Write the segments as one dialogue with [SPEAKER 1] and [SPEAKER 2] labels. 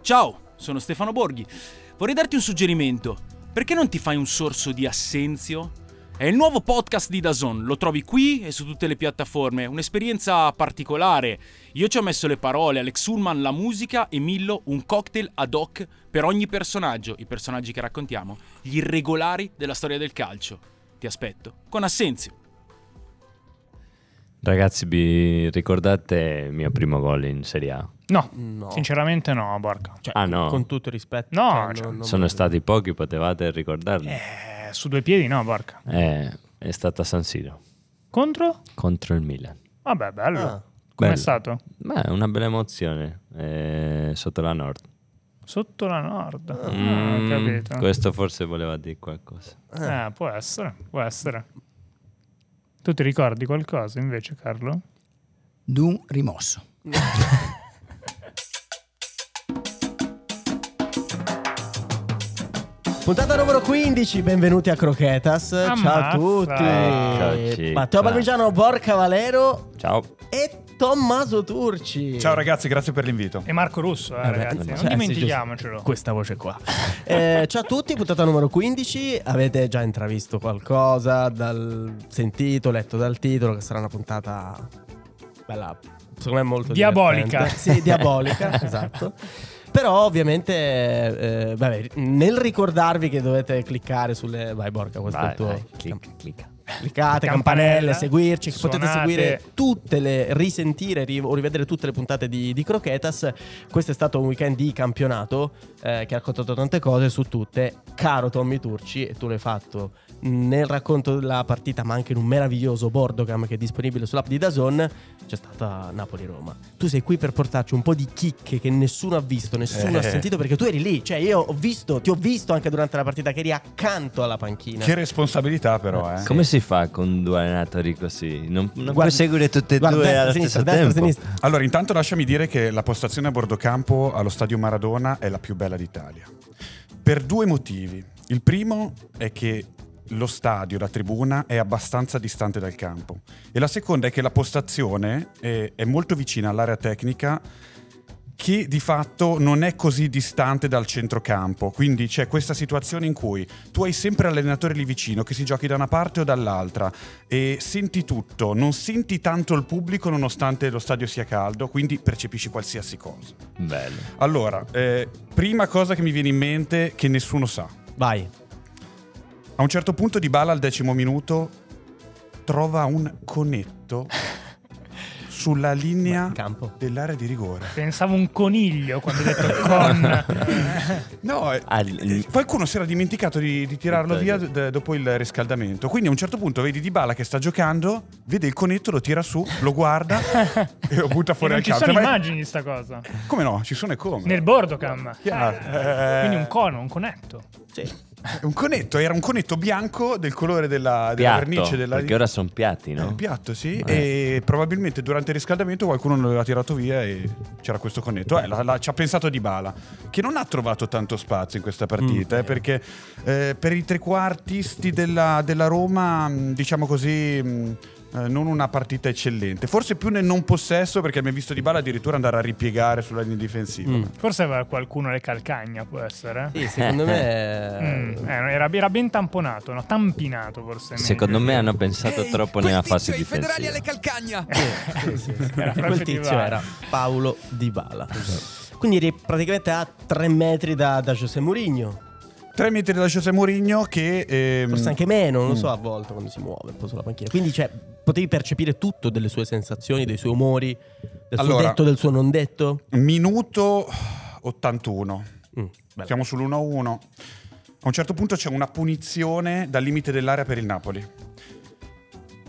[SPEAKER 1] Ciao, sono Stefano Borghi. Vorrei darti un suggerimento. Perché non ti fai un sorso di assenzio? È il nuovo podcast di Dazon, lo trovi qui e su tutte le piattaforme, un'esperienza particolare. Io ci ho messo le parole, Alex Ullman la musica e Millo un cocktail ad hoc per ogni personaggio, i personaggi che raccontiamo, gli irregolari della storia del calcio. Ti aspetto con Assenzio.
[SPEAKER 2] Ragazzi, vi ricordate il mio primo gol in Serie A?
[SPEAKER 3] No,
[SPEAKER 4] No.
[SPEAKER 3] sinceramente no, Borca.
[SPEAKER 4] Cioè,
[SPEAKER 2] Ah, no.
[SPEAKER 4] Con tutto il rispetto.
[SPEAKER 3] No,
[SPEAKER 4] cioè,
[SPEAKER 3] cioè,
[SPEAKER 4] non- non-
[SPEAKER 2] Sono stati pochi, potevate ricordarli. Eh.
[SPEAKER 3] Eh, su due piedi no, Borca.
[SPEAKER 2] è stata San Siro
[SPEAKER 3] Contro?
[SPEAKER 2] contro il Milan.
[SPEAKER 3] Vabbè, bello.
[SPEAKER 4] Ah.
[SPEAKER 3] Com'è
[SPEAKER 2] Bello.
[SPEAKER 3] stato?
[SPEAKER 2] Beh, una bella emozione eh, sotto la Nord.
[SPEAKER 3] Sotto la nord. Ah,
[SPEAKER 2] Mm,
[SPEAKER 3] ho capito.
[SPEAKER 2] questo forse voleva dire qualcosa.
[SPEAKER 3] Eh, può essere, può essere. Tu ti ricordi qualcosa invece, Carlo?
[SPEAKER 5] d'un rimosso.
[SPEAKER 4] Puntata numero 15, benvenuti a Croquetas. Ciao a
[SPEAKER 3] Ammazza.
[SPEAKER 4] tutti.
[SPEAKER 2] Eccoci
[SPEAKER 4] Matteo
[SPEAKER 2] qua.
[SPEAKER 4] Palmigiano, Borca Valero
[SPEAKER 2] Ciao.
[SPEAKER 4] e Tommaso Turci.
[SPEAKER 6] Ciao ragazzi, grazie per l'invito.
[SPEAKER 3] E Marco Russo, eh,
[SPEAKER 4] Eh beh,
[SPEAKER 3] ragazzi,
[SPEAKER 4] cioè,
[SPEAKER 3] non
[SPEAKER 4] sì,
[SPEAKER 3] dimentichiamocelo.
[SPEAKER 4] giusto. Questa voce qua. Eh, ciao a tutti, puntata numero 15. Avete già intravisto qualcosa, dal sentito, letto dal titolo, che sarà una puntata bella, secondo me molto
[SPEAKER 3] Diabolica.
[SPEAKER 4] divertente. Sì, diabolica, esatto. Però ovviamente, eh, vabbè, nel ricordarvi che dovete cliccare sulle... Vai Borca, questo è
[SPEAKER 2] Vai,
[SPEAKER 4] il tuo...
[SPEAKER 2] vai, clicca, clicca.
[SPEAKER 4] Cliccate,
[SPEAKER 3] Campanella,
[SPEAKER 4] campanelle, seguirci.
[SPEAKER 3] suonate.
[SPEAKER 4] Potete seguire tutte le, risentire ri- o rivedere tutte le puntate di, di Croquetas. Questo è stato un weekend di campionato eh, che ha raccontato tante cose su tutte. Caro Tommy Turci, e tu l'hai fatto nel racconto della partita, ma anche in un meraviglioso Bordogam che è disponibile sull'app di Dazon, c'è stata Napoli-Roma. Tu sei qui per portarci un po' di chicche che nessuno ha visto, nessuno ha
[SPEAKER 6] Eh.
[SPEAKER 4] sentito, perché tu eri lì. Cioè, io ho visto, ti ho visto anche durante la partita che eri accanto alla panchina.
[SPEAKER 6] Che responsabilità però, eh.
[SPEAKER 2] Come si fa con due allenatori così? Non, non
[SPEAKER 4] Guarda-
[SPEAKER 2] puoi seguire tutte e
[SPEAKER 4] guarda,
[SPEAKER 2] due
[SPEAKER 4] destra,
[SPEAKER 2] allo
[SPEAKER 4] sinistra,
[SPEAKER 2] stesso
[SPEAKER 4] destra,
[SPEAKER 2] tempo.
[SPEAKER 4] sinistra.
[SPEAKER 6] Allora, intanto lasciami dire che la postazione a bordo campo allo stadio Maradona è la più bella d'Italia. Per due motivi. Il primo è che lo stadio, la tribuna, è abbastanza distante dal campo. E la seconda è che la postazione è, è molto vicina all'area tecnica che di fatto non è così distante dal centrocampo. Quindi c'è questa situazione in cui tu hai sempre l'allenatore lì vicino, che si giochi da una parte o dall'altra, e senti tutto, non senti tanto il pubblico nonostante lo stadio sia caldo, quindi percepisci qualsiasi cosa.
[SPEAKER 2] Bello.
[SPEAKER 6] Allora, eh, prima cosa che mi viene in mente che nessuno sa.
[SPEAKER 4] Vai.
[SPEAKER 6] A un certo punto di Bala al decimo minuto trova un conetto sulla linea
[SPEAKER 4] Ma- campo.
[SPEAKER 6] dell'area di rigore.
[SPEAKER 3] Pensavo un coniglio quando hai detto con.
[SPEAKER 6] No, eh,
[SPEAKER 2] Ah, l-
[SPEAKER 6] eh, qualcuno si era dimenticato di, di tirarlo via d- dopo il riscaldamento. Quindi a un certo punto vedi Di Bala che sta giocando, vede il conetto, lo tira su, lo guarda e lo butta fuori
[SPEAKER 3] non
[SPEAKER 6] al
[SPEAKER 3] ci
[SPEAKER 6] campo.
[SPEAKER 3] sono
[SPEAKER 6] Ma-
[SPEAKER 3] immagini di sta cosa.
[SPEAKER 6] Come no? Ci sono e come.
[SPEAKER 3] Nel Bordocam.
[SPEAKER 6] Chiaro.
[SPEAKER 3] Eh,
[SPEAKER 6] Eh.
[SPEAKER 3] Quindi un cono, un conetto.
[SPEAKER 6] Un conetto, era un conetto bianco del colore della, della vernice
[SPEAKER 2] Piatto,
[SPEAKER 6] Ah, della
[SPEAKER 2] perché ora Eh. sono piatti,
[SPEAKER 6] Eh,
[SPEAKER 2] no?
[SPEAKER 6] il piatto, sì. E probabilmente durante il riscaldamento qualcuno non l'aveva tirato via e c'era questo connetto. Eh, la- la- ci ha pensato Di Bala, che non ha trovato tanto spazio in questa
[SPEAKER 2] Mm.
[SPEAKER 6] partita, eh, perché eh, per i trequartisti della, della Roma, mh, diciamo così. mh, eh, non una partita eccellente, forse più nel non possesso perché abbiamo visto Di Bala addirittura andare a ripiegare sulla linea difensiva.
[SPEAKER 4] Mm.
[SPEAKER 3] Forse aveva qualcuno le calcagna, può essere.
[SPEAKER 4] Sì, secondo me.
[SPEAKER 3] Mm, eh, era, era ben tamponato, no? tampinato forse.
[SPEAKER 2] Secondo me hanno pensato troppo nella fase
[SPEAKER 7] i federali
[SPEAKER 2] difensiva.
[SPEAKER 7] alle calcagna.
[SPEAKER 4] Eh, Sì, sì, sì.
[SPEAKER 3] Era proprio
[SPEAKER 4] Quel tizio
[SPEAKER 3] Dybala.
[SPEAKER 4] era Paolo Di Bala.
[SPEAKER 3] Esatto.
[SPEAKER 4] Quindi eri praticamente a tre metri da, da José Mourinho.
[SPEAKER 6] Tre metri da José Mourinho che... ehm,
[SPEAKER 4] Forse anche meno, non lo so, a
[SPEAKER 6] Mm.
[SPEAKER 4] volte quando si muove un po' sulla panchina. Quindi, cioè, potevi percepire tutto delle sue sensazioni, dei suoi umori, del suo
[SPEAKER 6] Allora-
[SPEAKER 4] detto, del suo non detto.
[SPEAKER 6] Minuto 81.
[SPEAKER 4] Mm, bello.
[SPEAKER 6] Siamo sull'1-1. A un certo punto c'è una punizione dal limite dell'area per il Napoli.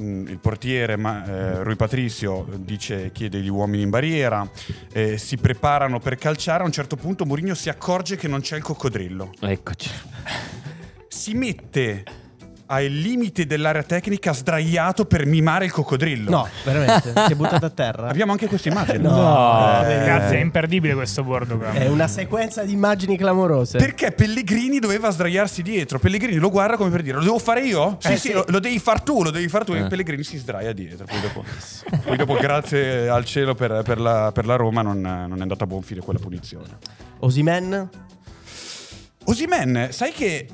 [SPEAKER 6] Mm, Il portiere ma, eh, Rui Patricio dice, chiede gli uomini in barriera, eh, si preparano per calciare. A un certo punto Mourinho si accorge che non c'è il coccodrillo.
[SPEAKER 2] Eccoci.
[SPEAKER 6] Si mette ai limiti dell'area tecnica sdraiato per mimare il coccodrillo.
[SPEAKER 4] No, veramente. si è buttata a terra.
[SPEAKER 6] Abbiamo anche questa immagine.
[SPEAKER 4] No.
[SPEAKER 6] Eh,
[SPEAKER 3] Ragazzi, è imperdibile questo
[SPEAKER 6] Ah.
[SPEAKER 3] bordogram.
[SPEAKER 4] È una sequenza di immagini clamorose.
[SPEAKER 6] Perché Pellegrini doveva sdraiarsi dietro. Pellegrini lo guarda come per dire: Lo devo fare io? Sì,
[SPEAKER 4] Eh,
[SPEAKER 6] sì,
[SPEAKER 4] sì.
[SPEAKER 6] Lo, lo devi far tu, lo devi far tu. E
[SPEAKER 2] Eh.
[SPEAKER 6] Pellegrini si sdraia dietro. Poi dopo, poi dopo, grazie al cielo per, per la, per la Roma, non, non è andata a buon fine quella punizione.
[SPEAKER 4] Osimen?
[SPEAKER 6] Osimen, sai che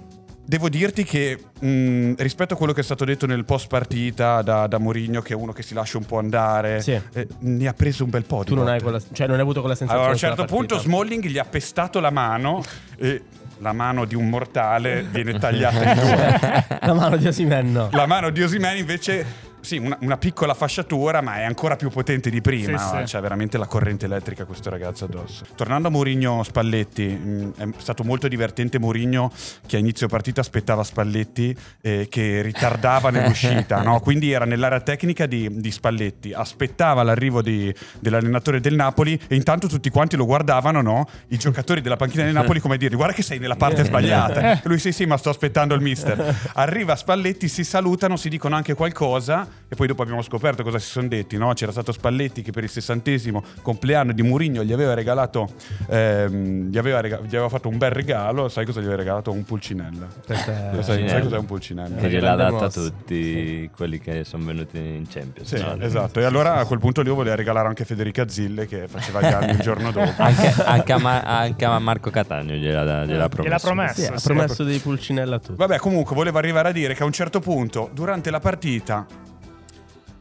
[SPEAKER 6] devo dirti che mh, rispetto a quello che è stato detto nel post partita da, da Mourinho, che è uno che si lascia un po' andare,
[SPEAKER 4] Sì.
[SPEAKER 6] eh, ne ha preso un bel po'. di
[SPEAKER 4] Tu non hai,
[SPEAKER 6] volte.
[SPEAKER 4] quella- cioè, non hai avuto quella sensazione.
[SPEAKER 6] Allora, a un
[SPEAKER 4] sulla
[SPEAKER 6] certo
[SPEAKER 4] partita.
[SPEAKER 6] punto Smalling gli ha pestato la mano e la mano di un mortale viene tagliata in due.
[SPEAKER 4] La mano di Osimen, no.
[SPEAKER 6] La mano di Osimhen invece sì, una, una piccola fasciatura, ma è ancora più potente di prima.
[SPEAKER 3] Sì,
[SPEAKER 6] no?
[SPEAKER 3] sì.
[SPEAKER 6] C'ha veramente la corrente elettrica questo ragazzo addosso. Tornando a Mourinho Spalletti, mh, è stato molto divertente Mourinho che a inizio partita aspettava Spalletti eh, che ritardava nell'uscita, no? Quindi era nell'area tecnica di, di Spalletti, aspettava l'arrivo di- dell'allenatore del Napoli e intanto tutti quanti lo guardavano, no? I giocatori della panchina del Napoli come a dire "Guarda che sei nella parte sbagliata". E Lui sì, sì, ma sto aspettando il mister. Arriva Spalletti, si salutano, si dicono anche qualcosa e poi dopo abbiamo scoperto cosa si sono detti. No? C'era stato Spalletti che per il sessantesimo compleanno di Mourinho gli aveva regalato, ehm, gli, aveva rega- gli aveva fatto un bel regalo. Sai cosa gli aveva regalato? Un pulcinella.
[SPEAKER 3] Eh,
[SPEAKER 4] Questo è-
[SPEAKER 6] Lo Eh, sai, sai
[SPEAKER 2] Pulcinella.
[SPEAKER 6] cos'è un pulcinella?
[SPEAKER 2] Che
[SPEAKER 4] Eh,
[SPEAKER 2] gliel'ha
[SPEAKER 4] grande
[SPEAKER 2] data a
[SPEAKER 4] mossa.
[SPEAKER 2] tutti quelli che sono venuti in Champions.
[SPEAKER 6] Sì,
[SPEAKER 2] no?
[SPEAKER 6] esatto. E allora a quel punto lì io voleva regalare anche a Federica Zille che faceva gli anni il giorno dopo.
[SPEAKER 2] anche, anche a Ma- anche a Marco Catania gliel'ha, gliel'ha promesso.
[SPEAKER 3] Gliel'ha promesso.
[SPEAKER 4] Sì, ha
[SPEAKER 3] sì.
[SPEAKER 4] promesso dei pulcinella a tutti.
[SPEAKER 6] Vabbè, comunque volevo arrivare a dire che a un certo punto, durante la partita,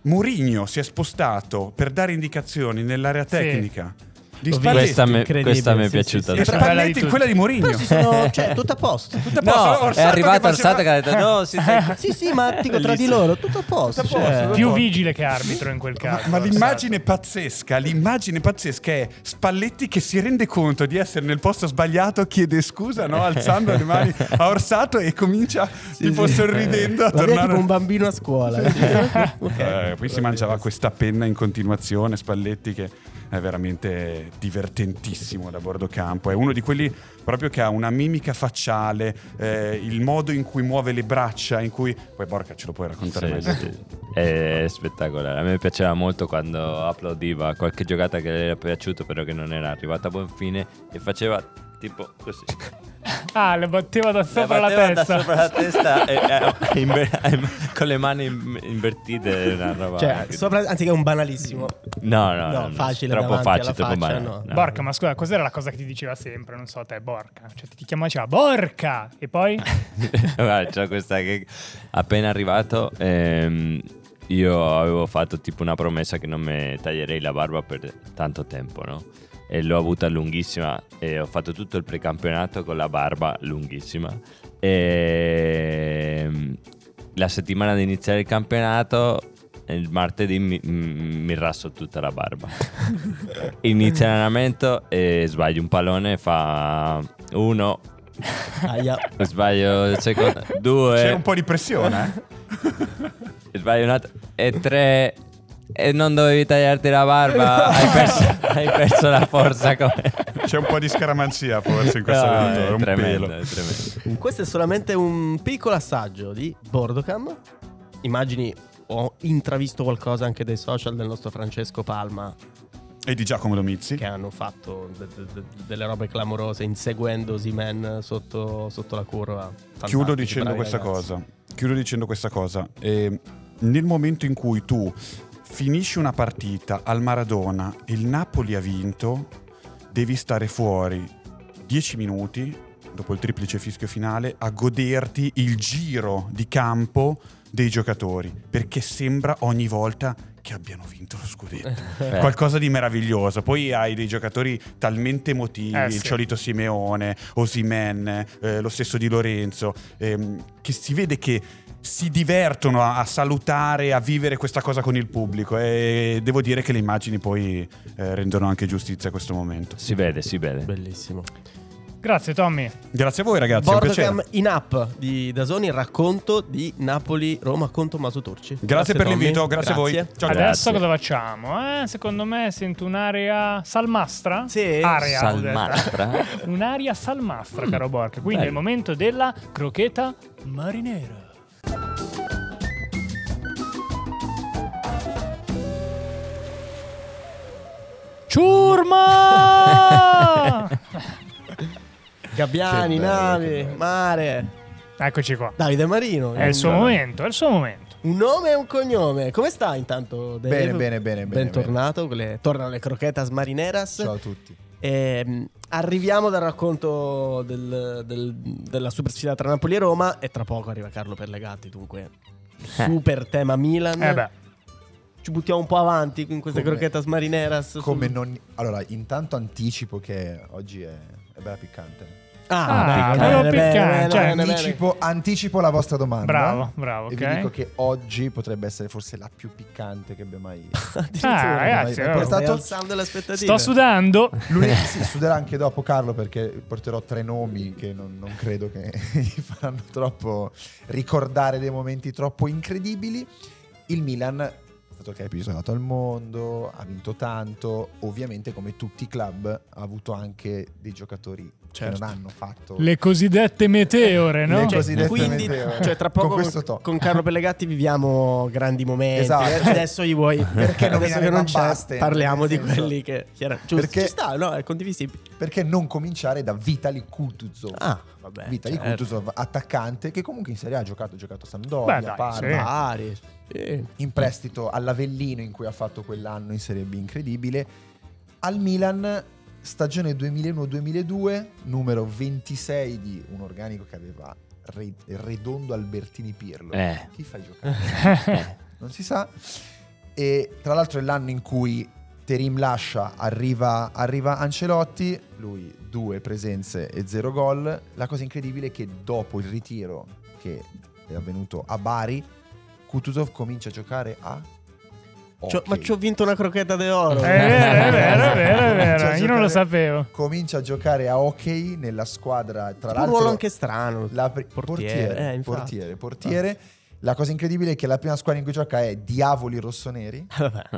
[SPEAKER 6] Mourinho si è spostato per dare indicazioni nell'area tecnica di
[SPEAKER 4] L'ho
[SPEAKER 6] Spalletti.
[SPEAKER 2] Questa mi-
[SPEAKER 4] Incredibile,
[SPEAKER 2] questa mi è
[SPEAKER 4] sì,
[SPEAKER 2] piaciuta.
[SPEAKER 6] E
[SPEAKER 3] Questa è quella di
[SPEAKER 6] Spalletti
[SPEAKER 3] tutti.
[SPEAKER 6] quella di Mourinho.
[SPEAKER 4] Però si sono... Cioè, tutto a posto.
[SPEAKER 6] Tutto a
[SPEAKER 2] No,
[SPEAKER 6] posto, Orsato
[SPEAKER 2] è arrivato
[SPEAKER 6] che faceva-
[SPEAKER 2] Orsato che ha detto no, si sta-
[SPEAKER 4] Sì, sì, ma dico tra di
[SPEAKER 2] Bellissimo.
[SPEAKER 4] loro, tutto a posto.
[SPEAKER 6] Tutto a posto,
[SPEAKER 4] cioè.
[SPEAKER 6] tutto a
[SPEAKER 3] Più
[SPEAKER 6] posto.
[SPEAKER 3] vigile che arbitro in quel caso. esatto.
[SPEAKER 6] Ma l'immagine pazzesca, l'immagine pazzesca è Spalletti che si rende conto di essere nel posto sbagliato, chiede scusa, no? alzando le mani a Orsato e comincia tipo
[SPEAKER 4] sì.
[SPEAKER 6] sorridendo a
[SPEAKER 4] Ma via
[SPEAKER 6] tornare.
[SPEAKER 4] tipo un bambino a scuola. Ok.
[SPEAKER 6] Eh, poi si mangiava questa penna in continuazione, Spalletti che è veramente divertentissimo da bordo campo, è uno di quelli proprio che ha una mimica facciale, eh, il modo in cui muove le braccia, in cui... Poi Borca ce lo puoi raccontare
[SPEAKER 2] Sì,
[SPEAKER 6] meglio.
[SPEAKER 2] sì. È spettacolare. A me piaceva molto quando applaudiva qualche giocata che le era piaciuto, però che non era arrivata a buon fine e faceva tipo così.
[SPEAKER 3] Ah, le batteva da sopra la
[SPEAKER 2] batteva da
[SPEAKER 3] testa.
[SPEAKER 2] sopra la testa e- e- e inver- e- con le mani in- invertite. Una roba
[SPEAKER 4] Cioè, sopra- anziché un banalissimo.
[SPEAKER 2] No, no,
[SPEAKER 4] No,
[SPEAKER 2] no, no,
[SPEAKER 4] facile,
[SPEAKER 2] Troppo
[SPEAKER 4] davanti alla
[SPEAKER 2] facile, troppo
[SPEAKER 4] faccia,
[SPEAKER 2] male.
[SPEAKER 4] no.
[SPEAKER 3] Borca, ma scusa, cos'era la cosa che ti diceva sempre? Non so, a te, Borca. Cioè, ti chiamava diceva Borca! E poi?
[SPEAKER 2] Guarda, c'ho questa che appena arrivato ehm, io avevo fatto tipo una promessa che non mi taglierei la barba per tanto tempo, no? E l'ho avuta lunghissima e ho fatto tutto il precampionato con la barba lunghissima. Ehm, E la settimana di iniziare il campionato, il martedì mi, mi mi rasso tutta la barba. Inizia l'allenamento e sbaglio un pallone, fa uno,
[SPEAKER 4] Aia.
[SPEAKER 2] Sbaglio il secondo,
[SPEAKER 6] C'è
[SPEAKER 2] due,
[SPEAKER 6] un po' di pressione, eh?
[SPEAKER 2] sbaglio un altro, e tre, e non dovevi tagliarti la barba, hai, perso, hai perso la forza come...
[SPEAKER 6] C'è un po' di scaramanzia forse in questo
[SPEAKER 2] No,
[SPEAKER 6] allenatore,
[SPEAKER 2] è
[SPEAKER 6] un
[SPEAKER 2] tremendo,
[SPEAKER 6] pelo.
[SPEAKER 2] è tremendo.
[SPEAKER 4] Questo è solamente un piccolo assaggio di Bordocam. Immagini ho intravisto qualcosa anche dai social del nostro Francesco Palma
[SPEAKER 6] E di Giacomo Domizzi.
[SPEAKER 4] che hanno fatto de- de- de- delle robe clamorose inseguendo Simen sotto, sotto la curva. Fantastici,
[SPEAKER 6] Chiudo dicendo
[SPEAKER 4] bravi
[SPEAKER 6] questa
[SPEAKER 4] ragazzi.
[SPEAKER 6] cosa. Chiudo dicendo questa cosa. Eh, nel momento in cui tu finisci una partita al Maradona e il Napoli ha vinto, devi stare fuori 10 minuti dopo il triplice fischio finale a goderti il giro di campo dei giocatori perché sembra ogni volta che abbiano vinto lo scudetto
[SPEAKER 3] Eh.
[SPEAKER 6] Eh.
[SPEAKER 4] Eh.
[SPEAKER 6] qualcosa di meraviglioso poi hai dei giocatori talmente emotivi
[SPEAKER 3] Eh,
[SPEAKER 6] il
[SPEAKER 3] sì.
[SPEAKER 6] Ciolito Simeone Osimen eh, lo stesso di Lorenzo ehm, che si vede che si divertono a, a salutare a vivere questa cosa con il pubblico e devo dire che le immagini poi eh, rendono anche giustizia a questo momento
[SPEAKER 2] Si vede, si vede.
[SPEAKER 4] Bellissimo.
[SPEAKER 3] Grazie, Tommy.
[SPEAKER 6] grazie a voi ragazzi è un piacere
[SPEAKER 4] Bordocam in app di Dasoni, il racconto di Napoli-Roma con Tommaso Turci.
[SPEAKER 6] Grazie, per
[SPEAKER 4] Tommy.
[SPEAKER 6] l'invito, grazie, a voi.
[SPEAKER 4] Grazie.
[SPEAKER 6] Ciao,
[SPEAKER 3] Adesso
[SPEAKER 2] Grazie.
[SPEAKER 3] cosa facciamo? Eh, secondo me sento un'area salmastra.
[SPEAKER 4] Sì.
[SPEAKER 3] Area, ho detto.
[SPEAKER 2] Salmastra.
[SPEAKER 3] Un'aria salmastra, caro Borca. Quindi è il
[SPEAKER 2] Bello.
[SPEAKER 3] momento della crocheta marinera. Ciurma!
[SPEAKER 4] Gabbiani,
[SPEAKER 6] Che bello, che
[SPEAKER 7] Eh,
[SPEAKER 4] navi,
[SPEAKER 6] bello.
[SPEAKER 4] mare.
[SPEAKER 3] Eccoci qua.
[SPEAKER 4] Davide Marino.
[SPEAKER 3] È il suo momento, è il suo momento.
[SPEAKER 4] Un nome e un cognome. Come sta intanto? Dave?
[SPEAKER 7] Bene, bene, bene, bene,
[SPEAKER 4] Bentornato. Le- tornano le croquetas marineras.
[SPEAKER 7] Ciao a tutti.
[SPEAKER 4] Ehm, arriviamo dal racconto del- del- della super sfida tra Napoli e Roma. E tra poco arriva Carlo Perlegatti. Dunque, super tema Milan.
[SPEAKER 3] Eh beh,
[SPEAKER 4] Ci buttiamo un po' avanti in queste
[SPEAKER 7] Come-
[SPEAKER 4] croquetas marineras.
[SPEAKER 7] Come
[SPEAKER 4] Sul-
[SPEAKER 7] non... Allora, intanto anticipo che oggi è, è bella piccante.
[SPEAKER 3] Ah,
[SPEAKER 4] bene,
[SPEAKER 3] piccante.
[SPEAKER 4] bene,
[SPEAKER 3] piccante,
[SPEAKER 4] bene,
[SPEAKER 3] cioè,
[SPEAKER 4] bene, bene.
[SPEAKER 7] Anticipo, anticipo la vostra domanda.
[SPEAKER 3] bravo, bravo.
[SPEAKER 7] E vi dico
[SPEAKER 3] Ok.
[SPEAKER 7] che oggi potrebbe essere forse la più piccante che abbia mai...
[SPEAKER 3] Ah,
[SPEAKER 4] Addirittura.
[SPEAKER 3] ragazzi,
[SPEAKER 7] È
[SPEAKER 3] oh,
[SPEAKER 7] stato-
[SPEAKER 4] Stai alzando le aspettative.
[SPEAKER 3] sto sudando.
[SPEAKER 7] Lunedì Eh, si suderà anche dopo Carlo perché porterò tre nomi che non, non credo che gli faranno troppo ricordare dei momenti troppo incredibili. Il Milan è stato il che è più isolato al mondo, ha vinto tanto, ovviamente come tutti i club ha avuto anche dei giocatori
[SPEAKER 4] Certo.
[SPEAKER 7] che non hanno fatto...
[SPEAKER 3] Le cosiddette meteore, no?
[SPEAKER 7] Le
[SPEAKER 4] Cioè,
[SPEAKER 7] cosiddette
[SPEAKER 4] quindi,
[SPEAKER 7] meteore.
[SPEAKER 4] cioè, tra
[SPEAKER 7] Con
[SPEAKER 4] poco
[SPEAKER 7] questo
[SPEAKER 4] con,
[SPEAKER 7] tono.
[SPEAKER 4] con Carlo Pellegatti viviamo grandi momenti.
[SPEAKER 7] Esatto.
[SPEAKER 4] Adesso gli vuoi
[SPEAKER 7] Perché
[SPEAKER 4] adesso
[SPEAKER 7] nominare
[SPEAKER 4] che non
[SPEAKER 7] Bambaste?
[SPEAKER 4] c'è, parliamo
[SPEAKER 7] Nel
[SPEAKER 4] di
[SPEAKER 7] senso-
[SPEAKER 4] quelli che chiaro, giusto,
[SPEAKER 7] Perché-
[SPEAKER 4] ci sta, no, è condivisibile.
[SPEAKER 7] Perché non cominciare da Vitali Kutuzov?
[SPEAKER 4] Ah, vabbè.
[SPEAKER 7] Vitali
[SPEAKER 4] certo.
[SPEAKER 7] Kutuzov, attaccante, che comunque in Serie A ha giocato, ha giocato
[SPEAKER 3] Beh,
[SPEAKER 7] a Sampdoria,
[SPEAKER 3] dai,
[SPEAKER 7] Parma,
[SPEAKER 3] sì.
[SPEAKER 4] Vari. Sì.
[SPEAKER 7] in prestito all'Avellino in cui ha fatto quell'anno in Serie B incredibile, al Milan stagione 2001-2002, numero 26 di un organico che aveva Re- Redondo Albertini Pirlo.
[SPEAKER 2] Eh.
[SPEAKER 7] Chi fai giocare? non si sa. E tra l'altro è l'anno in cui Terim lascia, arriva, arriva Ancelotti, lui due presenze e zero gol. La cosa incredibile è che dopo il ritiro che è avvenuto a Bari, Kutuzov comincia a giocare a...
[SPEAKER 4] C'ho-
[SPEAKER 7] hockey.
[SPEAKER 4] Ma ci ho vinto una crochetta Cioè, d'oro.
[SPEAKER 3] È vero, è vero, è vero, è vero.
[SPEAKER 7] Comincia a
[SPEAKER 3] Io non lo
[SPEAKER 7] giocare-
[SPEAKER 3] sapevo.
[SPEAKER 7] Comincia a giocare a hockey nella squadra, tra
[SPEAKER 4] un
[SPEAKER 7] l'altro...
[SPEAKER 4] ruolo anche strano.
[SPEAKER 7] La pri-
[SPEAKER 4] Portiere,
[SPEAKER 7] portiere,
[SPEAKER 4] eh,
[SPEAKER 7] portiere,
[SPEAKER 4] infatti.
[SPEAKER 7] portiere, La cosa incredibile è che la prima squadra in cui gioca è Diavoli Rossoneri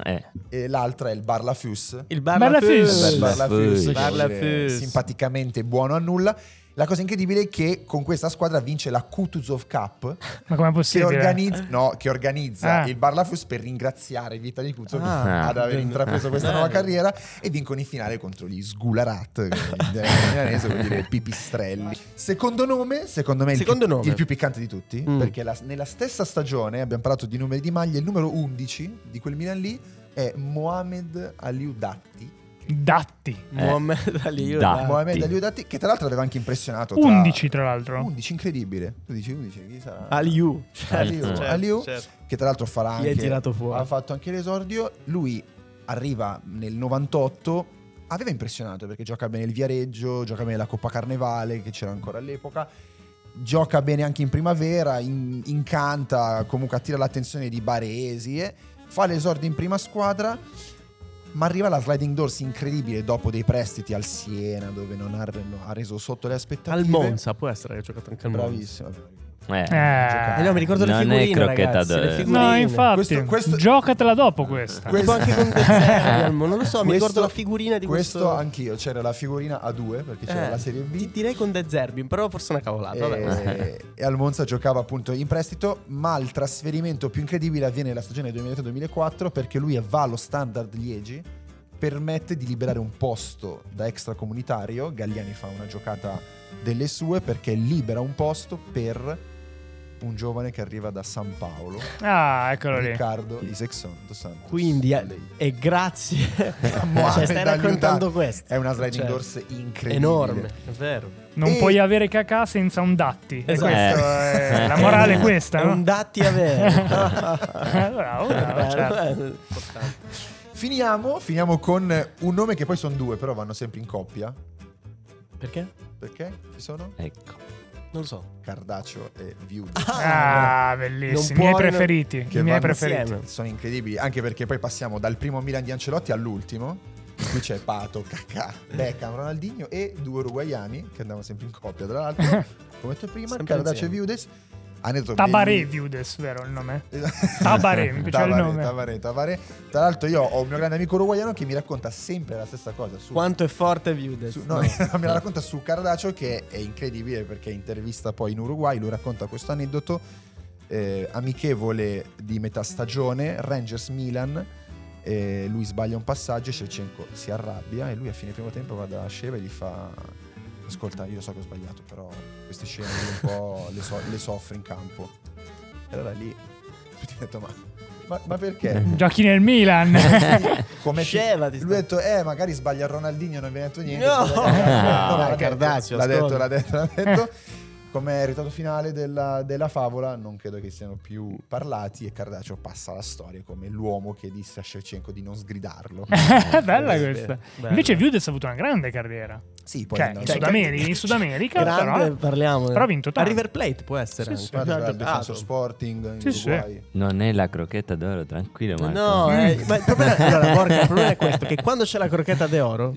[SPEAKER 2] Eh.
[SPEAKER 7] e l'altra è il Barlafus.
[SPEAKER 4] Il
[SPEAKER 3] Barlafus.
[SPEAKER 7] Il Barlafus, che
[SPEAKER 4] Barlafus. Barlafus.
[SPEAKER 7] vuol dire
[SPEAKER 4] Barlafus.
[SPEAKER 7] simpaticamente buono a nulla. La cosa incredibile è che con questa squadra vince la Kutuzov Cup
[SPEAKER 3] Ma com'è
[SPEAKER 7] che,
[SPEAKER 3] possibile?
[SPEAKER 7] organizz- no, che organizza
[SPEAKER 3] Ah.
[SPEAKER 7] il Barlafus per ringraziare Vitali Kutuzov
[SPEAKER 4] Ah.
[SPEAKER 7] ad aver intrapreso questa
[SPEAKER 8] Ah.
[SPEAKER 7] nuova
[SPEAKER 4] Bello.
[SPEAKER 7] carriera e vincono in finale contro gli Sgularat, che in milanese vuol dire pipistrelli. Secondo nome, secondo me,
[SPEAKER 4] Secondo
[SPEAKER 7] il, più,
[SPEAKER 4] nome.
[SPEAKER 7] il più piccante di tutti,
[SPEAKER 4] Mm.
[SPEAKER 7] perché la- nella stessa stagione, abbiamo parlato di numeri di maglie, il numero 11 di quel Milan lì è Mohamed Aliudatti.
[SPEAKER 3] Datti.
[SPEAKER 4] Mohamed Ali. io-
[SPEAKER 2] Da.
[SPEAKER 7] Mohamed Aliudatti, che tra l'altro aveva anche impressionato. tra-
[SPEAKER 3] 11 tra l'altro.
[SPEAKER 7] 11, incredibile. Tu dici 11, chi sarà?
[SPEAKER 4] Aliu.
[SPEAKER 7] Aliu,
[SPEAKER 4] Certo,
[SPEAKER 7] Aliu.
[SPEAKER 4] certo.
[SPEAKER 7] che tra l'altro farà
[SPEAKER 4] Gli
[SPEAKER 7] anche
[SPEAKER 4] hai tirato fuori.
[SPEAKER 7] ha fatto anche l'esordio lui arriva nel 98 aveva impressionato perché gioca bene il Viareggio gioca bene la Coppa Carnevale che c'era ancora all'epoca gioca bene anche in primavera in- incanta comunque attira l'attenzione di Baresi e fa l'esordio in prima squadra ma arriva la sliding doors incredibile dopo dei prestiti al Siena dove non ha, non ha reso sotto le aspettative
[SPEAKER 4] Al Monza, può essere che ha giocato anche al Monza.
[SPEAKER 7] bravissimo
[SPEAKER 2] Eh.
[SPEAKER 4] Eh
[SPEAKER 3] Eh.
[SPEAKER 4] no, mi ricordo le
[SPEAKER 2] Non è
[SPEAKER 4] figurine,
[SPEAKER 2] crocchetta
[SPEAKER 4] ragazzi, le
[SPEAKER 2] d'oro.
[SPEAKER 4] figurine.
[SPEAKER 3] No, infatti.
[SPEAKER 7] Questo- questo-
[SPEAKER 3] Giocatela dopo questa.
[SPEAKER 7] Questo-
[SPEAKER 4] Tipo anche con De Zerbi, non lo so, mi ricordo la figurina di
[SPEAKER 7] questo.
[SPEAKER 4] questo.
[SPEAKER 7] anch'io, c'era la figurina A2 perché c'era
[SPEAKER 4] Eh,
[SPEAKER 7] la Serie B. Eh,
[SPEAKER 4] Ti direi con De Zerbi, però forse una cavolata. Ah, vabbè.
[SPEAKER 7] E, e al Monza giocava appunto in prestito, ma il trasferimento più incredibile avviene nella stagione 2003-2004 perché lui va allo standard Liegi, permette di liberare un posto da extracomunitario, Galliani fa una giocata delle sue perché libera un posto per un giovane che arriva da San Paolo,
[SPEAKER 3] Ah, eccolo lì.
[SPEAKER 7] Riccardo Isexon dos Santos.
[SPEAKER 4] Quindi, eh,
[SPEAKER 7] Lei.
[SPEAKER 4] e grazie.
[SPEAKER 7] Mohamed
[SPEAKER 4] cioè, stai
[SPEAKER 7] Aliudà.
[SPEAKER 4] raccontando questo.
[SPEAKER 7] È una sliding
[SPEAKER 4] Cioè,
[SPEAKER 7] doors incredibile.
[SPEAKER 4] Enorme, è vero.
[SPEAKER 3] Non
[SPEAKER 7] E-
[SPEAKER 3] puoi avere cacà senza un datti. E
[SPEAKER 4] Esatto.
[SPEAKER 3] questo
[SPEAKER 2] Eh.
[SPEAKER 3] è- La morale è questa,
[SPEAKER 4] È
[SPEAKER 3] no?
[SPEAKER 4] un datti a vero.
[SPEAKER 3] Eh, bravo, bravo, certo.
[SPEAKER 7] Finiamo, finiamo con un nome che poi sono due, però vanno sempre in coppia.
[SPEAKER 4] Perché?
[SPEAKER 7] Perché ci sono
[SPEAKER 2] Ecco.
[SPEAKER 4] Non lo so.
[SPEAKER 7] Cardaccio e Viudo.
[SPEAKER 3] Ah,
[SPEAKER 4] Non
[SPEAKER 3] bellissimi. I
[SPEAKER 4] puoi
[SPEAKER 3] miei
[SPEAKER 4] non-
[SPEAKER 3] preferiti.
[SPEAKER 7] che
[SPEAKER 3] I miei
[SPEAKER 7] vanno
[SPEAKER 3] preferiti.
[SPEAKER 4] insieme.
[SPEAKER 7] Sono incredibili, anche perché poi passiamo dal primo Milan di Ancelotti all'ultimo. Qui c'è Pato, Cacà, Beckham, Ronaldinho e due uruguaiani che andavano sempre in coppia. Tra l'altro, come ho detto prima,
[SPEAKER 4] Sempre
[SPEAKER 7] Cardaccio e
[SPEAKER 4] insieme.
[SPEAKER 7] Viudes. Ah, Aneddoto
[SPEAKER 3] Tabaré
[SPEAKER 7] bellissimo.
[SPEAKER 3] Viudes, vero il nome?
[SPEAKER 7] Esatto.
[SPEAKER 3] Tabaré, mi piaceva il
[SPEAKER 7] Tabaré,
[SPEAKER 3] nome.
[SPEAKER 7] Tabaré, Tabaré. Tra l'altro, io ho un mio grande amico uruguaiano che mi racconta sempre la stessa cosa. Su,
[SPEAKER 4] Quanto è forte Viudes.
[SPEAKER 7] su- no, me la racconta su Cardaccio, che è incredibile perché intervista poi in Uruguay. Lui racconta questo aneddoto eh, amichevole di metà stagione, Rangers Milan. eh, lui sbaglia un passaggio e Shevchenko si arrabbia e lui a fine primo tempo va da Sheva e gli fa ascolta io so che ho sbagliato però queste scene io un po' le, so- le soffro in campo e allora lì tutti hanno detto ma, ma, ma perché?
[SPEAKER 3] Giochi nel Milan. Eh.
[SPEAKER 7] Come fi-
[SPEAKER 4] Sheva ti sta-
[SPEAKER 7] lui ha detto eh magari sbaglia Ronaldinho non viene detto niente
[SPEAKER 4] No!
[SPEAKER 7] No, l'ha detto,
[SPEAKER 4] Cardaccio,
[SPEAKER 7] l'ha detto,
[SPEAKER 4] ascolta.
[SPEAKER 7] l'ha detto l'ha detto come risultato finale della, della favola non credo che siano più parlati e Cardaccio passa alla storia come l'uomo che disse a Shevchenko di non sgridarlo
[SPEAKER 3] Bella questa.
[SPEAKER 4] Bella.
[SPEAKER 3] Invece Viudes ha avuto una grande carriera.
[SPEAKER 7] sì poi
[SPEAKER 3] Cioè,
[SPEAKER 7] non
[SPEAKER 3] in,
[SPEAKER 7] so-
[SPEAKER 3] Sud America, in Sud America,
[SPEAKER 4] Grande,
[SPEAKER 3] però,
[SPEAKER 4] parliamo.
[SPEAKER 3] però ha vinto
[SPEAKER 4] A
[SPEAKER 3] tanto.
[SPEAKER 4] River Plate può essere.
[SPEAKER 3] Sì,
[SPEAKER 7] Guarda,
[SPEAKER 4] anche.
[SPEAKER 7] il Defensor
[SPEAKER 4] Ah,
[SPEAKER 7] Sporting in
[SPEAKER 3] Sì, sì.
[SPEAKER 7] Uruguay
[SPEAKER 2] Non è la crocchetta d'oro, tranquillo, Marco.
[SPEAKER 4] No, eh, ma il problema, allora, Borca, il problema è questo: che quando c'è la crocchetta d'oro,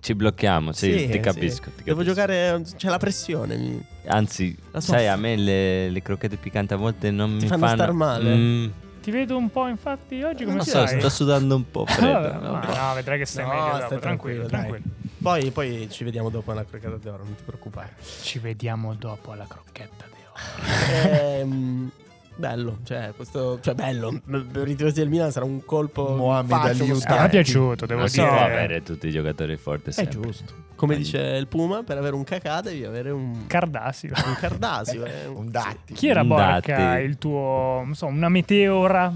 [SPEAKER 2] Ci blocchiamo, sì,
[SPEAKER 4] sì,
[SPEAKER 2] ti capisco.
[SPEAKER 4] sì.
[SPEAKER 2] ti
[SPEAKER 4] Devo
[SPEAKER 2] capisco.
[SPEAKER 4] giocare, c'è la pressione. mi-
[SPEAKER 2] Anzi,
[SPEAKER 4] La so-
[SPEAKER 2] sai, a me le, le crocchette piccanti a volte non
[SPEAKER 4] Ti
[SPEAKER 2] mi
[SPEAKER 4] fanno
[SPEAKER 2] fanno...
[SPEAKER 4] star male.
[SPEAKER 2] Mm,
[SPEAKER 3] ti vedo un po', infatti, oggi come
[SPEAKER 2] non so,
[SPEAKER 3] stai?
[SPEAKER 2] sto sudando un po' freddo.
[SPEAKER 3] no, no, vedrai che stai
[SPEAKER 4] No,
[SPEAKER 3] meglio dopo,
[SPEAKER 4] stai
[SPEAKER 3] tranquillo,
[SPEAKER 4] tranquillo,
[SPEAKER 3] tranquillo.
[SPEAKER 4] Poi, poi ci vediamo dopo alla crocchetta d'oro, non ti preoccupare.
[SPEAKER 3] Ci vediamo dopo alla crocchetta di oggi.
[SPEAKER 4] Ehm, bello, cioè, questo, cioè, bello. Per i tifosi del Milan sarà un colpo.
[SPEAKER 7] Mohamed
[SPEAKER 4] faccio,
[SPEAKER 7] Ali
[SPEAKER 4] uno
[SPEAKER 7] Utah.
[SPEAKER 4] schiaffo.
[SPEAKER 3] mi è piaciuto, devo
[SPEAKER 2] Non si
[SPEAKER 3] dire.
[SPEAKER 2] può avere tutti i giocatori forti
[SPEAKER 4] È
[SPEAKER 2] sempre.
[SPEAKER 4] giusto. Come dice il Puma, per avere un cacà devi avere un,
[SPEAKER 3] Cardassi.
[SPEAKER 4] un cardasio. eh,
[SPEAKER 7] un datti
[SPEAKER 3] Chi era
[SPEAKER 2] Un
[SPEAKER 3] Borca,
[SPEAKER 2] datti.
[SPEAKER 3] il tuo, non so, una meteora,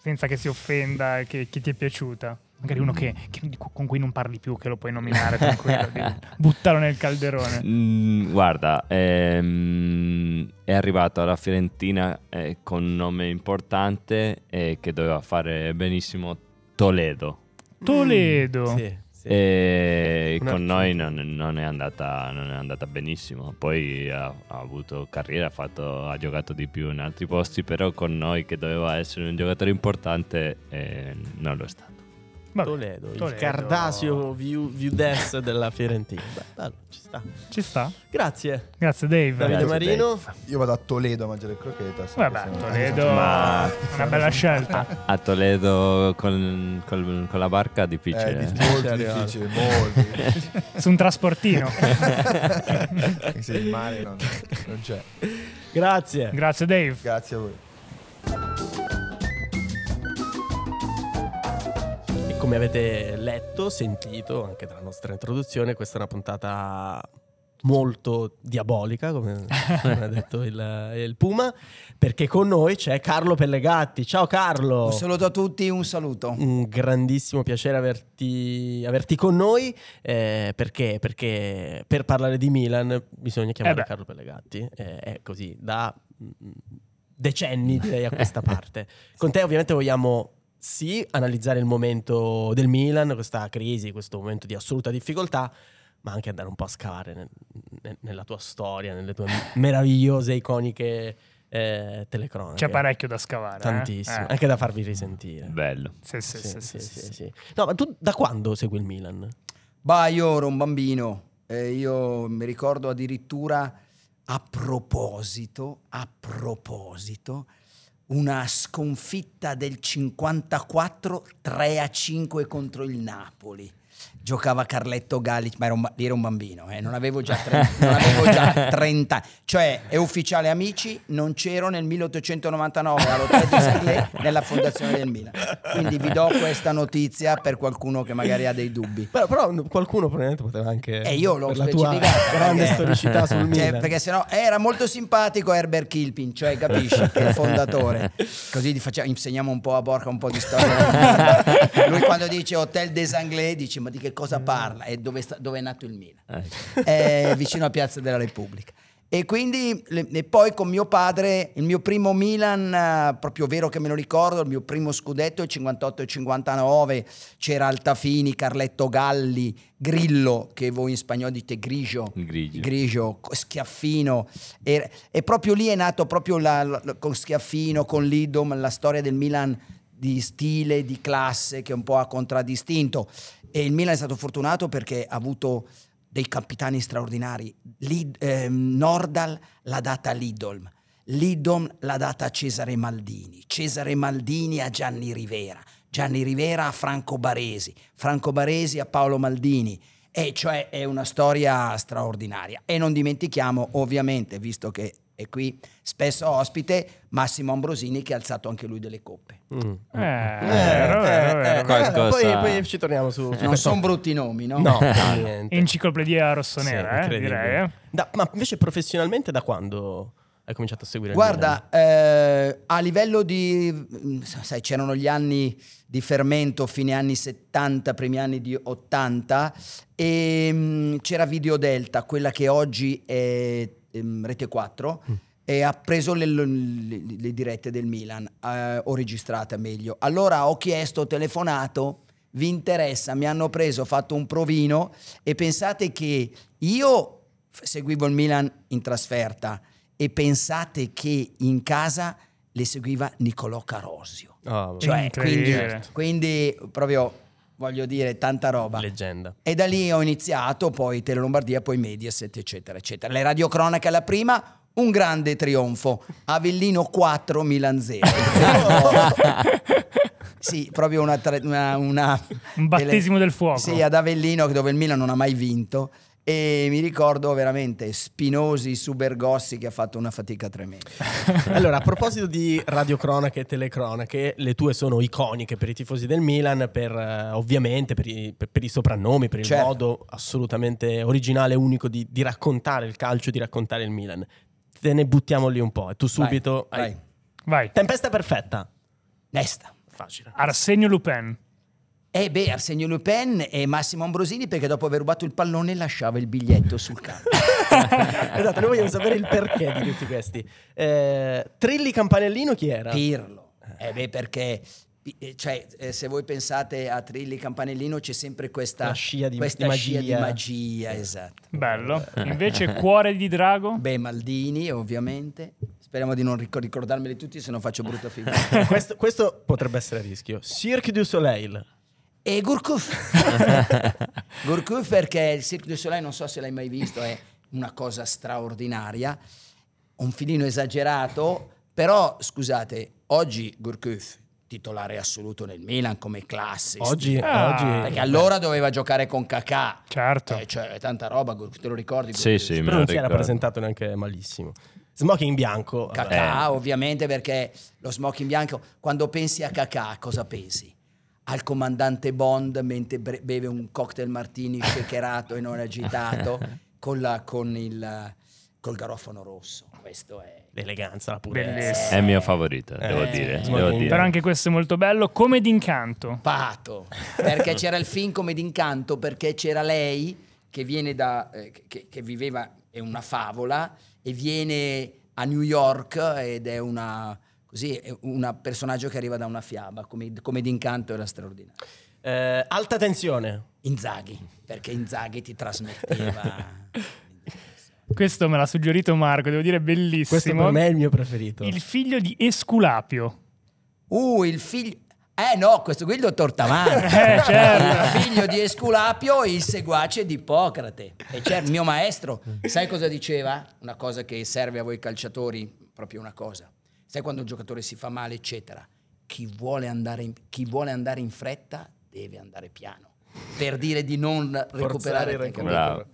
[SPEAKER 3] senza che si offenda, che, che ti è piaciuta? Magari
[SPEAKER 2] Mm.
[SPEAKER 3] uno che, che- con cui non parli più, che lo puoi nominare tranquillo, devi buttarlo nel
[SPEAKER 4] eh.
[SPEAKER 3] calderone.
[SPEAKER 2] Mm, guarda, ehm, è arrivato alla Fiorentina eh, con un nome importante e che doveva fare benissimo Toledo.
[SPEAKER 3] Toledo.
[SPEAKER 4] Mm, Sì, sì.
[SPEAKER 2] E
[SPEAKER 4] Un
[SPEAKER 2] con
[SPEAKER 4] attimo.
[SPEAKER 2] noi non, non è andata, non è andata benissimo. Poi ha, ha avuto carriera, ha, fatto- ha giocato di più in altri posti, però con noi che doveva essere un giocatore importante eh, non lo è stato.
[SPEAKER 3] Vabbè,
[SPEAKER 4] Toledo, il
[SPEAKER 3] Toledo.
[SPEAKER 4] Cardasio view, view desk della Fiorentina. Beh, bello, ci sta.
[SPEAKER 3] Ci sta.
[SPEAKER 4] Grazie,
[SPEAKER 3] Grazie Dave.
[SPEAKER 4] Davide
[SPEAKER 2] Grazie,
[SPEAKER 4] Marino.
[SPEAKER 7] io vado a Toledo a mangiare croquetas
[SPEAKER 3] Vabbè,
[SPEAKER 7] Sempre-
[SPEAKER 3] Toledo,
[SPEAKER 2] Ma-
[SPEAKER 3] una bella scelta.
[SPEAKER 2] A Toledo con, col- con la barca è difficile.
[SPEAKER 7] Eh, di-
[SPEAKER 2] eh.
[SPEAKER 7] molto difficile molto difficile.
[SPEAKER 3] Su un trasportino.
[SPEAKER 7] Eh sì, il mare non, non c'è
[SPEAKER 2] Eh.
[SPEAKER 4] Grazie.
[SPEAKER 3] Grazie Dave.
[SPEAKER 7] grazie a voi
[SPEAKER 4] E come avete letto, sentito anche dalla nostra introduzione, questa è una puntata molto diabolica, come, come ha detto il, il Puma, perché con noi c'è Carlo Pellegatti. Ciao Carlo!
[SPEAKER 5] Un saluto a tutti, un saluto.
[SPEAKER 4] Un grandissimo piacere averti, averti con noi eh, perché, perché per parlare di Milan bisogna chiamare
[SPEAKER 3] Eh beh.
[SPEAKER 4] Carlo Pellegatti, eh, è così da mm, decenni direi a questa parte. Con te ovviamente vogliamo sì analizzare il momento del Milan, questa crisi, questo momento di assoluta difficoltà, ma anche andare un po' a scavare nel- nel- nella tua storia, nelle tue meravigliose, iconiche eh, telecronache.
[SPEAKER 3] C'è parecchio da scavare. eh?
[SPEAKER 4] Tantissimo,
[SPEAKER 3] Eh.
[SPEAKER 4] anche da farvi risentire.
[SPEAKER 2] Bello.
[SPEAKER 3] Sì, sì, sì, sì, sì, sì.
[SPEAKER 4] No, ma tu da quando segui il Milan?
[SPEAKER 5] Bah, io ero un bambino e io mi ricordo addirittura a proposito, a proposito, una sconfitta del 54 3 a 5 contro il Napoli. Giocava Carletto Gallic, ma ero un, ba- lì ero un bambino, eh, non avevo già 30, non avevo già 30. Cioè, è ufficiale amici, non c'ero nel 1899 all'hotel di Sarlè nella fondazione del Milan. Quindi vi do questa notizia per qualcuno che magari ha dei dubbi.
[SPEAKER 4] Però, però n- qualcuno probabilmente poteva anche...
[SPEAKER 5] E Eh, io l'ho
[SPEAKER 4] per la tua
[SPEAKER 5] specificato,
[SPEAKER 4] grande
[SPEAKER 5] perché-
[SPEAKER 4] storicità sul
[SPEAKER 5] Cioè,
[SPEAKER 4] Milan.
[SPEAKER 5] perché sennò eh, era molto simpatico Herbert Kilpin, cioè capisci che è il fondatore. Così gli facciamo- insegniamo un po' a Borca un po' di storia. del Milan. Lui quando dice Hotel des Anglais dice ma di che cosa parla e dove, sta- dove è nato il Milan?
[SPEAKER 2] Eh.
[SPEAKER 5] È vicino a Piazza della Repubblica. E quindi le- e poi con mio padre, il mio primo Milan, eh, proprio vero che me lo ricordo, il mio primo scudetto il 58 e 59, c'era Altafini, Carletto Galli, Grillo, che voi in spagnolo dite grigio,
[SPEAKER 2] Grigio.
[SPEAKER 5] grigio, co- Schiaffino. E, e proprio lì è nato proprio la- la- con Schiaffino, con Lidom, la storia del Milan di stile, di classe che un po' ha contraddistinto. E il Milan è stato fortunato perché ha avuto dei capitani straordinari. Lid- ehm, Nordal l'ha data a Lidolm. Lidom l'ha data a Cesare Maldini, Cesare Maldini a Gianni Rivera, Gianni Rivera a Franco Baresi, Franco Baresi a Paolo Maldini, e cioè è una storia straordinaria. E non dimentichiamo, ovviamente, visto che e qui spesso ospite Massimo Ambrosini che ha alzato anche lui delle coppe.
[SPEAKER 4] Mm.
[SPEAKER 3] Eh, vero, vero, vero.
[SPEAKER 2] eh, Qualcosa-
[SPEAKER 4] Poi, poi ci torniamo su. su
[SPEAKER 5] Non
[SPEAKER 4] questo.
[SPEAKER 5] sono brutti nomi, no?
[SPEAKER 4] No, per niente.
[SPEAKER 3] Enciclopedia
[SPEAKER 4] Sì,
[SPEAKER 3] rossonera, eh,
[SPEAKER 4] incredibile.
[SPEAKER 3] direi. eh.
[SPEAKER 4] Da- ma invece professionalmente da quando hai cominciato a seguire il
[SPEAKER 5] Guarda, eh, a livello di... mh, Sai, c'erano gli anni di fermento, fine anni 70, primi anni di 80, e mh, c'era Video Delta, quella che oggi è ehm, Rete 4, e ha preso le, le- le dirette del Milan, eh, o registrata meglio. Allora ho chiesto, ho telefonato, vi interessa, mi hanno preso, ho fatto un provino e pensate che io f- seguivo il Milan in trasferta e pensate che in casa le seguiva Nicolò Carosio.
[SPEAKER 4] Milan? Ah, vabbè.
[SPEAKER 5] Cioè, quindi,
[SPEAKER 3] Incredibile.
[SPEAKER 5] quindi proprio voglio dire tanta roba.
[SPEAKER 4] leggenda.
[SPEAKER 5] E da lì ho iniziato, poi Tele Lombardia, poi Mediaset, eccetera, eccetera. Le radiocronache alla prima, un grande trionfo. Avellino 4, Milan 0. sì, proprio una... tra- una- una-
[SPEAKER 3] Un battesimo del fuoco.
[SPEAKER 5] Sì, ad Avellino, dove il Milan non ha mai vinto. E mi ricordo veramente Spinosi su Bergossi che ha fatto una fatica tremenda.
[SPEAKER 4] Allora, a proposito di radiocronache e telecronache, le tue sono iconiche per i tifosi del Milan, per, eh, ovviamente per i, per- per i soprannomi, per il
[SPEAKER 5] Certo.
[SPEAKER 4] modo assolutamente originale e unico di, di raccontare il calcio, di raccontare il Milan. Te ne buttiamo lì un po' e tu subito...
[SPEAKER 5] Vai,
[SPEAKER 4] hai-
[SPEAKER 5] vai.
[SPEAKER 3] Vai.
[SPEAKER 4] Tempesta perfetta.
[SPEAKER 5] Nesta.
[SPEAKER 4] Facile.
[SPEAKER 3] Arsenio Lupin.
[SPEAKER 5] Eh beh, Arsenio Lupin e Massimo Ambrosini perché dopo aver rubato il pallone lasciava il biglietto sul campo.
[SPEAKER 4] esatto, noi vogliamo sapere il perché di tutti questi. Eh, Trilli Campanellino chi era?
[SPEAKER 5] Pirlo. Eh beh, perché eh, cioè, eh, se voi pensate a Trilli Campanellino c'è sempre questa,
[SPEAKER 4] La scia di-
[SPEAKER 5] questa
[SPEAKER 4] di
[SPEAKER 5] scia di
[SPEAKER 4] magia. Eh.
[SPEAKER 5] magia, esatto.
[SPEAKER 3] Bello. Invece Cuore di Drago.
[SPEAKER 5] Beh, Maldini ovviamente. Speriamo di non ricor- ricordarmeli tutti se non faccio brutta figura.
[SPEAKER 4] questo, questo potrebbe essere a rischio. Cirque du Soleil.
[SPEAKER 5] E Gurkuf. Gurkuf perché il Cirque du Soleil, non so se l'hai mai visto, è una cosa straordinaria, un filino esagerato, però scusate, oggi Gurkuf, titolare assoluto nel Milan come classico.
[SPEAKER 4] Oggi,
[SPEAKER 3] Ah.
[SPEAKER 4] oggi
[SPEAKER 5] Perché allora doveva giocare con Kakà.
[SPEAKER 3] Certo.
[SPEAKER 5] Eh, cioè, tanta roba, Gurkuf, te lo ricordi?
[SPEAKER 2] Sì,
[SPEAKER 5] Gurkuf?
[SPEAKER 2] sì, me
[SPEAKER 4] però
[SPEAKER 2] lo
[SPEAKER 4] non si era
[SPEAKER 2] ricordo.
[SPEAKER 4] presentato neanche malissimo. Smoking bianco. vabbè.
[SPEAKER 5] Kakà, ovviamente, perché lo smoking bianco, quando pensi a Kakà, cosa pensi? Al comandante Bond mentre bre- beve un cocktail martini shakerato e non agitato con, la- con il, col garofano rosso. Questo è.
[SPEAKER 4] L'eleganza, la purezza.
[SPEAKER 3] Bellissimo.
[SPEAKER 2] È il mio favorito,
[SPEAKER 4] Eh,
[SPEAKER 2] devo
[SPEAKER 4] sì.
[SPEAKER 2] dire.
[SPEAKER 4] Sì.
[SPEAKER 2] devo dire.
[SPEAKER 3] Però anche questo è molto bello. Come d'incanto.
[SPEAKER 5] Pato, perché c'era il film come d'incanto, perché c'era lei che viene da eh, che, che viveva è una favola e viene a New York ed è una così è un personaggio che arriva da una fiaba, come, come d'incanto era straordinario.
[SPEAKER 4] Eh, alta tensione.
[SPEAKER 5] Inzaghi, perché Inzaghi ti trasmetteva
[SPEAKER 3] Questo me l'ha suggerito Marco. Devo dire, bellissimo.
[SPEAKER 4] Questo per me è il mio preferito.
[SPEAKER 3] Il figlio di Esculapio.
[SPEAKER 5] Uh, il figlio eh no, questo qui è il dottor Tamano.
[SPEAKER 3] Eh, certo.
[SPEAKER 5] Ah. Il figlio di Esculapio e il seguace di Ippocrate. E c'è il mio maestro. Sai cosa diceva? Una cosa che serve a voi calciatori, proprio una cosa. Sai quando un giocatore si fa male, eccetera. Chi vuole andare in, chi vuole andare in fretta deve andare piano. Per dire di non recuperare
[SPEAKER 4] Forzare il
[SPEAKER 5] tempo.
[SPEAKER 2] recupero. Bravo.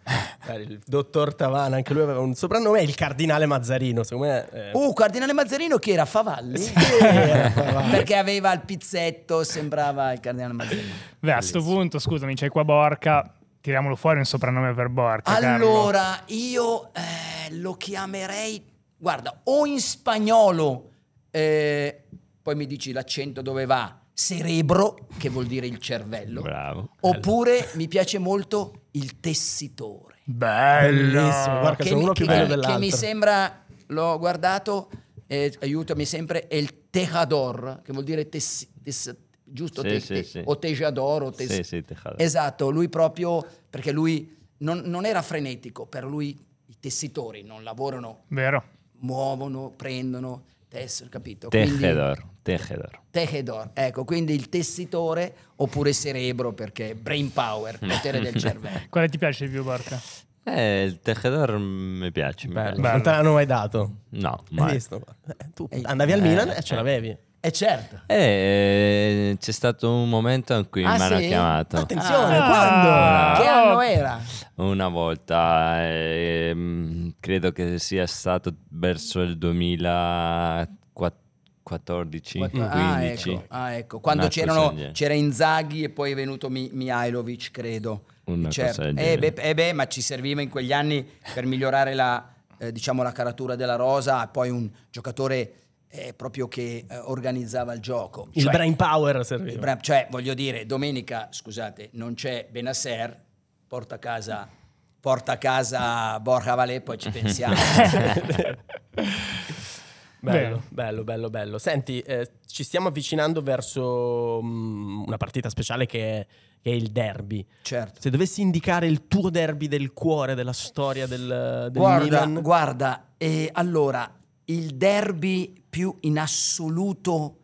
[SPEAKER 4] Eh, Il dottor Tavana, anche lui aveva un soprannome, il cardinale Mazzarino. Secondo me. eh,
[SPEAKER 5] Uh, Cardinale Mazzarino che era Favalli.
[SPEAKER 4] era Favalli.
[SPEAKER 5] Perché aveva il pizzetto, sembrava il Cardinale Mazzarino.
[SPEAKER 3] Beh, a sto punto, scusami, c'è qua Borca. Tiriamolo fuori un soprannome per Borca. Carlo.
[SPEAKER 5] Allora, io eh, lo chiamerei, guarda, o in spagnolo, eh, poi mi dici l'accento dove va, cerebro, che vuol dire il cervello,
[SPEAKER 2] Bravo.
[SPEAKER 5] oppure mi piace molto il tessitore,
[SPEAKER 3] Bello.
[SPEAKER 4] Bellissimo, guarda. Perché sono uno più bello
[SPEAKER 5] che
[SPEAKER 4] dell'altro.
[SPEAKER 5] mi sembra, l'ho guardato, eh, aiutami sempre, è il tejador, che vuol dire tessi, tess- giusto?
[SPEAKER 2] Sì,
[SPEAKER 5] Te-
[SPEAKER 2] sì,
[SPEAKER 5] te-
[SPEAKER 2] sì.
[SPEAKER 5] O tejador, o tess-
[SPEAKER 2] Sì, sì, te jalo.
[SPEAKER 5] Esatto, lui proprio perché lui non, non era frenetico, per lui i tessitori non lavorano,
[SPEAKER 3] Vero.
[SPEAKER 5] muovono, prendono, tessono, capito? Quindi-
[SPEAKER 2] Tejedor, tejedor.
[SPEAKER 5] Tejedor, ecco, quindi il tessitore oppure cerebro perché brain power, potere del cervello.
[SPEAKER 3] Quale ti piace di più, Borca?
[SPEAKER 2] Eh, il tejedor mi piace. mi
[SPEAKER 4] bello.
[SPEAKER 2] piace.
[SPEAKER 4] Non te l'hanno mai dato.
[SPEAKER 2] No,
[SPEAKER 4] Hai
[SPEAKER 2] mai.
[SPEAKER 5] eh, cioè,
[SPEAKER 4] visto? Eh, Tu andavi al Milan e ce l'avevi.
[SPEAKER 5] E certo.
[SPEAKER 2] Eh, c'è stato un momento in cui
[SPEAKER 5] Ah,
[SPEAKER 2] mi hanno
[SPEAKER 5] sì?
[SPEAKER 2] chiamato.
[SPEAKER 5] Attenzione,
[SPEAKER 3] Ah.
[SPEAKER 5] quando? Che
[SPEAKER 3] Ah.
[SPEAKER 5] anno era?
[SPEAKER 2] Una volta, ehm, credo che sia stato verso il 2014
[SPEAKER 5] Ah,
[SPEAKER 2] 15
[SPEAKER 5] ecco, ah, ecco. Quando
[SPEAKER 2] Una cosa
[SPEAKER 5] c'erano,
[SPEAKER 2] del genere.
[SPEAKER 5] c'era Inzaghi e poi è venuto Mi- Mihailovic, credo.
[SPEAKER 2] Una
[SPEAKER 5] Certo.
[SPEAKER 2] cosa del
[SPEAKER 5] Eh,
[SPEAKER 2] genere.
[SPEAKER 5] beh, eh beh, ma ci serviva in quegli anni per migliorare la, eh, diciamo, la caratura della rosa, poi un giocatore eh, proprio che eh, organizzava il gioco.
[SPEAKER 4] Il
[SPEAKER 5] Cioè,
[SPEAKER 4] brain power
[SPEAKER 5] il
[SPEAKER 4] serviva.
[SPEAKER 5] bra- cioè, voglio dire, domenica, scusate, non c'è Benasser, porta a casa, porta a casa Borja Valè, poi ci pensiamo.
[SPEAKER 4] Bello, bello, bello, bello. Senti, eh, ci stiamo avvicinando verso mm, una partita speciale che è, che è il derby.
[SPEAKER 5] certo.
[SPEAKER 4] Se dovessi indicare il tuo derby del cuore, della storia del, del
[SPEAKER 5] Guarda,
[SPEAKER 4] Milan,
[SPEAKER 5] guarda, eh, allora, il derby più in assoluto,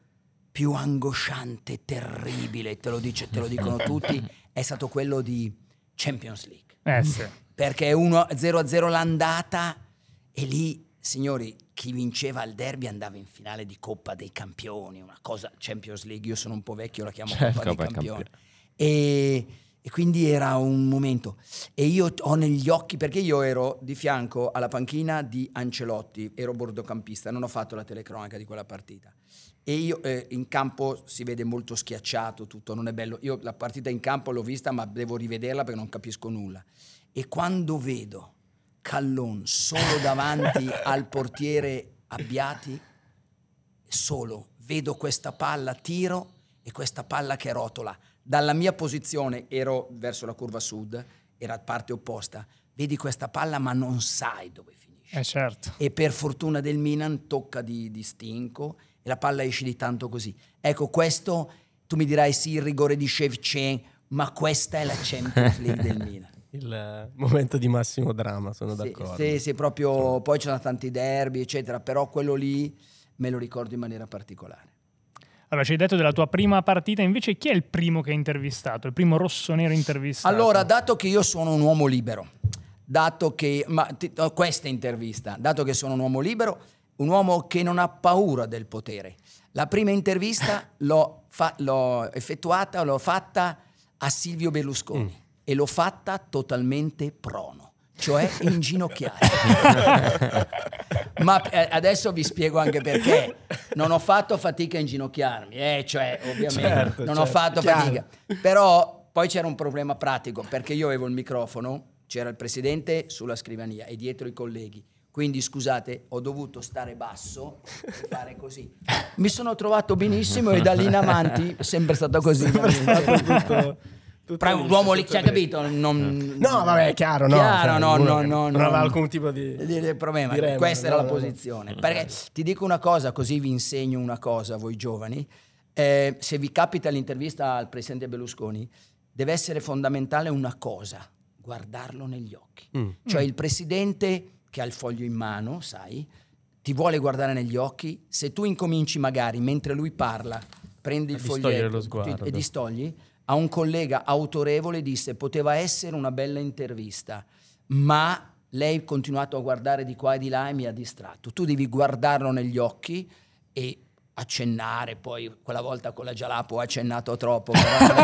[SPEAKER 5] più angosciante, terribile, te lo, dice, te lo dicono tutti, è stato quello di Champions League.
[SPEAKER 3] Eh sì.
[SPEAKER 5] perché è 1-0-0 l'andata e lì, signori, chi vinceva il derby andava in finale di Coppa dei Campioni, una cosa Champions League, io sono un po' vecchio, la chiamo
[SPEAKER 2] Certo,
[SPEAKER 5] Cioè, Coppa dei
[SPEAKER 2] Coppa dei
[SPEAKER 5] Campioni. E, e quindi era un momento e io t- ho negli occhi perché io ero di fianco alla panchina di Ancelotti, ero bordocampista, non ho fatto la telecronaca di quella partita. E io eh, in campo si vede molto schiacciato tutto, non è bello. Io la partita in campo l'ho vista, ma devo rivederla perché non capisco nulla. E quando vedo Callon solo davanti al portiere Abbiati, solo vedo questa palla, tiro e questa palla che rotola. Dalla mia posizione ero verso la curva sud, era parte opposta. Vedi questa palla, ma non sai dove finisce
[SPEAKER 3] Eh certo.
[SPEAKER 5] e per fortuna del Milan tocca di, di stinco e la palla esce di tanto così. Ecco, questo tu mi dirai sì, il rigore di Shevchen, ma questa è la Champions League del Milan.
[SPEAKER 4] il eh, momento di massimo dramma, sono
[SPEAKER 5] Sì,
[SPEAKER 4] d'accordo.
[SPEAKER 5] sì, sì, proprio, poi c'erano tanti derby, eccetera, però quello lì me lo ricordo in maniera particolare.
[SPEAKER 3] Allora, ci hai detto della tua prima partita, invece chi è il primo che hai intervistato? Il primo rossonero intervistato?
[SPEAKER 5] Allora, dato che io sono un uomo libero, dato che ma ti- oh, questa intervista, dato che sono un uomo libero, un uomo che non ha paura del potere. La prima intervista l'ho, fa- l'ho effettuata, l'ho fatta a Silvio Berlusconi e l'ho fatta totalmente prono, cioè inginocchiato. Ma eh, adesso vi spiego anche perché. Non ho fatto fatica a inginocchiarmi, eh, cioè, ovviamente,
[SPEAKER 4] Certo,
[SPEAKER 5] non ho
[SPEAKER 4] certo,
[SPEAKER 5] fatto
[SPEAKER 4] chiaro.
[SPEAKER 5] fatica. Però poi c'era un problema pratico, perché io avevo il microfono, c'era il presidente sulla scrivania e dietro i colleghi. Quindi scusate, ho dovuto stare basso e fare così. Mi sono trovato benissimo e da lì in avanti è sempre stato così.
[SPEAKER 4] Tutto- tutto
[SPEAKER 5] Però è un
[SPEAKER 4] liscio,
[SPEAKER 5] uomo lì,
[SPEAKER 4] tutto
[SPEAKER 5] c'ha
[SPEAKER 4] liscio.
[SPEAKER 5] capito? Non-
[SPEAKER 4] No, vabbè, è chiaro, no.
[SPEAKER 5] Chiaro,
[SPEAKER 4] Cioè,
[SPEAKER 5] no,
[SPEAKER 4] uno
[SPEAKER 5] no,
[SPEAKER 4] che
[SPEAKER 5] no,
[SPEAKER 4] Non
[SPEAKER 5] no.
[SPEAKER 4] aveva alcun tipo di...
[SPEAKER 5] Dire il problema,
[SPEAKER 4] di remora,
[SPEAKER 5] questa era
[SPEAKER 4] no,
[SPEAKER 5] la
[SPEAKER 4] no, no.
[SPEAKER 5] posizione. Perché ti dico una cosa, così vi insegno una cosa, voi giovani. Eh, se vi capita l'intervista al presidente Berlusconi, deve essere fondamentale una cosa, guardarlo negli occhi.
[SPEAKER 4] Mm.
[SPEAKER 5] Cioè il presidente che ha il foglio in mano, sai, ti vuole guardare negli occhi, se tu incominci magari mentre lui parla, prendi
[SPEAKER 4] A
[SPEAKER 5] il
[SPEAKER 4] distogliere
[SPEAKER 5] foglietto
[SPEAKER 4] lo
[SPEAKER 5] ti-
[SPEAKER 4] sguardo.
[SPEAKER 5] e distogli, a un collega autorevole disse poteva essere una bella intervista, ma lei ha continuato a guardare di qua e di là e mi ha distratto. Tu devi guardarlo negli occhi e accennare, poi quella volta con la Gialapo ho accennato troppo, però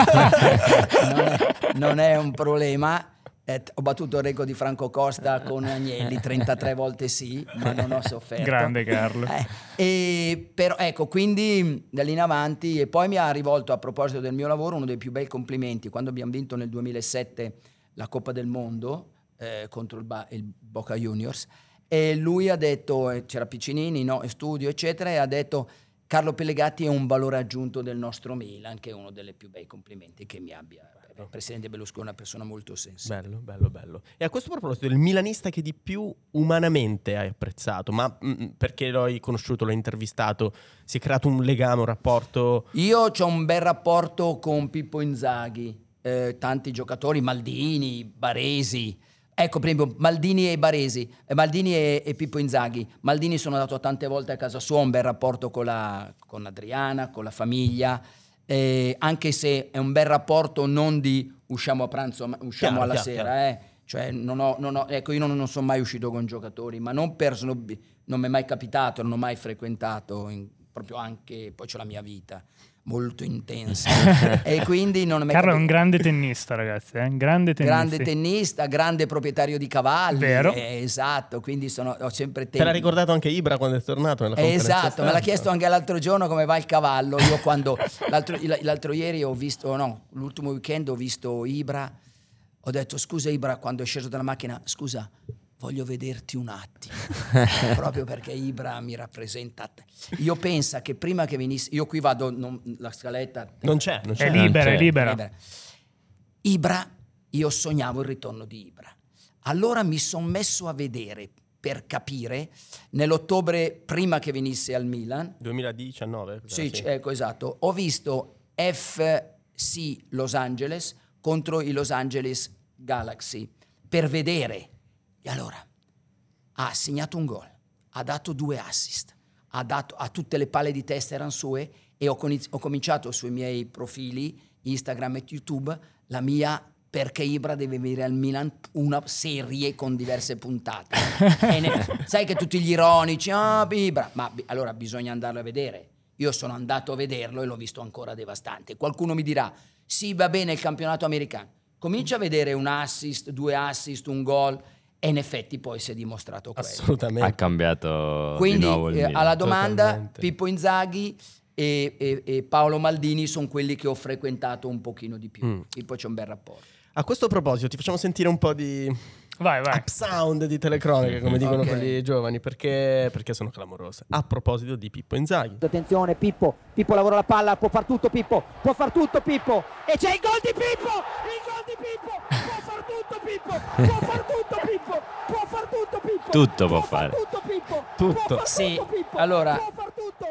[SPEAKER 5] non, è, non è un problema. Eh, t- ho battuto il record di Franco Costa con Agnelli 33 volte sì, ma non ho sofferto.
[SPEAKER 3] Grande Carlo.
[SPEAKER 5] Eh, e però ecco, quindi da lì in avanti e poi mi ha rivolto a proposito del mio lavoro uno dei più bei complimenti quando abbiamo vinto nel 2007 la Coppa del Mondo eh, contro il, Ba- il Boca Juniors e lui ha detto eh, c'era Piccinini, no, in studio eccetera e ha detto Carlo Pellegatti è un valore aggiunto del nostro Milan che è uno dei più bei complimenti che mi abbia eh, il presidente Berlusconi è una persona molto sensibile.
[SPEAKER 4] Bello, bello, bello. E a questo proposito, il milanista che di più umanamente hai apprezzato, ma mm, perché lo hai conosciuto, l'hai intervistato, si è creato un legame, un rapporto...
[SPEAKER 5] Io ho un bel rapporto con Pippo Inzaghi, eh, tanti giocatori, Maldini, Baresi. Ecco, per esempio, Maldini e Baresi, eh, Maldini e, e Pippo Inzaghi. Maldini sono andato tante volte a casa sua, un bel rapporto con, la- con Adriana, con la famiglia, eh, anche se è un bel rapporto non di usciamo a pranzo, ma usciamo
[SPEAKER 4] Chiaro,
[SPEAKER 5] alla
[SPEAKER 4] chiaro,
[SPEAKER 5] sera,
[SPEAKER 4] chiaro.
[SPEAKER 5] eh. Cioè, non ho- non ho- ecco, io non, non sono mai uscito con giocatori, ma non per snobbi, non mi è mai capitato, non ho mai frequentato in proprio anche, poi c'ho la mia vita molto intensa e quindi non ho mai
[SPEAKER 3] Carlo è
[SPEAKER 5] capito-
[SPEAKER 3] un grande tennista, ragazzi. Eh? Grande tennista.
[SPEAKER 5] grande tennista, grande proprietario di cavalli,
[SPEAKER 3] Vero.
[SPEAKER 5] eh, esatto, quindi sono, ho sempre
[SPEAKER 4] Te l'ha
[SPEAKER 5] tempo.
[SPEAKER 4] ricordato anche Ibra quando è tornato nella
[SPEAKER 5] Eh,
[SPEAKER 4] conferenza
[SPEAKER 5] esatto, me l'ha
[SPEAKER 4] stampa.
[SPEAKER 5] chiesto anche l'altro giorno come va il cavallo. Io quando l'altro, l'altro ieri ho visto, no, l'ultimo weekend ho visto Ibra. Ho detto scusa Ibra, quando è sceso dalla macchina, scusa, voglio vederti un attimo. Proprio perché Ibra mi rappresenta. te. Io penso che prima che venisse, io qui vado, non- la scaletta
[SPEAKER 4] Non c'è, non c'è.
[SPEAKER 3] È libera,
[SPEAKER 2] Cioè,
[SPEAKER 3] è libera.
[SPEAKER 5] libera. Ibra, io sognavo il ritorno di Ibra. Allora mi sono messo a vedere per capire nell'ottobre prima che venisse al Milan.
[SPEAKER 4] 2019. cos'era?
[SPEAKER 5] Sì, c- ecco esatto. Ho visto FC Los Angeles contro i Los Angeles Galaxy per vedere. E allora ha segnato un gol, ha dato due assist, ha dato a tutte le palle di testa erano sue e ho, coni- ho cominciato sui miei profili Instagram e YouTube la mia perché Ibra deve venire al Milan una serie con diverse puntate. E ne- sai che tutti gli ironici, ah Ibra, ma bi- allora bisogna andarlo a vedere. Io sono andato a vederlo e l'ho visto ancora devastante. Qualcuno mi dirà, sì va bene il campionato americano, comincia a vedere un assist, due assist, un gol e in effetti poi si è dimostrato questo.
[SPEAKER 2] Ha
[SPEAKER 4] Assolutamente.
[SPEAKER 2] cambiato
[SPEAKER 5] Quindi
[SPEAKER 2] di nuovo il
[SPEAKER 5] eh,
[SPEAKER 2] Milan.
[SPEAKER 5] alla domanda
[SPEAKER 4] Totalmente.
[SPEAKER 5] Pippo Inzaghi e, e- e Paolo Maldini sono quelli che ho frequentato un pochino di più.
[SPEAKER 4] Mm.
[SPEAKER 5] Pippo c'è un bel rapporto.
[SPEAKER 4] A questo proposito, ti facciamo sentire un po' di
[SPEAKER 3] Vai, vai.
[SPEAKER 4] upsound sound di telecronache, come dicono
[SPEAKER 5] Ok.
[SPEAKER 4] quelli giovani, perché, perché sono clamorose. A proposito di Pippo Inzaghi.
[SPEAKER 9] Attenzione Pippo, Pippo lavora la palla, può far tutto Pippo, può far tutto Pippo e c'è il gol di Pippo, il gol di Pippo, può far tutto Pippo, può far tutto Pippo, può far tutto Pippo.
[SPEAKER 2] Tutto può
[SPEAKER 9] far
[SPEAKER 2] fare.
[SPEAKER 9] Tutto Pippo.
[SPEAKER 4] Tutto.
[SPEAKER 9] Può far
[SPEAKER 5] Sì,
[SPEAKER 9] tutto, Pippo.
[SPEAKER 5] allora-
[SPEAKER 9] può far tutto.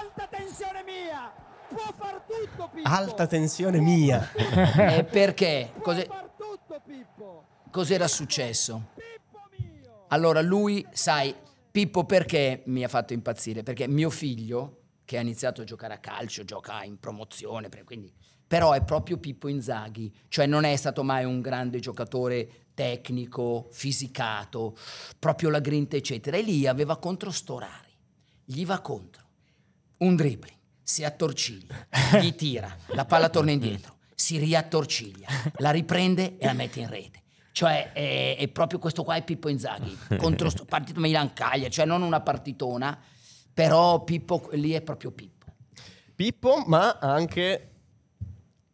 [SPEAKER 9] Alta tensione mia. Può far tutto Pippo.
[SPEAKER 4] Alta tensione mia.
[SPEAKER 5] Eh, perché?
[SPEAKER 9] Può
[SPEAKER 5] Cos'è-
[SPEAKER 9] far tutto Pippo.
[SPEAKER 5] cos'era successo?
[SPEAKER 9] Pippo mio.
[SPEAKER 5] Allora lui, sai, Pippo perché mi ha fatto impazzire? Perché mio figlio, che ha iniziato a giocare a calcio, gioca in promozione, per- quindi- però è proprio Pippo Inzaghi, cioè non è stato mai un grande giocatore tecnico, fisicato, proprio la grinta eccetera. E lì aveva contro Storari, gli va contro, un dribbling, si attorciglia, gli tira, la palla torna indietro, si riattorciglia, la riprende e la mette in rete. Cioè, è, è proprio questo qua è Pippo Inzaghi, contro sto partito Milan-Caglia, cioè non una partitona, però Pippo lì è proprio Pippo.
[SPEAKER 4] Pippo, ma anche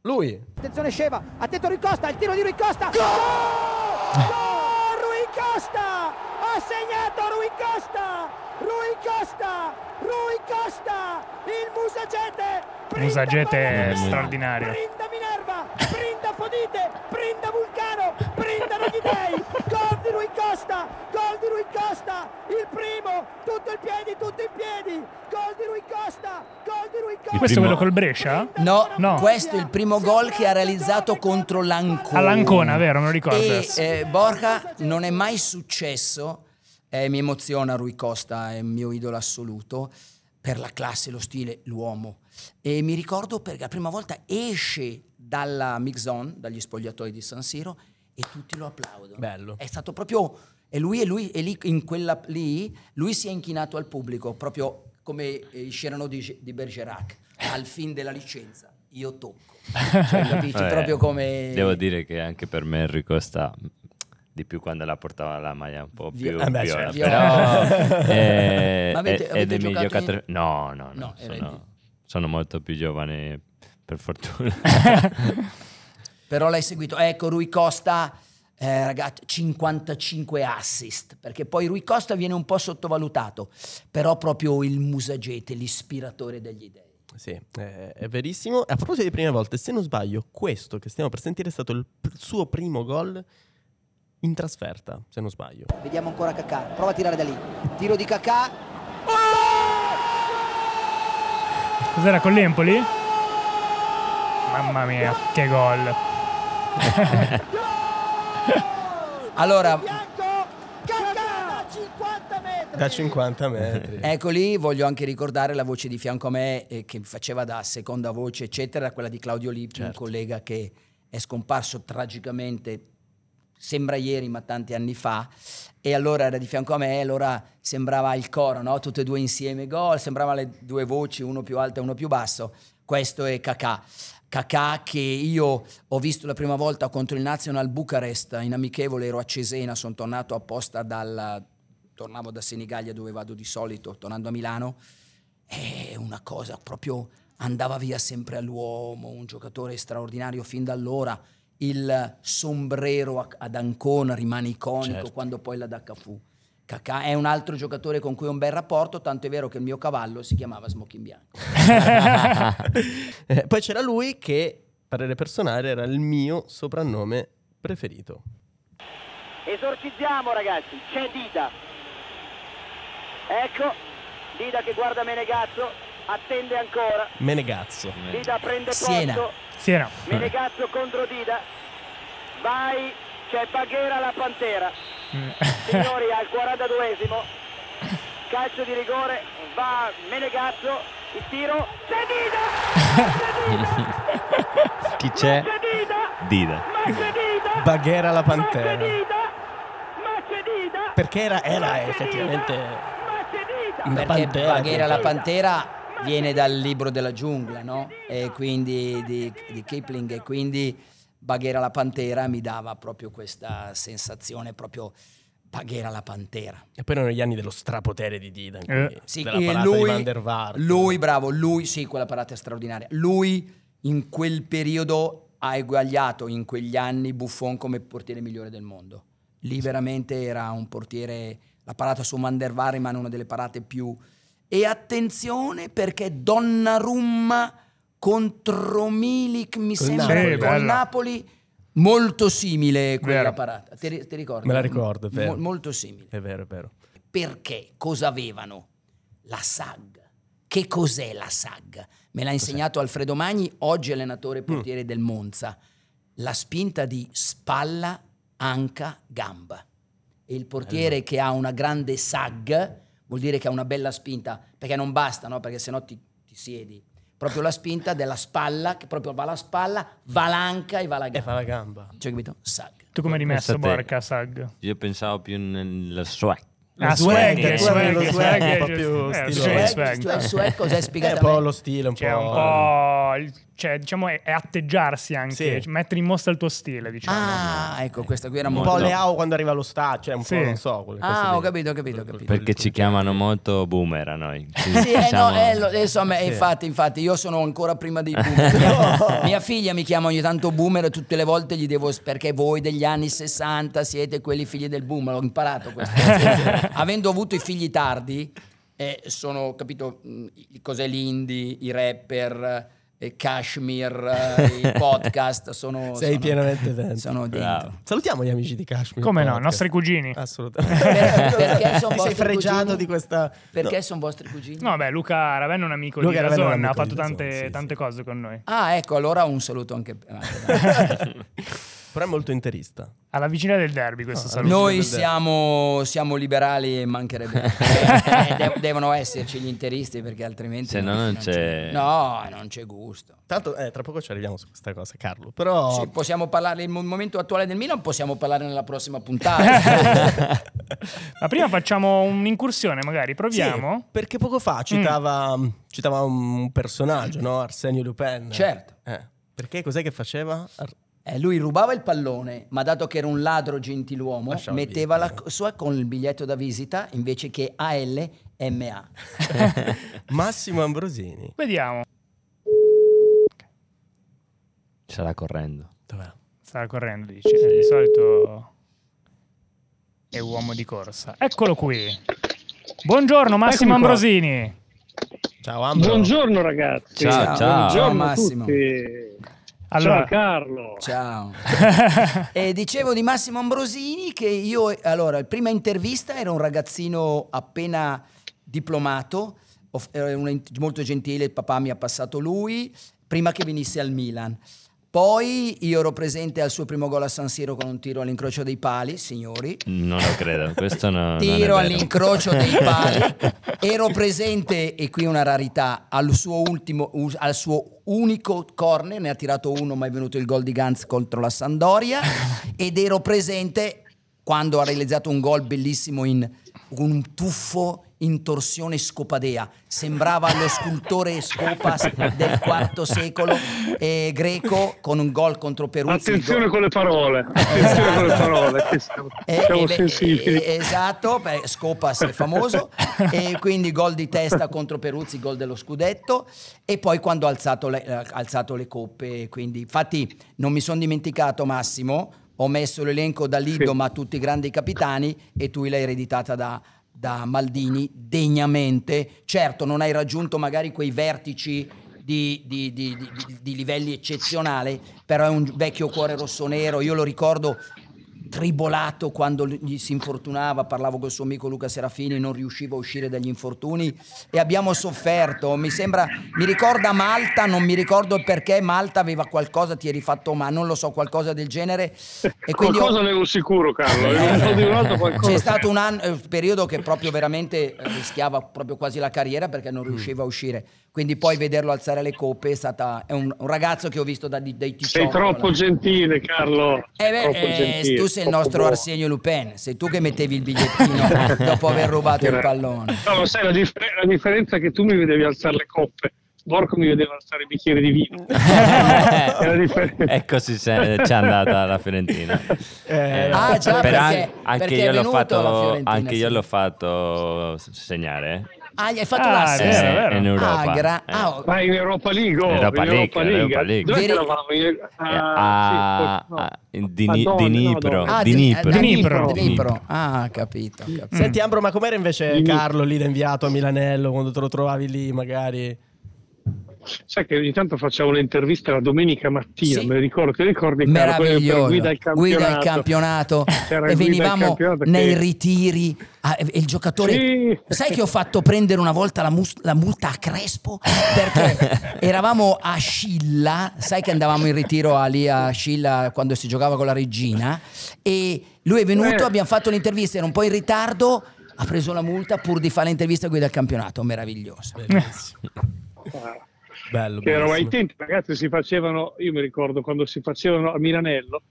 [SPEAKER 4] lui.
[SPEAKER 9] Attenzione Sceva, attento Rui Costa, il tiro di Rui Costa.
[SPEAKER 2] Ah.
[SPEAKER 9] Gol! Gol! Rui Costa! Ha segnato Rui Costa! Rui Costa! Rui Costa! Il Musagete! Brinda
[SPEAKER 3] Musagete
[SPEAKER 9] Paolo
[SPEAKER 3] è
[SPEAKER 9] Minerva,
[SPEAKER 3] straordinario.
[SPEAKER 9] Brinda Minerva! Brinda Fodite! Brinda Vulcano! Brindano gli dei! Gol di Rui Costa! Gol di Rui Costa! Il primo! Tutto in piedi, tutto in piedi! Gol di Rui Costa! Gol di Rui Costa!
[SPEAKER 3] Questo è
[SPEAKER 2] primo-
[SPEAKER 3] quello col Brescia?
[SPEAKER 5] No,
[SPEAKER 3] No.
[SPEAKER 5] questo è il primo gol che ha realizzato contro l'Ancona.
[SPEAKER 3] All'Ancona, vero? Me lo ricordo
[SPEAKER 5] E
[SPEAKER 3] adesso.
[SPEAKER 5] eh, Borja non è mai successo, eh, mi emoziona Rui Costa, è il mio idolo assoluto, per la classe, lo stile, l'uomo. E mi ricordo perché la prima volta esce dalla mix zone, dagli spogliatoi di San Siro, e tutti lo applaudono.
[SPEAKER 4] Bello.
[SPEAKER 5] È stato proprio... E lui, e lui, e lì, in quella lì, lui si è inchinato al pubblico, proprio come eh, il Cyrano di, di Bergerac, al fin della licenza. Io tocco. Cioè, capisci?
[SPEAKER 2] Vabbè,
[SPEAKER 5] proprio come...
[SPEAKER 2] Eh, Devo dire che anche per me Enrico costa di più quando la portava la maglia un po'
[SPEAKER 5] Vi-
[SPEAKER 2] più
[SPEAKER 4] eh beh,
[SPEAKER 2] viola,
[SPEAKER 5] certo.
[SPEAKER 2] però eh,
[SPEAKER 5] Ma avete-
[SPEAKER 2] è-
[SPEAKER 5] avete
[SPEAKER 2] è dei miei
[SPEAKER 5] giocato in-
[SPEAKER 2] giocatori- no no, no,
[SPEAKER 5] No, eh, eredi.
[SPEAKER 2] sono, sono molto più giovane per fortuna
[SPEAKER 5] Però l'hai seguito. Ecco, Rui Costa, eh, ragazzi, 55 assist, perché poi Rui Costa viene un po' sottovalutato, però proprio il musagete, l'ispiratore degli dei.
[SPEAKER 4] Sì, eh, è verissimo. A proposito di prime volte, se non sbaglio, questo che stiamo per sentire è stato il pr- suo primo gol in trasferta, se non sbaglio.
[SPEAKER 9] Vediamo ancora Kakà, prova a tirare da lì. Tiro di Kakà.
[SPEAKER 3] Cos'era con l'Empoli? Mamma mia, che gol.
[SPEAKER 5] Allora,
[SPEAKER 9] Bianco, Kakà da 50 metri.
[SPEAKER 4] Da 50 metri.
[SPEAKER 5] ecco lì, voglio anche ricordare la voce di fianco a me, eh, che faceva da seconda voce, eccetera, quella di Claudio Lippi, un collega che è scomparso tragicamente, sembra ieri, ma tanti anni fa, e allora era di fianco a me, allora sembrava il coro, no? Tutte e due insieme gol, sembravano le due voci, uno più alto e uno più basso. Questo è Kakà. Kakà che io ho visto la prima volta contro il Nazional Bucarest in amichevole, ero a Cesena, sono tornato apposta dal tornavo da Senigallia dove vado di solito, tornando a Milano. È una cosa proprio andava via sempre all'uomo, un giocatore straordinario fin da allora. Il sombrero a- ad Ancona rimane iconico
[SPEAKER 2] Certo.
[SPEAKER 5] quando poi la dà Cafù. Cacà è un altro giocatore con cui ho un bel rapporto, tanto è vero che il mio cavallo si chiamava Smokin Bianco.
[SPEAKER 4] Eh, Poi c'era lui che, parere personale, era il mio soprannome preferito.
[SPEAKER 9] Esorcizziamo ragazzi, c'è Dida. Ecco, Dida che guarda Menegazzo, attende ancora.
[SPEAKER 4] Menegazzo.
[SPEAKER 9] Dida prende
[SPEAKER 5] Siena.
[SPEAKER 9] posto.
[SPEAKER 3] Siena.
[SPEAKER 9] Menegazzo contro Dida. Vai, c'è Baghera la Pantera.
[SPEAKER 4] Mm.
[SPEAKER 9] Signori al 42esimo. Calcio di rigore, va Menegazzo, il tiro. C'è Dida!
[SPEAKER 2] Chi c'è?
[SPEAKER 9] C'è Dida!
[SPEAKER 2] Dida.
[SPEAKER 9] Ma c'è Dida!
[SPEAKER 4] Baghera la
[SPEAKER 9] Ma c'è
[SPEAKER 4] pantera.
[SPEAKER 9] Dida! Ma c'è Dida!
[SPEAKER 4] Perché era, era effettivamente.
[SPEAKER 9] Ma c'è Dida!
[SPEAKER 4] Una
[SPEAKER 5] Perché
[SPEAKER 4] pantera,
[SPEAKER 5] Baghera la
[SPEAKER 4] quindi.
[SPEAKER 5] pantera viene dal libro della giungla, no? E quindi di, di Kipling e quindi Baghera la pantera mi dava proprio questa sensazione proprio Baghera la pantera.
[SPEAKER 4] E poi erano gli anni dello strapotere di Dida. in cui-
[SPEAKER 3] Eh.
[SPEAKER 5] Sì,
[SPEAKER 4] della
[SPEAKER 5] e
[SPEAKER 4] parata
[SPEAKER 5] lui-
[SPEAKER 4] di Van der Vaart.
[SPEAKER 5] Lui, bravo, lui, sì, quella parata è straordinaria. Lui in quel periodo ha eguagliato in quegli anni Buffon come portiere migliore del mondo. Lì veramente era un portiere, la parata su Van der Vaart rimane una delle parate più... E attenzione perché Donnarumma contro Milik, mi
[SPEAKER 4] Col
[SPEAKER 5] sembra,
[SPEAKER 4] Napoli.
[SPEAKER 5] col
[SPEAKER 4] Sì, bella.
[SPEAKER 5] Napoli, molto simile quella
[SPEAKER 3] Vero.
[SPEAKER 5] parata. Ti, ri- ti ricordi?
[SPEAKER 4] Me la ricordo, è vero.
[SPEAKER 5] Mo- molto simile
[SPEAKER 4] È vero, è vero.
[SPEAKER 5] perché cosa avevano? La SAG. Che cos'è la SAG? Me l'ha insegnato Alfredo Magni, oggi allenatore e
[SPEAKER 4] Mm.
[SPEAKER 5] portiere del Monza. La spinta di spalla, anca, gamba. E il portiere
[SPEAKER 4] Esatto.
[SPEAKER 5] che ha una grande SAG vuol dire che ha una bella spinta, perché non basta, no? Perché sennò ti, ti siedi. Proprio la spinta della spalla, che proprio va la spalla, va l'anca e va la
[SPEAKER 4] E fa
[SPEAKER 5] gamba.
[SPEAKER 4] la gamba.
[SPEAKER 5] Cioè, capito? SAG.
[SPEAKER 3] Tu come hai rimesso
[SPEAKER 2] Pensa a te.
[SPEAKER 3] Borca, Sag? Ah,
[SPEAKER 2] Io pensavo più nella swag.
[SPEAKER 4] Lo swag,
[SPEAKER 3] eh,
[SPEAKER 2] swag,
[SPEAKER 4] lo swag,
[SPEAKER 3] è
[SPEAKER 4] un po'
[SPEAKER 3] giusto.
[SPEAKER 4] più
[SPEAKER 3] Eh,
[SPEAKER 4] stile.
[SPEAKER 3] sì,
[SPEAKER 4] Swag,
[SPEAKER 3] swag.
[SPEAKER 5] swag, swag, cos'è?
[SPEAKER 4] È un
[SPEAKER 5] Spiegatamente.
[SPEAKER 4] po' lo stile, un po'. eh.
[SPEAKER 3] C'è un po'... il- Cioè, diciamo, è, è atteggiarsi anche,
[SPEAKER 4] Sì. Eh,
[SPEAKER 3] cioè, mettere in mostra il tuo stile, diciamo.
[SPEAKER 5] Ah, ecco, questa qui era
[SPEAKER 4] Un
[SPEAKER 5] molto...
[SPEAKER 4] po'
[SPEAKER 2] Molto.
[SPEAKER 4] Leao quando arriva allo stadio, cioè un
[SPEAKER 3] Sì.
[SPEAKER 4] po' non so. quelle
[SPEAKER 5] Ah,
[SPEAKER 4] cose
[SPEAKER 5] ho
[SPEAKER 4] lì.
[SPEAKER 5] capito, ho capito, ho capito.
[SPEAKER 2] Perché ci chiamano molto boomer a noi. Diciamo, Ci-
[SPEAKER 5] Sì, eh, no,
[SPEAKER 2] siamo-
[SPEAKER 5] eh, lo- insomma,
[SPEAKER 4] Diciamo Sì.
[SPEAKER 5] infatti, infatti, io sono ancora prima dei boomer. Mia figlia mi chiama ogni tanto boomer e tutte le volte gli devo perché voi degli anni 60 siete quelli figli del boomer, ho imparato questo. Avendo avuto i figli tardi, eh, sono capito mh, i- cos'è l'indie, i rapper, eh, Kashmir, eh, i podcast, sono
[SPEAKER 4] Sei
[SPEAKER 5] sono-
[SPEAKER 4] pienamente dentro.
[SPEAKER 5] sono
[SPEAKER 2] Bravo.
[SPEAKER 5] dentro.
[SPEAKER 4] Salutiamo gli amici di Kashmir.
[SPEAKER 3] Come no,
[SPEAKER 4] Podcast.
[SPEAKER 3] nostri cugini.
[SPEAKER 4] Assolutamente.
[SPEAKER 5] Per- perché sono
[SPEAKER 4] Ti sei
[SPEAKER 5] vostri
[SPEAKER 4] fregiato
[SPEAKER 5] cugini?
[SPEAKER 4] di questa...
[SPEAKER 5] Perché sono vostri cugini?
[SPEAKER 3] No, beh, Luca Ravenna è un amico
[SPEAKER 4] Luca
[SPEAKER 3] di
[SPEAKER 4] Ravenna è un
[SPEAKER 3] Dazon, ha
[SPEAKER 4] amico
[SPEAKER 3] fatto
[SPEAKER 4] di Dazon,
[SPEAKER 3] tante,
[SPEAKER 4] sì,
[SPEAKER 3] tante
[SPEAKER 4] sì.
[SPEAKER 3] cose con noi.
[SPEAKER 5] Ah, ecco, allora un saluto anche anche-
[SPEAKER 4] Però è molto interista.
[SPEAKER 3] Alla vicina del derby questo
[SPEAKER 4] Ah,
[SPEAKER 3] saluto.
[SPEAKER 5] Noi
[SPEAKER 4] del-
[SPEAKER 5] siamo, siamo liberali e mancherebbe. Eh, eh, de- devono esserci gli interisti perché altrimenti.
[SPEAKER 2] Se no non c'è-
[SPEAKER 5] No, non c'è gusto.
[SPEAKER 4] Tanto, eh, tra poco ci arriviamo su questa cosa, Carlo. Però...
[SPEAKER 5] Sì, possiamo parlare del mo- momento attuale del Milan, possiamo parlare nella prossima puntata.
[SPEAKER 3] Ma prima facciamo un'incursione, magari,
[SPEAKER 4] Sì,
[SPEAKER 3] proviamo.
[SPEAKER 4] perché poco fa citava, citava un personaggio, no? Arsenio Lupin.
[SPEAKER 5] certo.
[SPEAKER 4] Eh, perché cos'è che faceva? Ar-
[SPEAKER 5] Eh, lui rubava il pallone, ma dato che era un ladro gentiluomo,
[SPEAKER 4] Lasciamo
[SPEAKER 5] metteva
[SPEAKER 4] dire.
[SPEAKER 5] la sua con il biglietto da visita invece che ALMA.
[SPEAKER 4] Massimo Ambrosini.
[SPEAKER 3] Vediamo.
[SPEAKER 2] Sarà correndo.
[SPEAKER 4] Dov'è?
[SPEAKER 3] Sta correndo, dice. Eh, Di solito è uomo di corsa. Eccolo qui. Buongiorno Massimo
[SPEAKER 10] Eccomi Ecco qua.
[SPEAKER 3] Ambrosini.
[SPEAKER 4] Ciao Ambro.
[SPEAKER 10] Buongiorno ragazzi.
[SPEAKER 2] Ciao, ciao.
[SPEAKER 10] Buongiorno
[SPEAKER 5] Massimo.
[SPEAKER 10] A tutti.
[SPEAKER 3] Allora.
[SPEAKER 10] Ciao Carlo.
[SPEAKER 5] Ciao. E dicevo di Massimo Ambrosini che io, allora, la prima intervista era un ragazzino appena diplomato, off- era un- molto gentile, il papà mi ha passato lui, prima che venisse al Milan. Poi io ero presente al suo primo gol a San Siro con un tiro all'incrocio dei pali, signori.
[SPEAKER 2] Non lo credo. Questo no, non è
[SPEAKER 5] Tiro
[SPEAKER 2] vero.
[SPEAKER 5] all'incrocio dei pali. Ero presente, e qui una rarità, al suo, ultimo, u- al suo unico corner, ne ha tirato uno ma è venuto il gol di Gantz contro la Sandoria, ed ero presente quando ha realizzato un gol bellissimo in con un tuffo in torsione scopadea. Sembrava lo scultore Scopas del IV secolo eh, greco con un gol contro Perù.
[SPEAKER 10] Attenzione con le parole, attenzione con le parole, che siamo,
[SPEAKER 5] Eh,
[SPEAKER 10] siamo
[SPEAKER 5] eh, beh,
[SPEAKER 10] sensibili.
[SPEAKER 5] eh, esatto, beh, Scopas è famoso e quindi gol di testa contro Peruzzi, gol dello scudetto e poi quando ha alzato le, ha alzato le coppe, quindi infatti non mi sono dimenticato Massimo, ho messo l'elenco da Lido ma tutti i grandi capitani e tu l'hai ereditata da, da Maldini degnamente, certo non hai raggiunto magari quei vertici di, di- di- di- di- di livelli eccezionali, però è un vecchio cuore rossonero, io lo ricordo tribolato quando gli si infortunava, parlavo col suo amico Luca Serafini, non riusciva a uscire dagli infortuni e abbiamo sofferto, mi sembra, mi ricorda Malta, non mi ricordo il perché, Malta aveva qualcosa, ti eri fatto ma non lo so, qualcosa del genere e quindi ho-
[SPEAKER 10] qualcosa avevo sicuro Carlo, avevo di un altro qualcosa.
[SPEAKER 5] c'è stato un anno, eh, un periodo che proprio veramente eh, rischiava proprio quasi la carriera perché non riusciva a uscire. Quindi poi vederlo alzare le coppe è stata. È un, un ragazzo che ho visto da di- dai 18.
[SPEAKER 10] Sei troppo gentile Carlo,
[SPEAKER 5] Eh beh,
[SPEAKER 10] troppo
[SPEAKER 5] eh,
[SPEAKER 10] gentile,
[SPEAKER 5] tu sei il
[SPEAKER 10] troppo
[SPEAKER 5] nostro
[SPEAKER 10] buono.
[SPEAKER 5] Arsenio Lupin, sei tu che mettevi il bigliettino dopo aver rubato il pallone.
[SPEAKER 10] No, ma sai, la, differ- la differenza è che tu mi vedevi alzare le coppe, Borco mi vedeva alzare i bicchieri di vino. È la differenza.
[SPEAKER 2] ecco si se- c'è andata la Fiorentina. Eh,
[SPEAKER 5] Ah, già,
[SPEAKER 2] però an-
[SPEAKER 5] perché-
[SPEAKER 2] anche
[SPEAKER 5] perché è
[SPEAKER 2] io l'ho
[SPEAKER 5] venuto alla
[SPEAKER 2] fatto,
[SPEAKER 5] Fiorentina,
[SPEAKER 2] anche io
[SPEAKER 5] sì.
[SPEAKER 2] l'ho fatto segnare eh,
[SPEAKER 5] Ah, gli hai fatto
[SPEAKER 3] Ah,
[SPEAKER 5] l'assist.
[SPEAKER 3] è vero, è
[SPEAKER 2] eh,
[SPEAKER 3] vero.
[SPEAKER 2] in Europa.
[SPEAKER 5] Ah, gra-
[SPEAKER 2] eh.
[SPEAKER 5] ah,
[SPEAKER 10] Ma in Europa League, oh,
[SPEAKER 2] Europa
[SPEAKER 10] in Europa
[SPEAKER 2] League,
[SPEAKER 10] League.
[SPEAKER 2] Europa League.
[SPEAKER 10] Dove
[SPEAKER 5] Veri-
[SPEAKER 10] eravamo? In-
[SPEAKER 2] Eh,
[SPEAKER 10] ah,
[SPEAKER 2] a-
[SPEAKER 10] sì, no.
[SPEAKER 2] a- di,
[SPEAKER 10] Madonna,
[SPEAKER 2] di
[SPEAKER 10] no,
[SPEAKER 2] Nipro,
[SPEAKER 10] no.
[SPEAKER 5] ah,
[SPEAKER 2] di
[SPEAKER 5] di-
[SPEAKER 2] Nipro.
[SPEAKER 5] eh, da
[SPEAKER 3] Dnipro.
[SPEAKER 5] Dnipro, Dnipro.
[SPEAKER 2] Dnipro.
[SPEAKER 5] Ah, capito. capito.
[SPEAKER 4] Senti Ambro, ma com'era invece
[SPEAKER 10] Dimmi.
[SPEAKER 4] Carlo lì da inviato a Milanello quando te lo trovavi lì magari?
[SPEAKER 10] Sai che ogni tanto facciamo un'intervista la domenica mattina,
[SPEAKER 5] Sì.
[SPEAKER 10] me lo ricordo, ti ricordi? Carlo? Quello per
[SPEAKER 5] meraviglioso
[SPEAKER 10] Guida il
[SPEAKER 5] guida il
[SPEAKER 10] campionato.
[SPEAKER 5] campionato e
[SPEAKER 10] C'era il guida al
[SPEAKER 5] venivamo
[SPEAKER 10] campionato che-
[SPEAKER 5] nei ritiri ah, e il giocatore
[SPEAKER 10] Sì.
[SPEAKER 5] sai che ho fatto prendere una volta la, mus- la multa a Crespo perché eravamo a Scilla sai che andavamo in ritiro a- lì a Scilla quando si giocava con la regina e lui è venuto
[SPEAKER 10] Eh.
[SPEAKER 5] abbiamo fatto l'intervista era un po' in ritardo ha preso la multa pur di fare l'intervista guida al campionato meraviglioso
[SPEAKER 4] Bello.
[SPEAKER 10] Ah, che erano ai
[SPEAKER 4] bellissimo.
[SPEAKER 10] tempi, ragazzi, si facevano, io mi ricordo quando si facevano a Milanello,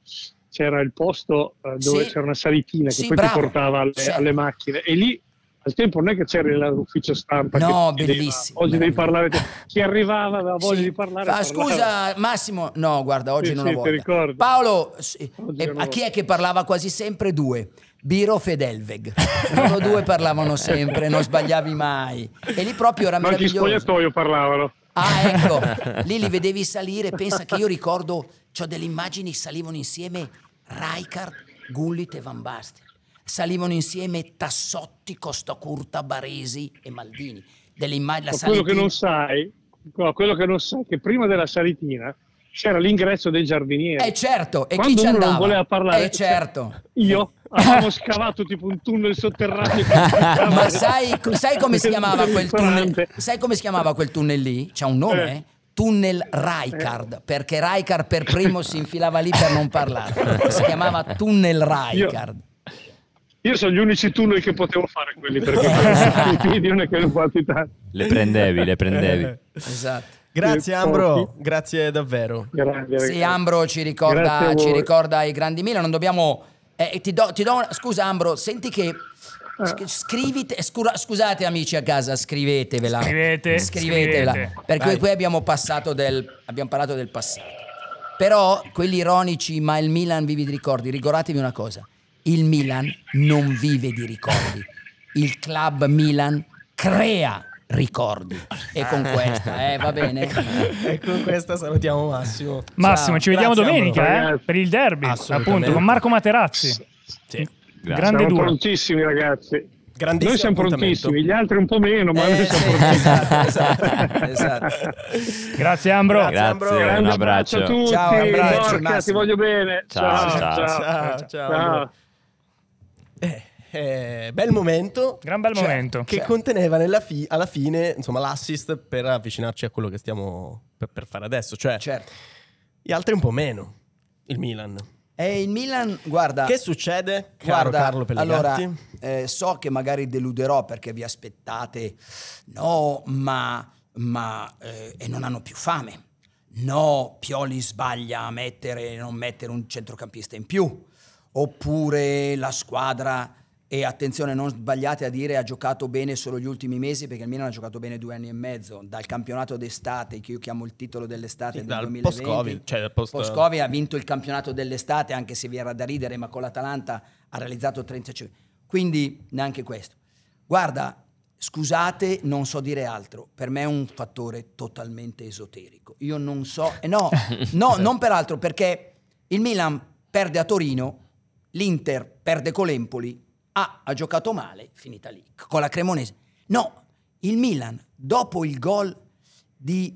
[SPEAKER 10] c'era il posto eh, dove
[SPEAKER 5] Sì.
[SPEAKER 10] c'era una salitina che
[SPEAKER 5] Sì,
[SPEAKER 10] poi
[SPEAKER 5] bravo.
[SPEAKER 10] ti portava alle,
[SPEAKER 5] Sì.
[SPEAKER 10] alle macchine e lì al tempo non è che c'era l'ufficio stampa.
[SPEAKER 5] No,
[SPEAKER 10] che ti chiedeva,
[SPEAKER 5] bellissimo,
[SPEAKER 10] Oggi devi
[SPEAKER 5] meraviglioso.
[SPEAKER 10] parlare, te." chi arrivava aveva voglia
[SPEAKER 5] Sì.
[SPEAKER 10] di parlare.
[SPEAKER 5] Ah,
[SPEAKER 10] parlava.
[SPEAKER 5] scusa, Massimo. No, guarda, oggi
[SPEAKER 10] Sì,
[SPEAKER 5] non
[SPEAKER 10] sì,
[SPEAKER 5] ho
[SPEAKER 10] ti
[SPEAKER 5] voglia.
[SPEAKER 10] ricordo.
[SPEAKER 5] Paolo, sì,
[SPEAKER 10] Oggi
[SPEAKER 5] eh,
[SPEAKER 10] non ho
[SPEAKER 5] a chi
[SPEAKER 10] voglia.
[SPEAKER 5] è che parlava quasi sempre? Due. Biro Fedelveg. Loro due parlavano sempre, non sbagliavi mai. E lì proprio era
[SPEAKER 10] Ma anche in
[SPEAKER 5] meraviglioso.
[SPEAKER 10] spogliatoio parlavano.
[SPEAKER 5] Ah, ecco, lì li vedevi salire. Pensa che io ricordo, ho delle immagini che salivano insieme Rijkaard, Gullit e Van Basten. Salivano insieme Tassotti, Costacurta, Baresi e Maldini. Delle immagini, la
[SPEAKER 10] Ma quello che
[SPEAKER 5] salitina-
[SPEAKER 10] non sai, no, quello che non sai è che prima della salitina c'era l'ingresso dei giardinieri.
[SPEAKER 5] Eh certo, e
[SPEAKER 10] Quando
[SPEAKER 5] chi ci
[SPEAKER 10] uno
[SPEAKER 5] andava?
[SPEAKER 10] non voleva
[SPEAKER 5] Eh
[SPEAKER 10] parlare, cioè,
[SPEAKER 5] certo.
[SPEAKER 10] Io avevamo scavato tipo un tunnel sotterraneo.
[SPEAKER 5] Ma sai, sai come si chiamava quel tunnel?
[SPEAKER 10] Ristorante.
[SPEAKER 5] Sai come si chiamava quel tunnel lì? C'ha un nome? eh? Tunnel Raikard, perché Raikard per primo si infilava lì per non parlare. Si chiamava Tunnel Raikard.
[SPEAKER 10] Io sono gli unici tunnel che potevo fare quelli perché i piedi non è che lo fatti tanto.
[SPEAKER 2] Le prendevi, le prendevi.
[SPEAKER 5] Esatto.
[SPEAKER 4] Grazie
[SPEAKER 10] Eh,
[SPEAKER 4] Ambro,
[SPEAKER 10] porti.
[SPEAKER 4] grazie davvero.
[SPEAKER 10] Grande,
[SPEAKER 5] Sì,
[SPEAKER 10] ragazzi.
[SPEAKER 5] Ambro ci
[SPEAKER 10] Grazie a
[SPEAKER 5] ricorda,
[SPEAKER 10] voi.
[SPEAKER 5] ci ricorda i grandi Milan, non dobbiamo... eh, e ti do, ti do una- scusa Ambro, senti che...
[SPEAKER 10] Eh.
[SPEAKER 5] sc- Scrivite, scura- scusate amici a casa, scrivetevela.
[SPEAKER 3] Scrivete,
[SPEAKER 5] scrivetevela.
[SPEAKER 3] scrivete.
[SPEAKER 5] Perché
[SPEAKER 4] Dai.
[SPEAKER 5] qui abbiamo, passato del, abbiamo parlato del passato. Però quelli ironici, ma il Milan vive di ricordi, ricordatevi una cosa, il Milan non vive di ricordi, il club Milan crea ricordi. E con questa, eh, va bene?
[SPEAKER 4] e con questa salutiamo Massimo.
[SPEAKER 3] Massimo,
[SPEAKER 5] Ciao.
[SPEAKER 3] ci vediamo
[SPEAKER 4] Grazie,
[SPEAKER 3] domenica eh,
[SPEAKER 10] Ragazzi.
[SPEAKER 3] per il derby,
[SPEAKER 4] Assolutamente.
[SPEAKER 3] appunto, con Marco Materazzi.
[SPEAKER 2] Grazie.
[SPEAKER 3] Grande
[SPEAKER 10] siamo
[SPEAKER 3] duro.
[SPEAKER 10] prontissimi, ragazzi.
[SPEAKER 4] Grandissimo
[SPEAKER 10] Noi siamo
[SPEAKER 4] appuntamento.
[SPEAKER 10] prontissimi, gli altri un po' meno, ma
[SPEAKER 5] Eh,
[SPEAKER 10] noi
[SPEAKER 5] sì,
[SPEAKER 10] siamo prontissimi.
[SPEAKER 5] esatto, esatto, esatto.
[SPEAKER 3] Grazie Ambro.
[SPEAKER 4] Ambro.
[SPEAKER 2] Grazie, un
[SPEAKER 10] Grande
[SPEAKER 2] abbraccio.
[SPEAKER 10] a tutti.
[SPEAKER 5] Ciao, abbraccio,
[SPEAKER 10] Porca, ti
[SPEAKER 5] Massimo.
[SPEAKER 10] voglio bene.
[SPEAKER 2] Ciao, ciao.
[SPEAKER 4] Ciao, ciao.
[SPEAKER 10] ciao.
[SPEAKER 4] Eh, eh, bel momento. cioè,
[SPEAKER 3] Gran bel momento. Cioè.
[SPEAKER 4] Che conteneva nella fi- alla fine insomma, l'assist per avvicinarci a quello che stiamo per, per fare adesso. Cioè,
[SPEAKER 5] Certo.
[SPEAKER 4] gli altri un po' meno. Il Milan.
[SPEAKER 5] E il Milan, guarda...
[SPEAKER 4] Che succede, caro
[SPEAKER 5] Guarda,
[SPEAKER 4] Carlo Pellegatti?
[SPEAKER 5] Allora, eh, so che magari deluderò perché vi aspettate, no, ma, ma eh, e non hanno più fame. No, Pioli sbaglia a mettere, non mettere un centrocampista in più. oppure la squadra, e attenzione non sbagliate a dire, ha giocato bene solo gli ultimi mesi perché il Milan ha giocato bene due anni e mezzo, dal campionato d'estate, che io chiamo il titolo dell'estate
[SPEAKER 4] Sì,
[SPEAKER 5] del
[SPEAKER 4] dal
[SPEAKER 5] 2020.
[SPEAKER 4] post-Covid, cioè dal post-
[SPEAKER 5] Post-Covid ha vinto il campionato dell'estate anche se vi era da ridere, ma con l'Atalanta ha realizzato 35. Quindi neanche questo. Guarda, scusate, non so dire altro. Per me è un fattore totalmente esoterico. Io non so, eh no, no, non per altro, perché il Milan perde a Torino, l'Inter perde con l'Empoli, ah, ha giocato male, finita lì, c- con la Cremonese. No, il Milan, dopo il gol di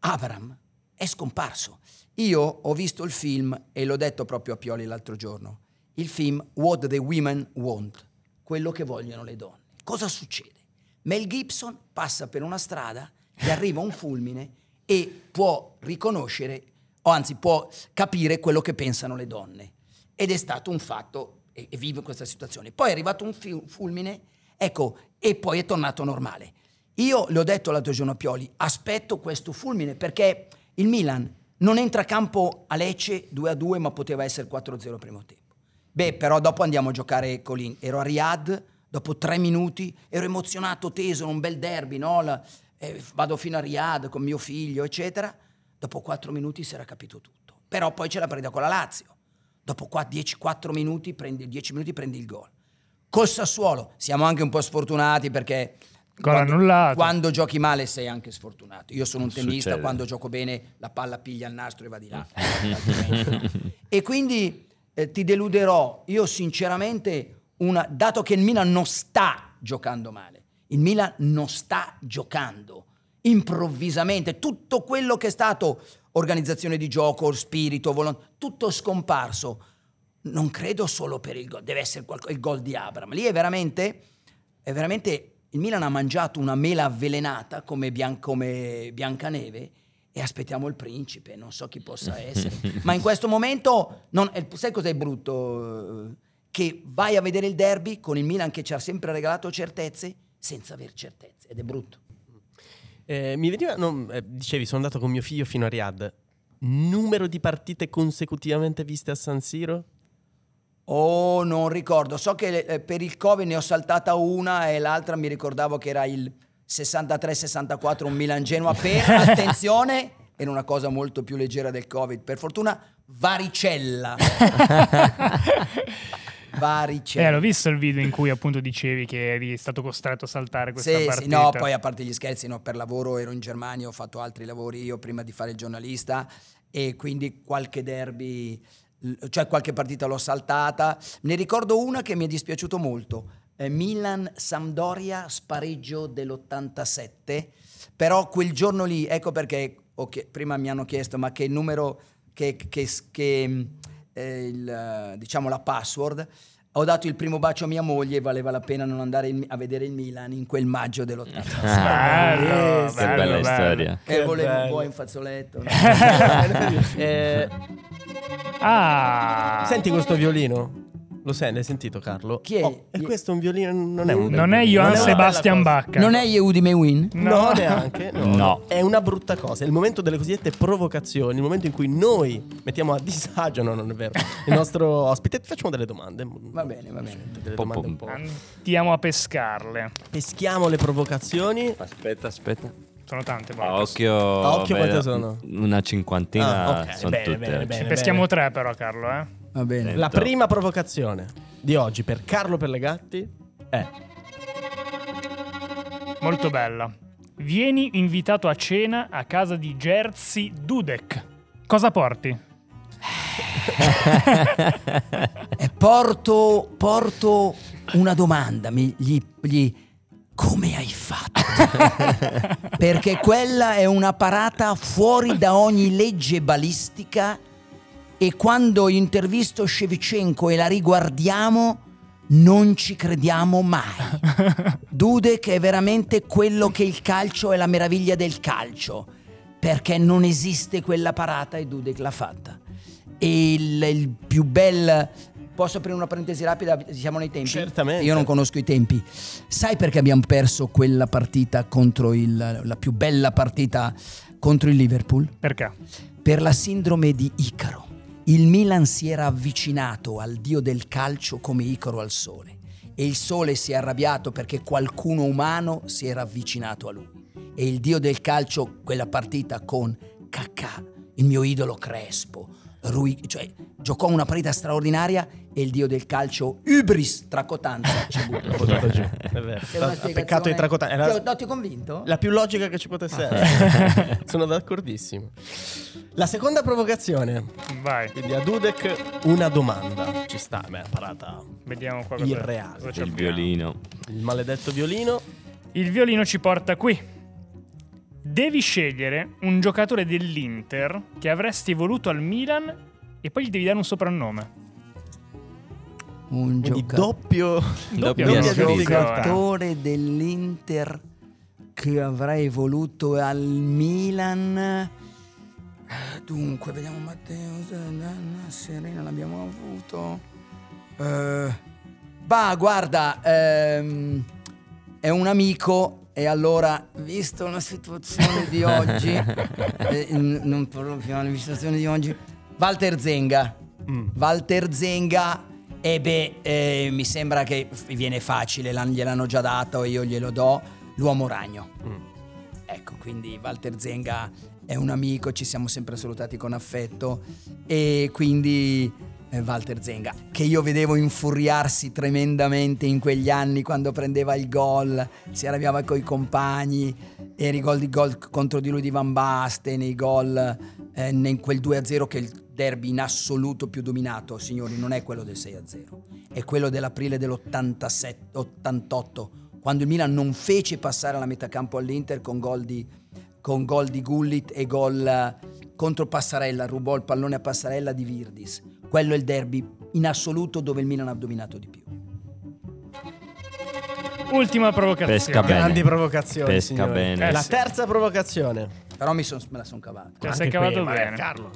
[SPEAKER 5] Abram, è scomparso. Io ho visto il film e l'ho detto proprio a Pioli l'altro giorno. Il film What the Women Want, quello che vogliono le donne. Cosa succede? Mel Gibson passa per una strada, gli arriva un fulmine e può riconoscere, o anzi può capire quello che pensano le donne. Ed è stato un fatto, e, e vive questa situazione. Poi è arrivato un fi- fulmine, ecco, e poi è tornato normale. Io le ho detto l'altro giorno a Pioli, aspetto questo fulmine perché il Milan non entra a campo a Lecce 2-2 ma poteva essere 4-0 al primo tempo. Beh, però dopo andiamo a giocare con l'In. Ero a Riyadh, dopo tre minuti ero emozionato, teso, era un bel derby, no? La- eh, vado fino a Riyadh con mio figlio, eccetera. Dopo quattro minuti si era capito tutto. Però poi c'è la partita con la Lazio. Dopo qua 10, 4 minuti prendi, 10 minuti prendi il gol. Col Sassuolo siamo anche un po' sfortunati perché...
[SPEAKER 3] Gol annullato.
[SPEAKER 5] quando giochi male sei anche sfortunato. Io sono un tennista,
[SPEAKER 2] Succede. Ah.
[SPEAKER 5] quando gioco bene la palla piglia il nastro e va di là. Altrimenti no. e quindi eh, ti deluderò. Io sinceramente, una- dato che il Milan non sta giocando male, il Milan non sta giocando improvvisamente, tutto quello che è stato organizzazione di gioco, spirito, volontà, tutto scomparso. Non credo solo per il gol, deve essere qualco- il gol di Abram. Lì è veramente, è veramente il Milan ha mangiato una mela avvelenata come, Bian- come Biancaneve e aspettiamo il principe, non so chi possa essere. Ma in questo momento, non- eh, sai cos'è brutto? Eh, Che vai a vedere il derby con il Milan che ci ha sempre regalato certezze senza aver certezze ed è brutto.
[SPEAKER 4] Eh, mi veniva, non, eh, dicevi, sono andato con mio figlio fino a Riyadh. Numero di partite consecutivamente viste a San Siro?
[SPEAKER 5] Oh, non ricordo. So che eh, per il Covid ne ho saltata una e l'altra mi ricordavo che era il 63-64 un Milan-Genoa per, attenzione, era una cosa molto più leggera del Covid. Per fortuna, varicella. varicella. Cioè
[SPEAKER 3] Eh, l'ho visto il video in cui appunto dicevi che eri stato costretto a saltare questa
[SPEAKER 5] Sì,
[SPEAKER 3] partita.
[SPEAKER 5] sì, no, poi a parte gli scherzi, no, per lavoro ero in Germania, ho fatto altri lavori io prima di fare il giornalista e quindi qualche derby, l- cioè qualche partita l'ho saltata. Ne ricordo una che mi è dispiaciuto molto. eh, Milan-Sampdoria, spareggio dell'87, però quel giorno lì, ecco perché ho chie- prima mi hanno chiesto ma che numero, che, che- che, mh, eh, il, eh, diciamo la password, ho dato il primo bacio a mia moglie e valeva la pena non andare in- a vedere il Milan in quel maggio dell'87.
[SPEAKER 2] Ah,
[SPEAKER 3] Bello,
[SPEAKER 2] che
[SPEAKER 3] bello,
[SPEAKER 2] bella
[SPEAKER 3] bello.
[SPEAKER 2] storia.
[SPEAKER 5] E
[SPEAKER 4] Che
[SPEAKER 5] volevo un
[SPEAKER 4] bello.
[SPEAKER 5] buon fazzoletto. no?
[SPEAKER 4] Eh,
[SPEAKER 3] Ah,
[SPEAKER 4] senti questo violino? Lo sai, l'hai sentito Carlo?
[SPEAKER 5] Chi è?
[SPEAKER 4] Oh, e questo è un violino, non è un bel
[SPEAKER 3] non è Johann
[SPEAKER 4] violino, non è una bella
[SPEAKER 3] Sebastian
[SPEAKER 4] cosa.
[SPEAKER 3] Bacca.
[SPEAKER 5] Non è Yehudi Mewin?
[SPEAKER 4] No, neanche. No.
[SPEAKER 2] No.
[SPEAKER 4] È una brutta cosa. È il momento delle cosiddette provocazioni. Il momento in cui noi mettiamo a disagio, no, non è vero, il nostro ospite. Ti facciamo delle domande.
[SPEAKER 5] Va bene, va bene.
[SPEAKER 4] Delle domande un po'.
[SPEAKER 3] Andiamo a pescarle.
[SPEAKER 4] Peschiamo le provocazioni.
[SPEAKER 2] Aspetta, aspetta. Ah,
[SPEAKER 3] Sono tante volte.
[SPEAKER 2] A occhio,
[SPEAKER 4] A Ah, occhio
[SPEAKER 2] vedo
[SPEAKER 4] quante sono?
[SPEAKER 2] Una cinquantina
[SPEAKER 4] Ah, ok,
[SPEAKER 2] sono
[SPEAKER 4] bene,
[SPEAKER 2] tutte.
[SPEAKER 4] bene, bene.
[SPEAKER 3] Ne peschiamo tre però, Carlo, eh.
[SPEAKER 5] Va bene.
[SPEAKER 4] La prima provocazione di oggi per Carlo Pellegatti è
[SPEAKER 3] Molto bella. Vieni invitato a cena a casa di Jerzy Dudek. Cosa porti?
[SPEAKER 5] E porto, porto una domanda, mi- gli, gli- come hai fatto? Perché quella è una parata fuori da ogni legge balistica e quando intervisto Shevchenko e la riguardiamo non ci crediamo mai. Dudek è veramente quello che il calcio è la meraviglia del calcio, perché non esiste quella parata e Dudek l'ha fatta. E il, il più bel... Posso aprire una parentesi rapida? Siamo nei tempi?
[SPEAKER 4] Certamente.
[SPEAKER 5] Io non conosco i tempi. Sai perché abbiamo perso quella partita contro il... la più bella partita contro il Liverpool?
[SPEAKER 3] Perché?
[SPEAKER 5] Per la sindrome di Icaro. Il Milan si era avvicinato al dio del calcio come Icaro al sole e il sole si è arrabbiato perché qualcuno umano si era avvicinato a lui. E il dio del calcio quella partita con Cacà, il mio idolo Crespo, Rui- cioè giocò una partita straordinaria e il dio del calcio Ubris Tracotanza ci buttò.
[SPEAKER 4] Buttato giù.
[SPEAKER 5] È
[SPEAKER 4] È vero.
[SPEAKER 5] una
[SPEAKER 4] Ha
[SPEAKER 5] spiegazione-
[SPEAKER 4] Peccato di tracotare. È
[SPEAKER 5] Ti ho-
[SPEAKER 4] la,
[SPEAKER 5] no, ti ho convinto?
[SPEAKER 4] la più logica che ci potesse essere. Sono d'accordissimo. La seconda provocazione.
[SPEAKER 3] Vai,
[SPEAKER 4] Quindi a Dudek una domanda. Ci sta, beh, parata.
[SPEAKER 3] vediamo qua.
[SPEAKER 4] Irreale.
[SPEAKER 3] cosa
[SPEAKER 2] Il
[SPEAKER 3] abbiamo.
[SPEAKER 2] violino.
[SPEAKER 4] Il maledetto violino.
[SPEAKER 3] Il violino ci porta qui. Devi scegliere un giocatore dell'Inter che avresti voluto al Milan e poi gli devi dare un soprannome.
[SPEAKER 5] Un
[SPEAKER 4] Quindi
[SPEAKER 5] giocatore.
[SPEAKER 4] doppio.
[SPEAKER 2] Doppio
[SPEAKER 4] doppio
[SPEAKER 2] no,
[SPEAKER 4] giocatore.
[SPEAKER 2] sfida.
[SPEAKER 5] giocatore dell'Inter che avrei voluto al Milan. Dunque, vediamo Matteo Zanana, Serena l'abbiamo avuto. Eh, bah, guarda, ehm, è un amico e allora, visto la situazione di oggi, eh, n- non parlo più della situazione di oggi, Walter Zenga. Walter Zenga. E beh, eh, mi sembra che f- viene facile, l'han- gliel'hanno già dato e io glielo do, l'uomo ragno. Ecco, quindi Walter Zenga è un amico, ci siamo sempre salutati con affetto e quindi eh, Walter Zenga, che io vedevo infuriarsi tremendamente in quegli anni quando prendeva il gol, si arrabbiava coi compagni, era i gol di gol contro di lui di Van Basten, i gol eh, in quel 2-0 che è il derby in assoluto più dominato, signori, non è quello del 6-0, è quello dell'aprile dell'88 quando il Milan non fece passare alla metà campo all'Inter con gol di, con gol di Gullit e gol eh, contro Passarella, rubò il pallone a Passarella di Virdis. Quello è il derby in assoluto dove il Milan ha dominato di più.
[SPEAKER 3] Ultima provocazione.
[SPEAKER 2] Pesca bene.
[SPEAKER 4] Grandi provocazioni.
[SPEAKER 2] Pesca
[SPEAKER 4] signori.
[SPEAKER 2] bene.
[SPEAKER 4] La
[SPEAKER 3] Eh, sì.
[SPEAKER 4] terza provocazione.
[SPEAKER 5] Però mi son- me la sono cavata.
[SPEAKER 3] Te la Cioè, sei
[SPEAKER 4] Anche
[SPEAKER 3] cavato
[SPEAKER 4] qui,
[SPEAKER 3] bene.
[SPEAKER 4] eh, Carlo.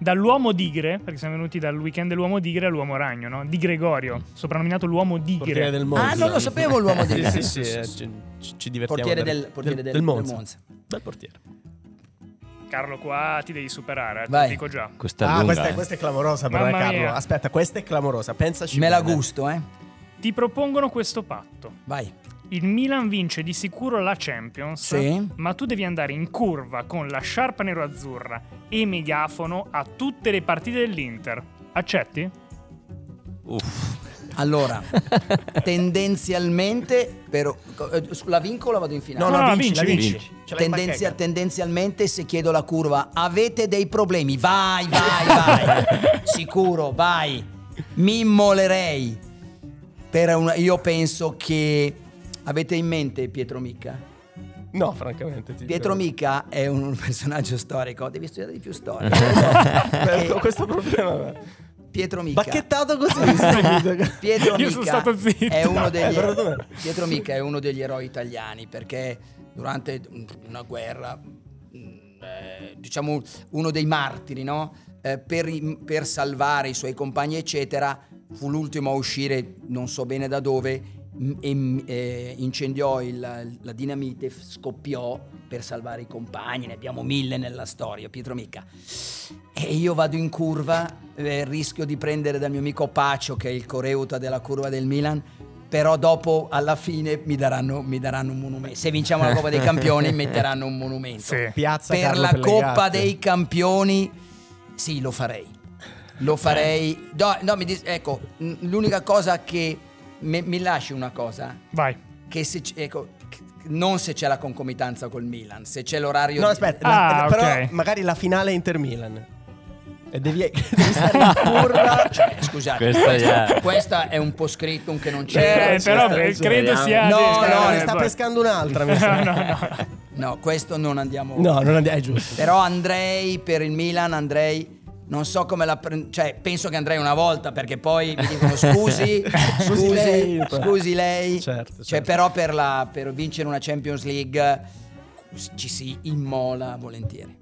[SPEAKER 3] Dall'uomo digre, perché siamo venuti dal weekend dell'uomo digre all'uomo ragno, no? Di Gregorio, soprannominato l'uomo
[SPEAKER 4] Portiere
[SPEAKER 3] digre.
[SPEAKER 4] del Monza.
[SPEAKER 5] Ah, non lo sapevo l'uomo
[SPEAKER 4] Sì,
[SPEAKER 5] del
[SPEAKER 4] sì, sì, eh, ci, ci- ci divertiamo.
[SPEAKER 5] portiere
[SPEAKER 4] a vedere-
[SPEAKER 5] del, portiere del,
[SPEAKER 4] Monza.
[SPEAKER 5] del Monza.
[SPEAKER 4] Bel portiere.
[SPEAKER 3] Carlo, qua ti devi superare, eh, te
[SPEAKER 5] Vai.
[SPEAKER 3] lo dico già.
[SPEAKER 2] Questa è
[SPEAKER 4] Ah,
[SPEAKER 2] lunga.
[SPEAKER 4] questa è,
[SPEAKER 2] eh.
[SPEAKER 4] questa è clamorosa però, eh,
[SPEAKER 3] Mamma
[SPEAKER 4] Carlo.
[SPEAKER 3] mia.
[SPEAKER 4] Aspetta, questa è clamorosa. Pensaci
[SPEAKER 5] Me la
[SPEAKER 4] bene.
[SPEAKER 5] gusto, eh.
[SPEAKER 3] Ti propongono questo patto.
[SPEAKER 5] Vai.
[SPEAKER 3] Il Milan vince di sicuro la Champions,
[SPEAKER 5] Sì.
[SPEAKER 3] ma tu devi andare in curva con la sciarpa nero-azzurra e megafono a tutte le partite dell'Inter. Accetti?
[SPEAKER 2] Uff.
[SPEAKER 5] Allora, tendenzialmente, però, eh, sulla vincola vado in finale.
[SPEAKER 4] No, no,
[SPEAKER 3] No, no,
[SPEAKER 4] vinci, la
[SPEAKER 3] vinci,
[SPEAKER 4] vinci.
[SPEAKER 2] vinci.
[SPEAKER 4] Ce l'hai in
[SPEAKER 5] Tendenzia-
[SPEAKER 4] bacheca.
[SPEAKER 5] tendenzialmente se chiedo la curva avete dei problemi vai vai vai sicuro vai mi immolerei per una- io penso che avete in mente Pietro Micca
[SPEAKER 4] No, francamente. ti
[SPEAKER 5] Pietro
[SPEAKER 4] dico.
[SPEAKER 5] Micca è un personaggio storico devi studiare di più storia
[SPEAKER 4] Beh, ho
[SPEAKER 5] Perché
[SPEAKER 4] questo problema. eh.
[SPEAKER 5] Pietro Micca
[SPEAKER 4] Bacchettato così. Sì.
[SPEAKER 5] Pietro
[SPEAKER 3] Io sono
[SPEAKER 5] Micca
[SPEAKER 3] stato zitto.
[SPEAKER 5] è uno degli
[SPEAKER 4] Eh, perdonami.
[SPEAKER 5] Pietro Micca è uno degli eroi italiani perché durante una guerra mm, eh, diciamo uno dei martiri no? Eh, per, i- per salvare i suoi compagni eccetera fu l'ultimo a uscire non so bene da dove m- e m- eh, incendiò il- la dinamite f- scoppiò per salvare i compagni ne abbiamo mille nella storia Pietro Micca e io vado in curva, eh, rischio di prendere dal mio amico Pacio, che è il coreuta della curva del Milan. Però dopo, alla fine, mi daranno, mi daranno un monumento. Se vinciamo la Coppa dei Campioni, metteranno un monumento.
[SPEAKER 3] Sì.
[SPEAKER 4] Piazza
[SPEAKER 5] Per
[SPEAKER 4] Carlo
[SPEAKER 5] la Coppa
[SPEAKER 4] Pellegatti.
[SPEAKER 5] dei Campioni, sì, lo farei. Lo
[SPEAKER 4] Eh.
[SPEAKER 5] farei. No, no, mi dis- ecco, mh, l'unica cosa che. me- mi lasci una cosa
[SPEAKER 3] Vai.
[SPEAKER 5] che se c- ecco, che- non se c'è la concomitanza col Milan, se c'è l'orario
[SPEAKER 4] No,
[SPEAKER 5] di-
[SPEAKER 4] aspetta,
[SPEAKER 3] Ah,
[SPEAKER 4] la- però
[SPEAKER 3] ok.
[SPEAKER 4] magari la finale è Inter Milan. E devi, devi stare in curva.
[SPEAKER 5] Cioè, scusate,
[SPEAKER 2] Questa
[SPEAKER 5] questa,
[SPEAKER 2] già-
[SPEAKER 5] questa è un po' scritto, un che non c'era.
[SPEAKER 3] Eh, però
[SPEAKER 5] Questa-
[SPEAKER 3] eh, credo sia...
[SPEAKER 5] No,
[SPEAKER 3] eh,
[SPEAKER 5] no,
[SPEAKER 4] no,
[SPEAKER 5] eh,
[SPEAKER 4] ne sta
[SPEAKER 3] poi-
[SPEAKER 4] pescando un'altra. mi sa.
[SPEAKER 3] No, no, no.
[SPEAKER 5] No, questo non andiamo.
[SPEAKER 4] No, non andi- è giusto.
[SPEAKER 5] Però andrei per il Milan, andrei. Non so come la pre- cioè penso che andrei una volta perché poi mi dicono scusi, scusi lei, scusi lei.
[SPEAKER 4] Certo, certo.
[SPEAKER 5] Cioè, però per, la- per vincere una Champions League ci si immola volentieri.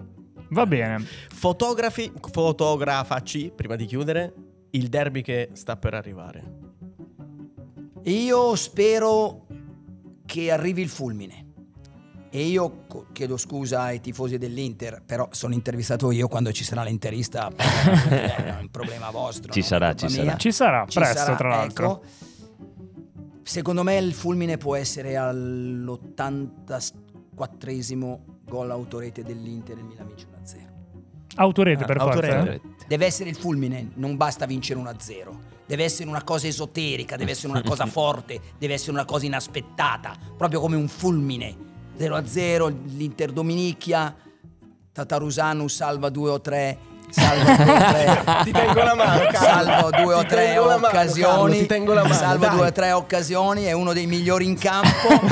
[SPEAKER 3] Va bene.
[SPEAKER 4] Fotografi, fotografaci, prima di chiudere, il derby che sta per arrivare.
[SPEAKER 5] Io spero che arrivi il fulmine. E io co- chiedo scusa ai tifosi dell'Inter, però sono intervistato io quando ci sarà l'interista. è un problema vostro.
[SPEAKER 2] Ci
[SPEAKER 5] non
[SPEAKER 2] sarà,
[SPEAKER 5] colpa
[SPEAKER 2] Ah, ci
[SPEAKER 5] mia.
[SPEAKER 2] sarà.
[SPEAKER 3] Ci sarà,
[SPEAKER 5] Ci
[SPEAKER 3] presto,
[SPEAKER 5] sarà,
[SPEAKER 3] tra l'altro.
[SPEAKER 5] ecco. Secondo me il fulmine può essere all'84esimo gol autorete dell'Inter e il Milan vince 1-0.
[SPEAKER 3] Autorete
[SPEAKER 4] Ah,
[SPEAKER 3] per forza.
[SPEAKER 4] autorete.
[SPEAKER 3] eh?
[SPEAKER 5] Deve essere il fulmine, non basta vincere 1-0. Deve essere una cosa esoterica, deve essere una cosa forte, deve essere una cosa inaspettata, proprio come un fulmine. 0-0, l'Inter dominicchia, Tatarusanu salva 2 o 3, salva 2 o 3.
[SPEAKER 4] Ti tengo la mano, Carlo.
[SPEAKER 5] Salvo due o
[SPEAKER 4] Ti
[SPEAKER 5] tre
[SPEAKER 4] tengo la mano, Carlo,
[SPEAKER 5] occasioni,
[SPEAKER 4] ti tengo la mano,
[SPEAKER 5] salvo
[SPEAKER 4] dai.
[SPEAKER 5] due o tre occasioni, è uno dei migliori in campo.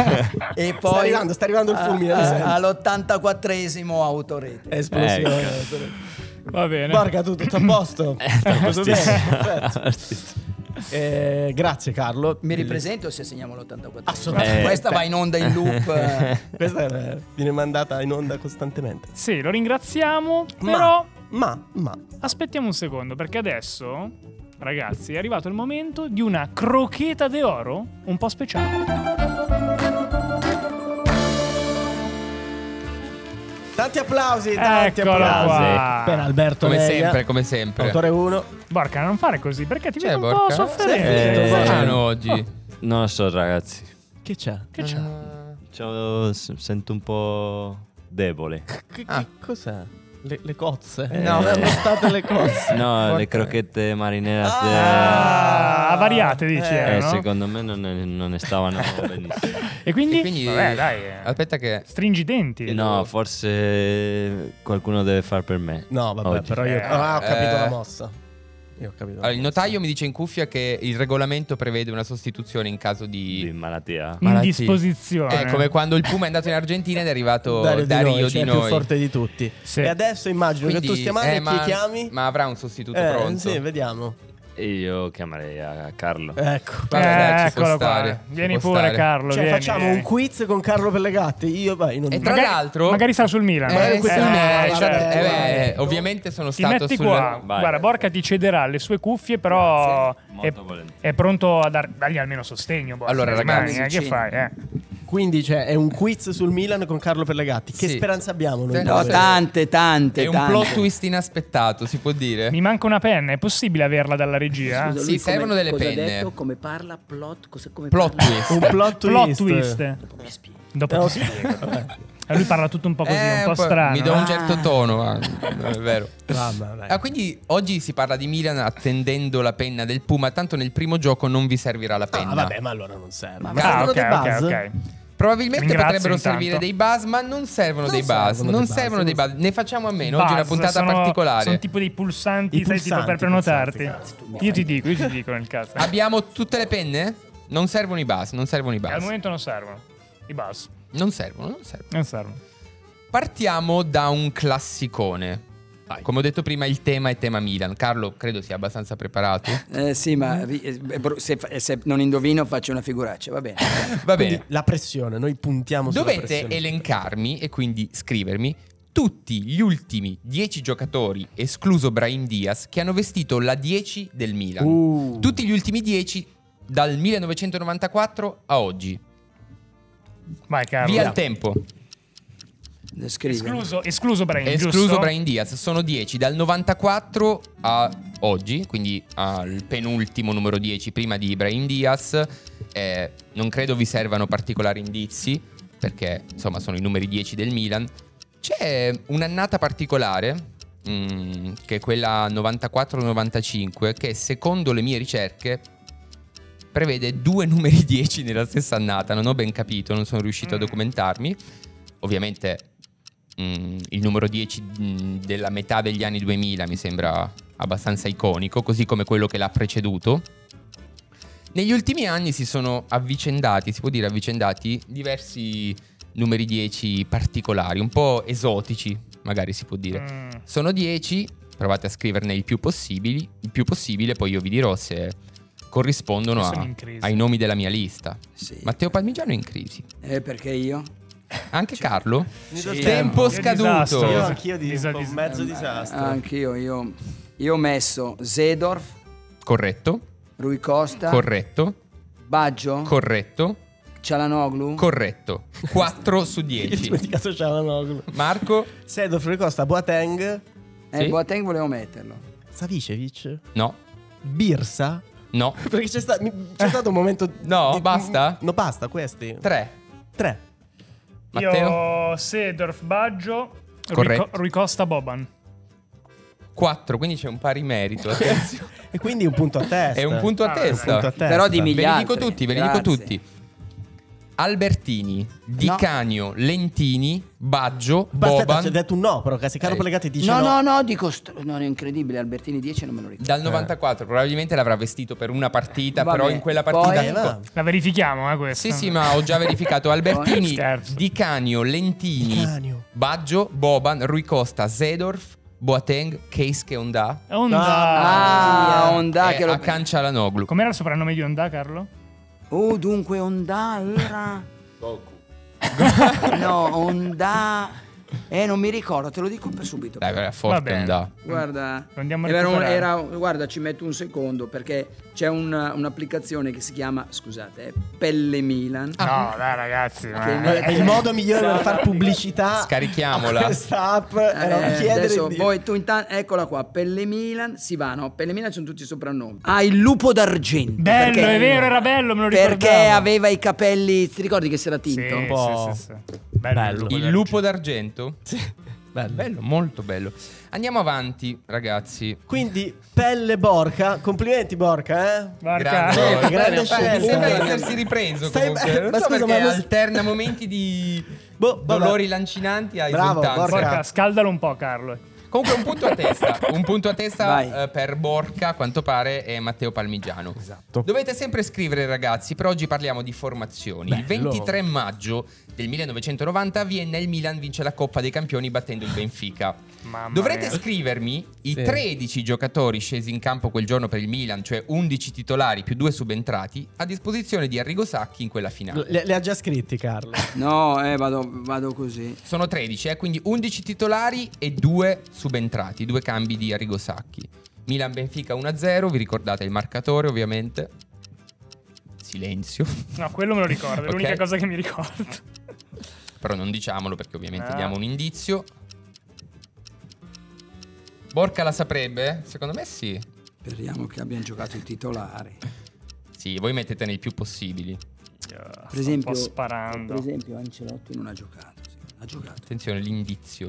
[SPEAKER 5] e poi
[SPEAKER 4] Sta arrivando, sta arrivando il fulmine, lo sento.
[SPEAKER 5] all'84esimo autorete.
[SPEAKER 4] Esplosione.
[SPEAKER 3] Ecco. Va bene.
[SPEAKER 4] Guarda, tu tutto a posto.
[SPEAKER 5] Eh,
[SPEAKER 4] Tutto bene, perfetto.
[SPEAKER 2] Giustissimo.
[SPEAKER 4] Eh, grazie Carlo.
[SPEAKER 5] Mi
[SPEAKER 4] Il-
[SPEAKER 5] ripresento se segniamo l'84.
[SPEAKER 4] Assolutamente.
[SPEAKER 5] Questa va in onda in loop. eh.
[SPEAKER 4] Questa è- viene mandata in onda costantemente.
[SPEAKER 3] Sì, lo ringraziamo,
[SPEAKER 4] Ma-
[SPEAKER 3] però
[SPEAKER 4] Ma, ma,
[SPEAKER 3] aspettiamo un secondo perché adesso, ragazzi, è arrivato il momento di una crocheta d'oro un po' speciale.
[SPEAKER 4] tanti applausi, tanti
[SPEAKER 3] Eccola
[SPEAKER 4] applausi.
[SPEAKER 3] qua.
[SPEAKER 4] Per Alberto
[SPEAKER 8] Come
[SPEAKER 4] Leia,
[SPEAKER 8] sempre, come sempre.
[SPEAKER 4] autore 1.
[SPEAKER 3] Borca, non fare così perché ti
[SPEAKER 8] C'è,
[SPEAKER 3] vedo un po'
[SPEAKER 8] Borca?
[SPEAKER 3] sofferente.
[SPEAKER 4] Sei
[SPEAKER 2] afflitto,
[SPEAKER 8] Strano
[SPEAKER 2] Eh.
[SPEAKER 8] oggi.
[SPEAKER 2] Non lo so, ragazzi. Eh,
[SPEAKER 4] Che c'è?
[SPEAKER 3] Ah. Che c'è?
[SPEAKER 2] C'ho- s- sento un po' debole.
[SPEAKER 4] Che,
[SPEAKER 8] Ah.
[SPEAKER 4] che cos'è? Le, le cozze?
[SPEAKER 2] Eh,
[SPEAKER 4] No, erano state le cozze.
[SPEAKER 2] No,
[SPEAKER 8] Porca-
[SPEAKER 2] le crocchette marinere.
[SPEAKER 3] Ah, avariate dici,
[SPEAKER 4] Eh,
[SPEAKER 2] eh,
[SPEAKER 3] eh, no?
[SPEAKER 2] Secondo me non ne, non ne stavano benissimo.
[SPEAKER 3] E quindi,
[SPEAKER 8] E quindi-
[SPEAKER 3] vabbè, dai, eh.
[SPEAKER 8] Aspetta che...
[SPEAKER 3] stringi i denti.
[SPEAKER 2] No, forse qualcuno deve far per me.
[SPEAKER 4] No, vabbè,
[SPEAKER 2] Oggi.
[SPEAKER 4] però io
[SPEAKER 3] Eh,
[SPEAKER 4] ah, ho capito
[SPEAKER 8] eh.
[SPEAKER 4] la mossa. Io ho capito. la
[SPEAKER 8] Allora, il notaio mi dice in cuffia che il regolamento prevede una sostituzione in caso
[SPEAKER 2] Di
[SPEAKER 8] di...
[SPEAKER 2] malattia.
[SPEAKER 8] Ma-
[SPEAKER 3] Indisposizione.
[SPEAKER 8] È come quando il Puma è andato in Argentina ed è arrivato
[SPEAKER 4] Dario
[SPEAKER 8] Dario,
[SPEAKER 4] di noi,
[SPEAKER 8] di
[SPEAKER 4] cioè il
[SPEAKER 8] noi.
[SPEAKER 4] più forte di tutti.
[SPEAKER 3] Sì.
[SPEAKER 4] E adesso immagino
[SPEAKER 8] Quindi,
[SPEAKER 4] che tu stia male,
[SPEAKER 8] eh,
[SPEAKER 4] chi
[SPEAKER 8] ma-
[SPEAKER 4] chiami?
[SPEAKER 8] Ma avrà un sostituto
[SPEAKER 4] Eh,
[SPEAKER 8] pronto.
[SPEAKER 4] Sì, vediamo.
[SPEAKER 2] Io chiamerei a Carlo.
[SPEAKER 4] Ecco.
[SPEAKER 3] Eh,
[SPEAKER 8] Vabbè, dai, ci può
[SPEAKER 3] eccolo
[SPEAKER 8] stare,
[SPEAKER 3] qua.
[SPEAKER 8] ci
[SPEAKER 3] Vieni
[SPEAKER 8] può
[SPEAKER 3] pure,
[SPEAKER 8] stare.
[SPEAKER 3] Carlo.
[SPEAKER 4] Cioè,
[SPEAKER 3] vieni. Eh.
[SPEAKER 4] facciamo un quiz con Carlo Pellegatti. Io vai, non
[SPEAKER 8] E tra
[SPEAKER 3] Magari-
[SPEAKER 8] l'altro...
[SPEAKER 3] Magari sarà sul Milan.
[SPEAKER 8] Eh,
[SPEAKER 4] Magari
[SPEAKER 8] eh,
[SPEAKER 4] questo
[SPEAKER 8] eh,
[SPEAKER 4] è un-
[SPEAKER 8] eh,
[SPEAKER 4] guarda,
[SPEAKER 8] certo, eh,
[SPEAKER 4] guarda.
[SPEAKER 8] beh, ovviamente sono
[SPEAKER 3] Ti
[SPEAKER 8] stato
[SPEAKER 3] metti
[SPEAKER 8] sul...
[SPEAKER 3] qua.
[SPEAKER 2] Vai.
[SPEAKER 3] Guarda, Borca ti cederà le sue cuffie, però è,
[SPEAKER 2] Molto volentieri.
[SPEAKER 3] è pronto a dar- dargli almeno sostegno. Borca.
[SPEAKER 8] Allora,
[SPEAKER 3] Rimani,
[SPEAKER 8] ragazzi,
[SPEAKER 3] eh, che
[SPEAKER 5] sì.
[SPEAKER 3] fai? eh?
[SPEAKER 4] Quindi cioè, è un quiz sul Milan con Carlo Pellegatti. Che
[SPEAKER 8] Sì.
[SPEAKER 4] speranza abbiamo noi?
[SPEAKER 8] Sì,
[SPEAKER 4] due?
[SPEAKER 5] No,
[SPEAKER 8] Sì.
[SPEAKER 5] tante, tante,
[SPEAKER 8] È un
[SPEAKER 5] tante.
[SPEAKER 8] plot twist inaspettato, si può dire.
[SPEAKER 3] Mi manca una penna, è possibile averla dalla regia?
[SPEAKER 8] Scusa, Sì, lui servono come- delle cosa ha penne. detto?
[SPEAKER 5] come parla, plot, cosa, come
[SPEAKER 8] Plot twist.
[SPEAKER 4] un plot
[SPEAKER 3] Plot
[SPEAKER 4] twist.
[SPEAKER 3] twist. Dopo ti
[SPEAKER 4] Eh,
[SPEAKER 3] spiego. Eh, Lui parla tutto un po' così,
[SPEAKER 8] Eh,
[SPEAKER 3] un po'
[SPEAKER 8] poi
[SPEAKER 3] strano.
[SPEAKER 8] Mi do un
[SPEAKER 3] eh?
[SPEAKER 4] Ah.
[SPEAKER 8] certo tono, ma non è vero.
[SPEAKER 4] Vabbè, dai.
[SPEAKER 8] Ah, quindi oggi si parla di Milan attendendo la penna del Puma, tanto nel primo gioco non vi servirà la penna.
[SPEAKER 4] Ah, vabbè, ma allora non serve. Ma
[SPEAKER 3] Ah,
[SPEAKER 4] servono
[SPEAKER 3] ok,
[SPEAKER 4] dei
[SPEAKER 3] ok,
[SPEAKER 4] buzz?
[SPEAKER 3] ok.
[SPEAKER 8] Probabilmente
[SPEAKER 3] Ringrazio
[SPEAKER 8] potrebbero
[SPEAKER 3] intanto.
[SPEAKER 8] servire dei buzz, ma non servono
[SPEAKER 4] Non
[SPEAKER 8] dei buzz.
[SPEAKER 4] servono
[SPEAKER 8] Non
[SPEAKER 4] dei buzz,
[SPEAKER 8] servono
[SPEAKER 4] non
[SPEAKER 8] dei buzz. Ne facciamo a meno. Oggi è una
[SPEAKER 3] Buzz
[SPEAKER 8] puntata
[SPEAKER 3] sono-
[SPEAKER 8] particolare.
[SPEAKER 3] Sono tipo dei pulsanti,
[SPEAKER 4] I
[SPEAKER 3] sai, tipo per
[SPEAKER 4] pulsanti,
[SPEAKER 3] prenotarti.
[SPEAKER 4] pulsanti,
[SPEAKER 3] io ti dico, io ti dico nel caso.
[SPEAKER 8] Abbiamo tutte le penne? Non servono i buzz, non servono i
[SPEAKER 3] Al
[SPEAKER 8] buzz.
[SPEAKER 3] momento non servono. I buzz.
[SPEAKER 8] Non servono, non servono.
[SPEAKER 3] Non servono.
[SPEAKER 8] Partiamo da un classicone. Come ho detto prima, il tema è tema Milan. Carlo credo sia abbastanza preparato.
[SPEAKER 5] Eh, sì, ma ri- eh, è bru- se, fa- eh, se non indovino faccio una figuraccia, va bene.
[SPEAKER 8] Va
[SPEAKER 4] Quindi
[SPEAKER 8] bene.
[SPEAKER 4] la pressione, noi puntiamo sulla
[SPEAKER 8] Dovete
[SPEAKER 4] pressione.
[SPEAKER 8] elencarmi e quindi scrivermi tutti gli ultimi 10 giocatori, escluso Brahim Diaz, che hanno vestito la 10 del Milan.
[SPEAKER 4] Uh.
[SPEAKER 8] Tutti gli ultimi 10 dal 1994 a oggi.
[SPEAKER 3] Vai, Carlo.
[SPEAKER 8] Via il tempo.
[SPEAKER 5] Scrivi.
[SPEAKER 3] Escluso, escluso Brain,
[SPEAKER 8] Escluso
[SPEAKER 3] giusto?
[SPEAKER 8] Brahim Diaz, sono 10 dal 94 a oggi, quindi al penultimo numero 10 prima di Brahim Diaz. Eh, non credo vi servano particolari indizi, perché insomma sono i numeri 10 del Milan. C'è un'annata particolare, mm, che è quella 94-95, che secondo le mie ricerche prevede due numeri 10 nella stessa annata. Non ho ben capito, non sono riuscito a
[SPEAKER 3] Mm.
[SPEAKER 8] documentarmi. Ovviamente mm, il numero 10 mm, della metà degli anni 2000 mi sembra abbastanza iconico, così come quello che l'ha preceduto. Negli ultimi anni si sono avvicendati, si può dire avvicendati, diversi numeri 10 particolari, un po' esotici, magari si può dire.
[SPEAKER 3] Mm.
[SPEAKER 8] Sono 10, provate a scriverne il più, possibili- il più possibile, poi io vi dirò se corrispondono
[SPEAKER 3] Io sono
[SPEAKER 8] a-
[SPEAKER 3] in crisi.
[SPEAKER 8] ai nomi della mia lista.
[SPEAKER 5] Sì.
[SPEAKER 8] Matteo Palmigiano è in crisi.
[SPEAKER 5] Eh, perché io?
[SPEAKER 8] Anche Carlo?
[SPEAKER 5] Sì. Eh,
[SPEAKER 8] Tempo
[SPEAKER 3] Io
[SPEAKER 8] scaduto.
[SPEAKER 3] disastro.
[SPEAKER 4] Io anch'io di
[SPEAKER 3] Disa-
[SPEAKER 4] un po'
[SPEAKER 3] dis-
[SPEAKER 4] mezzo disastro.
[SPEAKER 5] Anch'io, io. Io ho messo Zedorf,
[SPEAKER 8] Corretto,
[SPEAKER 5] Rui Costa,
[SPEAKER 8] corretto,
[SPEAKER 5] Baggio,
[SPEAKER 8] corretto,
[SPEAKER 5] Cialanoglu?
[SPEAKER 8] Corretto. 4 su
[SPEAKER 4] Ho
[SPEAKER 8] 10.
[SPEAKER 4] dimenticato Cialanoglu.
[SPEAKER 8] Marco?
[SPEAKER 4] Sedo, Fricosta, Boateng,
[SPEAKER 5] Eh,
[SPEAKER 8] Sì.
[SPEAKER 5] Boateng volevo metterlo.
[SPEAKER 4] Savicevic,
[SPEAKER 8] No.
[SPEAKER 4] Birsa.
[SPEAKER 8] No.
[SPEAKER 4] Perché c'è, sta- mi- c'è stato un momento...
[SPEAKER 8] Eh. No, basta?
[SPEAKER 4] No, basta, questi.
[SPEAKER 8] 3.
[SPEAKER 4] Tre.
[SPEAKER 8] Matteo?
[SPEAKER 3] Io Sedorf, Baggio,
[SPEAKER 8] Corretto.
[SPEAKER 3] Rui, Rui Costa, Boban.
[SPEAKER 8] 4, quindi c'è un pari merito. attenzione.
[SPEAKER 4] E quindi un punto a testa.
[SPEAKER 8] È un punto a
[SPEAKER 3] Ah,
[SPEAKER 8] testa.
[SPEAKER 4] punto a testa.
[SPEAKER 5] Però dimmi
[SPEAKER 8] Ve
[SPEAKER 5] gli
[SPEAKER 8] li dico
[SPEAKER 5] altri.
[SPEAKER 8] tutti, ve li
[SPEAKER 5] Grazie.
[SPEAKER 8] dico tutti. Albertini, Di
[SPEAKER 5] No.
[SPEAKER 8] Canio, Lentini, Baggio,
[SPEAKER 4] Basta, ci hai
[SPEAKER 8] Boban.
[SPEAKER 4] detto un no, però, se Caro
[SPEAKER 8] Eh.
[SPEAKER 4] Pellegatti dice
[SPEAKER 5] No,
[SPEAKER 4] no.
[SPEAKER 5] no, no, dico... st- no, è incredibile, Albertini 10 non me lo ricordo.
[SPEAKER 4] Eh.
[SPEAKER 8] Dal 94 probabilmente l'avrà vestito per una partita,
[SPEAKER 5] Vabbè,
[SPEAKER 8] però in quella
[SPEAKER 5] poi-
[SPEAKER 8] partita...
[SPEAKER 4] Eh, va.
[SPEAKER 3] La verifichiamo, eh, questa.
[SPEAKER 8] Sì, sì, ma ho già verificato. Albertini,
[SPEAKER 3] Scherzo.
[SPEAKER 8] Di Canio, Lentini,
[SPEAKER 4] Di Canio.
[SPEAKER 8] Baggio, Boban, Rui Costa, Zedorf, Boateng, Keiske Onda
[SPEAKER 3] Onda.
[SPEAKER 5] Ah,
[SPEAKER 4] Eh,
[SPEAKER 5] Onda
[SPEAKER 8] e
[SPEAKER 5] che lo...
[SPEAKER 8] Akan Çalhanoğlu.
[SPEAKER 3] Com'era il soprannome di Onda, Carlo?
[SPEAKER 5] Oh, dunque Onda era... Ah. no, Onda... Eh, non mi ricordo, te lo dico per subito.
[SPEAKER 8] Dai, era forte
[SPEAKER 3] bene.
[SPEAKER 8] Onda.
[SPEAKER 5] Guarda,
[SPEAKER 3] Lo andiamo a
[SPEAKER 5] era un-
[SPEAKER 3] recuperare.
[SPEAKER 5] era- guarda, ci metto un secondo perché c'è un- un'applicazione che si chiama, scusate, eh, Pelle Milan.
[SPEAKER 8] Ah.
[SPEAKER 5] Ah.
[SPEAKER 3] No, dai, ragazzi. ma-
[SPEAKER 5] Che-
[SPEAKER 4] È il modo migliore per far pubblicità.
[SPEAKER 8] Scarichiamola.
[SPEAKER 4] a Questa app era
[SPEAKER 5] Eh,
[SPEAKER 4] chiedere
[SPEAKER 5] adesso
[SPEAKER 4] di-
[SPEAKER 5] voi tu intanto eccola qua Pelle Milan si va no Pelle Milan sono tutti i soprannomi ha Ah, il lupo d'argento
[SPEAKER 3] Bello,
[SPEAKER 5] perché-
[SPEAKER 3] è vero, era bello, me lo ricordavo.
[SPEAKER 5] perché aveva i capelli ti ricordi che si era
[SPEAKER 3] Sì,
[SPEAKER 5] tinto
[SPEAKER 3] sì,
[SPEAKER 4] po'.
[SPEAKER 3] sì, sì. Bello.
[SPEAKER 4] Bello.
[SPEAKER 8] Il lupo d'argento?
[SPEAKER 4] Bello.
[SPEAKER 8] Bello, molto bello. Andiamo avanti, ragazzi.
[SPEAKER 4] Quindi pelle Borca, complimenti Borca, eh?
[SPEAKER 3] Guarda.
[SPEAKER 8] Grande,
[SPEAKER 4] Eh, grande
[SPEAKER 8] Beh,
[SPEAKER 4] scelta.
[SPEAKER 8] Sembra di essersi ripreso
[SPEAKER 4] Stai-
[SPEAKER 8] comunque. Non
[SPEAKER 4] ma
[SPEAKER 8] so
[SPEAKER 4] scusa,
[SPEAKER 8] perché
[SPEAKER 4] ma non-
[SPEAKER 8] alterna momenti di
[SPEAKER 4] Boh, vabbè.
[SPEAKER 8] dolori lancinanti a
[SPEAKER 4] Bravo,
[SPEAKER 8] esultanze.
[SPEAKER 4] porca.
[SPEAKER 3] Porca, scaldalo un po', Carlo.
[SPEAKER 8] Comunque un punto a testa, un punto a testa
[SPEAKER 5] Vai.
[SPEAKER 8] eh, per Borca, a quanto pare, e Matteo Palmigiano. Esatto. Dovete sempre scrivere ragazzi, però oggi parliamo di formazioni. Il 23 maggio del 1990 a Vienna il Milan vince la Coppa dei Campioni battendo il Benfica.
[SPEAKER 3] Mamma
[SPEAKER 8] Dovrete
[SPEAKER 3] mia.
[SPEAKER 8] scrivermi i
[SPEAKER 4] Sì.
[SPEAKER 8] 13 giocatori scesi in campo quel giorno per il Milan, cioè 11 titolari più due subentrati, a disposizione di Arrigo Sacchi in quella finale.
[SPEAKER 4] Le, le ha già scritti Carlo.
[SPEAKER 5] no eh vado, vado così
[SPEAKER 8] Sono 13, eh, quindi 11 titolari e 2 subentrati, due cambi di Arrigo Sacchi. Milan Benfica 1-0, vi ricordate il marcatore ovviamente. Silenzio,
[SPEAKER 3] No, quello me lo ricordo, è
[SPEAKER 8] Ok.
[SPEAKER 3] l'unica cosa che mi ricordo.
[SPEAKER 8] però non diciamolo perché ovviamente
[SPEAKER 3] Ah.
[SPEAKER 8] diamo un indizio. Borca la saprebbe? Secondo me sì.
[SPEAKER 5] speriamo che abbiano giocato i titolari
[SPEAKER 8] Sì, voi mettetene il più possibili.
[SPEAKER 5] per esempio
[SPEAKER 3] Sto un po' sparando.
[SPEAKER 5] per esempio Ancelotti non ha giocato sì, non ha giocato
[SPEAKER 8] Attenzione, l'indizio.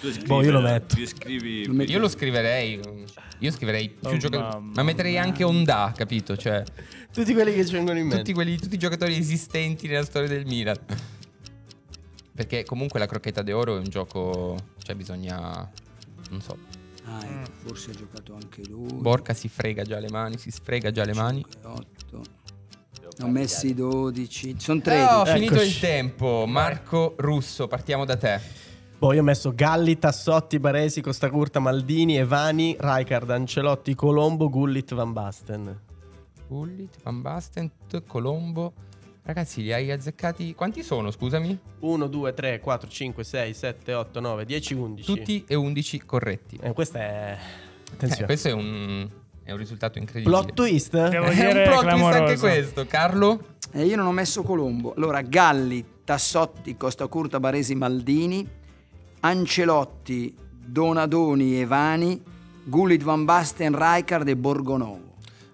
[SPEAKER 2] Tu scrivi- eh,
[SPEAKER 4] Boh, io lo metto.
[SPEAKER 2] Tu scrivi
[SPEAKER 5] Non metti-
[SPEAKER 8] Io lo scriverei. Io scriverei più
[SPEAKER 3] Oh,
[SPEAKER 8] giocatori.
[SPEAKER 3] mamma
[SPEAKER 8] Ma metterei anche Onda, capito? Cioè,
[SPEAKER 4] Tutti quelli che ci vengono in mente.
[SPEAKER 8] tutti, quelli- tutti i giocatori esistenti nella storia del Milan. Perché comunque la crocchetta d'oro è un gioco. Cioè, bisogna. Non so.
[SPEAKER 5] ah ecco
[SPEAKER 3] Mm.
[SPEAKER 5] forse ha giocato anche lui
[SPEAKER 8] Borca si frega già le mani, si sfrega già le mani.
[SPEAKER 5] 8 Eh, ho messi 12 sono 13
[SPEAKER 8] Oh,
[SPEAKER 3] Ecco,
[SPEAKER 8] finito
[SPEAKER 4] Eccoci.
[SPEAKER 8] il tempo. Marco Russo, partiamo da te.
[SPEAKER 4] Boh, io ho messo Galli, Tassotti, Baresi, Costacurta, Maldini, Evani, Rijkaard, Ancelotti, Colombo, Gullit, Van Basten.
[SPEAKER 8] Gullit, Van Basten, Colombo. Ragazzi, li hai azzeccati. Quanti sono, scusami?
[SPEAKER 4] 1, 2, 3, 4, 5, 6, 7, 8, 9, 10, 11.
[SPEAKER 8] Tutti e 11 corretti.
[SPEAKER 4] Eh, questa è...
[SPEAKER 8] Eh,
[SPEAKER 4] Attenzione.
[SPEAKER 8] questo è un, è un risultato incredibile.
[SPEAKER 4] Plot twist?
[SPEAKER 3] Devo
[SPEAKER 8] è un
[SPEAKER 3] dire
[SPEAKER 8] plot twist
[SPEAKER 3] clamoroso.
[SPEAKER 8] anche questo, Carlo.
[SPEAKER 5] Eh, io non ho messo Colombo. Allora, Galli, Tassotti, Costacurta, Baresi, Maldini, Ancelotti, Donadoni, Evani, Gullit, Van Basten, Rijkaard e Borgonovo.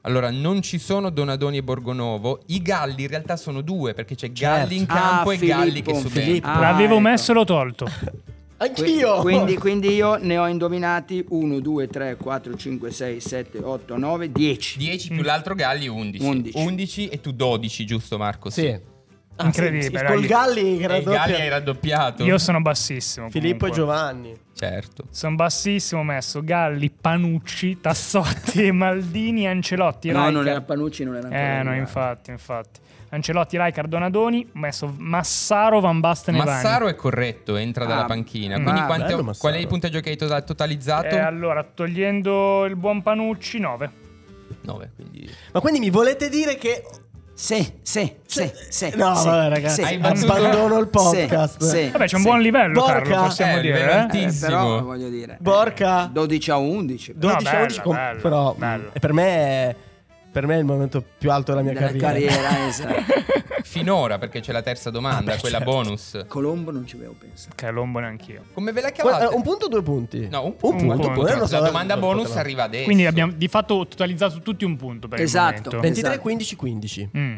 [SPEAKER 8] Allora, non ci sono Donadoni e Borgonovo. I Galli in realtà sono due, perché
[SPEAKER 4] Certo.
[SPEAKER 8] c'è Galli in
[SPEAKER 5] Ah,
[SPEAKER 8] campo e
[SPEAKER 5] Filippo,
[SPEAKER 8] Galli che subentra.
[SPEAKER 5] Filippo. Ah,
[SPEAKER 3] L'avevo
[SPEAKER 5] ecco.
[SPEAKER 3] messo e l'ho tolto.
[SPEAKER 5] Que-
[SPEAKER 4] Anch'io!
[SPEAKER 5] Quindi, quindi io ne ho indovinati 1, 2, 3, 4, 5, 6, 7, 8, 9, 10.
[SPEAKER 8] 10
[SPEAKER 3] Mm.
[SPEAKER 8] più l'altro Galli, 11.
[SPEAKER 5] 11.
[SPEAKER 8] e tu 12, giusto Marco?
[SPEAKER 4] Sì. Ah,
[SPEAKER 3] Incredibile,
[SPEAKER 4] sì, sì,
[SPEAKER 3] dai.
[SPEAKER 4] Col Galli che
[SPEAKER 8] E
[SPEAKER 4] era
[SPEAKER 8] il Galli
[SPEAKER 4] doppia.
[SPEAKER 8] hai raddoppiato.
[SPEAKER 3] Io sono bassissimo.
[SPEAKER 4] Filippo e
[SPEAKER 3] comunque.
[SPEAKER 4] Giovanni.
[SPEAKER 8] Certo.
[SPEAKER 3] Sono bassissimo, ho messo Galli, Panucci, Tassotti, Maldini, Ancelotti,
[SPEAKER 5] No, non era
[SPEAKER 3] Rijkaard.
[SPEAKER 5] Panucci, non era ancora
[SPEAKER 3] Eh, no,
[SPEAKER 5] arrivato.
[SPEAKER 3] infatti, infatti. Ancelotti, Rijkaard, Donadoni, ho messo Massaro, Van Basten e Eh, Vani.
[SPEAKER 8] Massaro è corretto, entra dalla
[SPEAKER 5] Ah,
[SPEAKER 8] panchina.
[SPEAKER 3] mm.
[SPEAKER 8] Quindi
[SPEAKER 4] Ah,
[SPEAKER 8] quante-
[SPEAKER 4] bello Massaro.
[SPEAKER 8] qual è il punteggio che hai to- totalizzato?
[SPEAKER 3] Eh, allora, togliendo il buon Panucci, 9.
[SPEAKER 8] 9, quindi...
[SPEAKER 4] Ma quindi mi volete dire che...
[SPEAKER 5] Sì, sì, sì, sì.
[SPEAKER 4] no,
[SPEAKER 5] sì,
[SPEAKER 4] vabbè, ragazzi,
[SPEAKER 5] sì,
[SPEAKER 8] Hai battuto-
[SPEAKER 4] abbandono il podcast.
[SPEAKER 5] Sì, sì.
[SPEAKER 3] Vabbè, c'è un
[SPEAKER 5] sì.
[SPEAKER 3] buon livello,
[SPEAKER 4] Porca-
[SPEAKER 3] Carlo, possiamo
[SPEAKER 8] Eh, livello
[SPEAKER 3] dire. Eh?
[SPEAKER 5] Eh,
[SPEAKER 8] alti-
[SPEAKER 5] però,
[SPEAKER 8] Tantissimo.
[SPEAKER 5] voglio dire,
[SPEAKER 4] Borca.
[SPEAKER 5] 12 a 11.
[SPEAKER 4] 12
[SPEAKER 3] No,
[SPEAKER 5] Eh,
[SPEAKER 4] a 11
[SPEAKER 3] bello,
[SPEAKER 4] Boh, com-
[SPEAKER 3] bello,
[SPEAKER 4] però
[SPEAKER 3] bello.
[SPEAKER 4] mh, e per me è Per me è il momento più alto della mia
[SPEAKER 5] Della
[SPEAKER 4] carriera.
[SPEAKER 5] carriera, esatto.
[SPEAKER 8] Finora, perché c'è la terza domanda,
[SPEAKER 4] Vabbè,
[SPEAKER 8] quella
[SPEAKER 4] certo.
[SPEAKER 8] bonus.
[SPEAKER 5] Colombo non ci avevo pensato.
[SPEAKER 3] Calombo neanch'io.
[SPEAKER 8] Come ve la
[SPEAKER 4] Guarda,
[SPEAKER 8] cavate?
[SPEAKER 4] eh, un punto o due punti?
[SPEAKER 8] No, un
[SPEAKER 4] Un
[SPEAKER 8] punto.
[SPEAKER 4] punto,
[SPEAKER 3] punto.
[SPEAKER 4] eh, lo so,
[SPEAKER 8] La domanda
[SPEAKER 4] lo
[SPEAKER 8] bonus
[SPEAKER 4] so.
[SPEAKER 8] arriva adesso.
[SPEAKER 3] Quindi abbiamo di fatto totalizzato tutti un punto per
[SPEAKER 5] Esatto.
[SPEAKER 3] il momento.
[SPEAKER 4] 23, 15, 15.
[SPEAKER 3] Mm.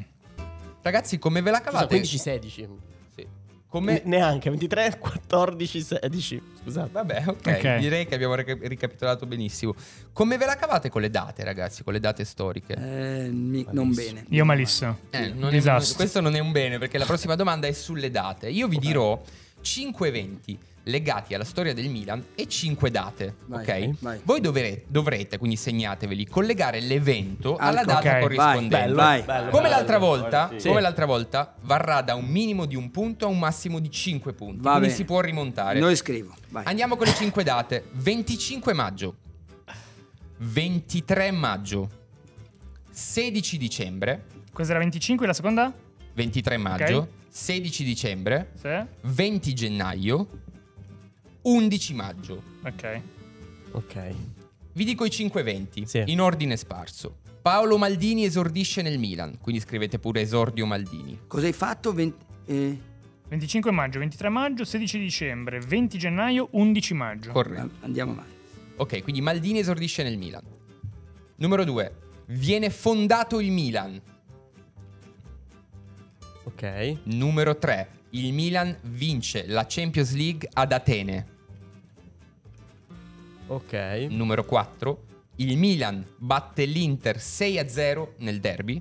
[SPEAKER 8] Ragazzi, come ve la
[SPEAKER 4] Scusa,
[SPEAKER 8] cavate?
[SPEAKER 4] 15, 16.
[SPEAKER 8] Sì.
[SPEAKER 4] Ne-
[SPEAKER 8] Come...
[SPEAKER 4] Neanche, 23, 14, 16. Scusate.
[SPEAKER 8] Vabbè,
[SPEAKER 3] Ok.
[SPEAKER 8] ok. Direi che abbiamo rica- ricapitolato benissimo. Come ve la cavate con le date, ragazzi? Con le date storiche?
[SPEAKER 5] Eh, mi- non bene.
[SPEAKER 3] Io malissimo.
[SPEAKER 8] Eh, non è-
[SPEAKER 3] Disastro.
[SPEAKER 8] questo non è un bene, perché la prossima domanda è sulle date. Io vi dirò 5 eventi legati alla storia del Milan e 5 date,
[SPEAKER 5] Vai,
[SPEAKER 8] ok?
[SPEAKER 5] vai.
[SPEAKER 8] Voi dovere- dovrete, quindi segnateveli, collegare l'evento alla
[SPEAKER 5] Ecco,
[SPEAKER 8] data
[SPEAKER 3] ok, vai,
[SPEAKER 8] corrispondente.
[SPEAKER 5] bello, vai.
[SPEAKER 8] Come l'altra volta,
[SPEAKER 4] Sì.
[SPEAKER 8] come l'altra volta, varrà da un minimo di un punto a un massimo di 5 punti.
[SPEAKER 5] Va
[SPEAKER 8] quindi
[SPEAKER 5] bene.
[SPEAKER 8] si può rimontare.
[SPEAKER 5] Noi scrivo. Vai.
[SPEAKER 8] Andiamo con le 5 date. 25 maggio, 23 maggio, 16 dicembre,
[SPEAKER 3] Questa era 25, la seconda?
[SPEAKER 8] 23 maggio, 16 dicembre,
[SPEAKER 3] Sì.
[SPEAKER 8] 20 gennaio, 11 maggio.
[SPEAKER 3] Ok.
[SPEAKER 4] Ok.
[SPEAKER 8] Vi dico i 5 eventi,
[SPEAKER 4] Sì.
[SPEAKER 8] in ordine sparso. Paolo Maldini esordisce nel Milan, quindi scrivete pure esordio Maldini.
[SPEAKER 5] Cosa hai fatto? Vent- eh,
[SPEAKER 3] 25 maggio, 23 maggio, 16 dicembre, 20 gennaio, 11 maggio.
[SPEAKER 8] Corretto.
[SPEAKER 5] andiamo avanti.
[SPEAKER 8] Ok, quindi Maldini esordisce nel Milan. Numero 2. Viene fondato il Milan.
[SPEAKER 4] Ok.
[SPEAKER 8] Numero 3. Il Milan vince la Champions League ad Atene.
[SPEAKER 4] Ok.
[SPEAKER 8] Numero 4. Il Milan batte l'Inter 6-0 nel derby.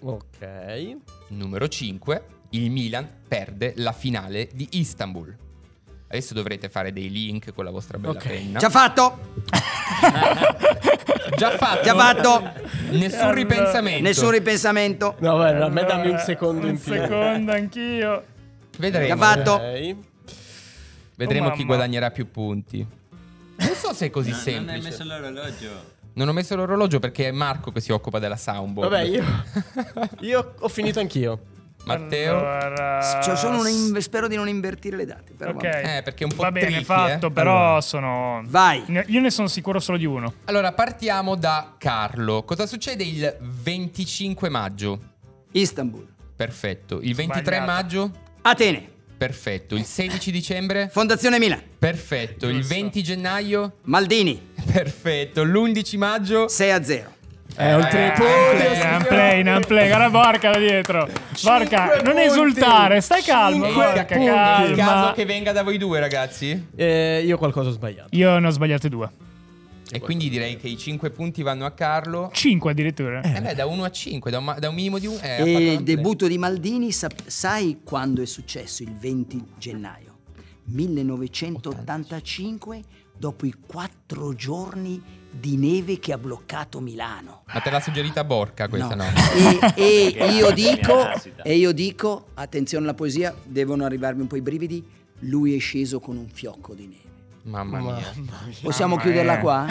[SPEAKER 4] Ok.
[SPEAKER 8] Numero 5. Il Milan perde la finale di Istanbul. Adesso dovrete fare dei link con la vostra bella
[SPEAKER 4] Ok.
[SPEAKER 8] penna.
[SPEAKER 5] Già fatto!
[SPEAKER 8] Già fatto.
[SPEAKER 5] Già fatto!
[SPEAKER 8] Nessun ripensamento.
[SPEAKER 5] Nessun ripensamento.
[SPEAKER 4] No, beh, a me dammi un secondo in
[SPEAKER 3] Un
[SPEAKER 4] più.
[SPEAKER 3] secondo anch'io.
[SPEAKER 8] Vedremo.
[SPEAKER 5] Già fatto.
[SPEAKER 4] Ok.
[SPEAKER 8] Vedremo
[SPEAKER 3] Oh,
[SPEAKER 8] chi
[SPEAKER 3] mamma.
[SPEAKER 8] guadagnerà più punti. Non so se è così
[SPEAKER 2] Non hai
[SPEAKER 8] semplice.
[SPEAKER 2] messo l'orologio.
[SPEAKER 8] Non ho messo l'orologio perché è Marco che si occupa della soundboard.
[SPEAKER 4] Vabbè, io,
[SPEAKER 2] Boh,
[SPEAKER 4] io ho finito anch'io.
[SPEAKER 8] Matteo.
[SPEAKER 3] Allora,
[SPEAKER 5] S- cioè, sono un in- spero di non invertire le date. Però
[SPEAKER 3] Ah, Ok.
[SPEAKER 5] vabbè.
[SPEAKER 8] Eh, perché è un po'
[SPEAKER 3] Va bene,
[SPEAKER 8] tricky,
[SPEAKER 3] fatto,
[SPEAKER 8] eh.
[SPEAKER 3] però
[SPEAKER 4] Allora.
[SPEAKER 3] sono...
[SPEAKER 5] Vai.
[SPEAKER 3] Ne- Io ne sono sicuro solo di uno.
[SPEAKER 8] Allora, partiamo da Carlo. Cosa succede il 25 maggio?
[SPEAKER 5] Istanbul.
[SPEAKER 8] Perfetto. Il 23
[SPEAKER 3] Sbagliato.
[SPEAKER 8] maggio?
[SPEAKER 5] Atene.
[SPEAKER 8] Perfetto. Il 16 dicembre?
[SPEAKER 5] Fondazione Milan.
[SPEAKER 8] Perfetto. Il
[SPEAKER 3] Giusto.
[SPEAKER 8] 20 gennaio?
[SPEAKER 5] Maldini.
[SPEAKER 8] Perfetto. L'11 maggio?
[SPEAKER 5] 6 a 0.
[SPEAKER 4] È un
[SPEAKER 8] Eh,
[SPEAKER 4] tripudio.
[SPEAKER 8] signori.
[SPEAKER 3] Nan play, nan play, cara porca da dietro. Porca, non
[SPEAKER 4] Eh, punti.
[SPEAKER 3] esultare, stai calmo.
[SPEAKER 4] Cinque
[SPEAKER 3] Porca,
[SPEAKER 4] punti.
[SPEAKER 8] È il caso
[SPEAKER 3] calma.
[SPEAKER 8] che venga da voi due, ragazzi.
[SPEAKER 4] Eh, io qualcosa ho sbagliato.
[SPEAKER 3] Io ne ho sbagliate due.
[SPEAKER 8] E quindi direi che i 5 punti vanno a Carlo.
[SPEAKER 3] Cinque addirittura.
[SPEAKER 8] Eh beh, da 1 a 5, da un, ma- da un minimo di eh, 1.
[SPEAKER 5] E il debutto di Maldini, sap- sai quando è successo? Il 20 gennaio 1985, dopo i quattro giorni di neve che ha bloccato Milano.
[SPEAKER 8] Ma te l'ha suggerita Borca questa, no?
[SPEAKER 5] E, e io dico,
[SPEAKER 2] Nascita.
[SPEAKER 5] e io dico, attenzione alla poesia, devono arrivarmi un po' i brividi, lui è sceso con un fiocco di neve.
[SPEAKER 8] Mamma mia.
[SPEAKER 5] Possiamo
[SPEAKER 3] Mamma
[SPEAKER 5] chiuderla
[SPEAKER 3] mia.
[SPEAKER 5] qua?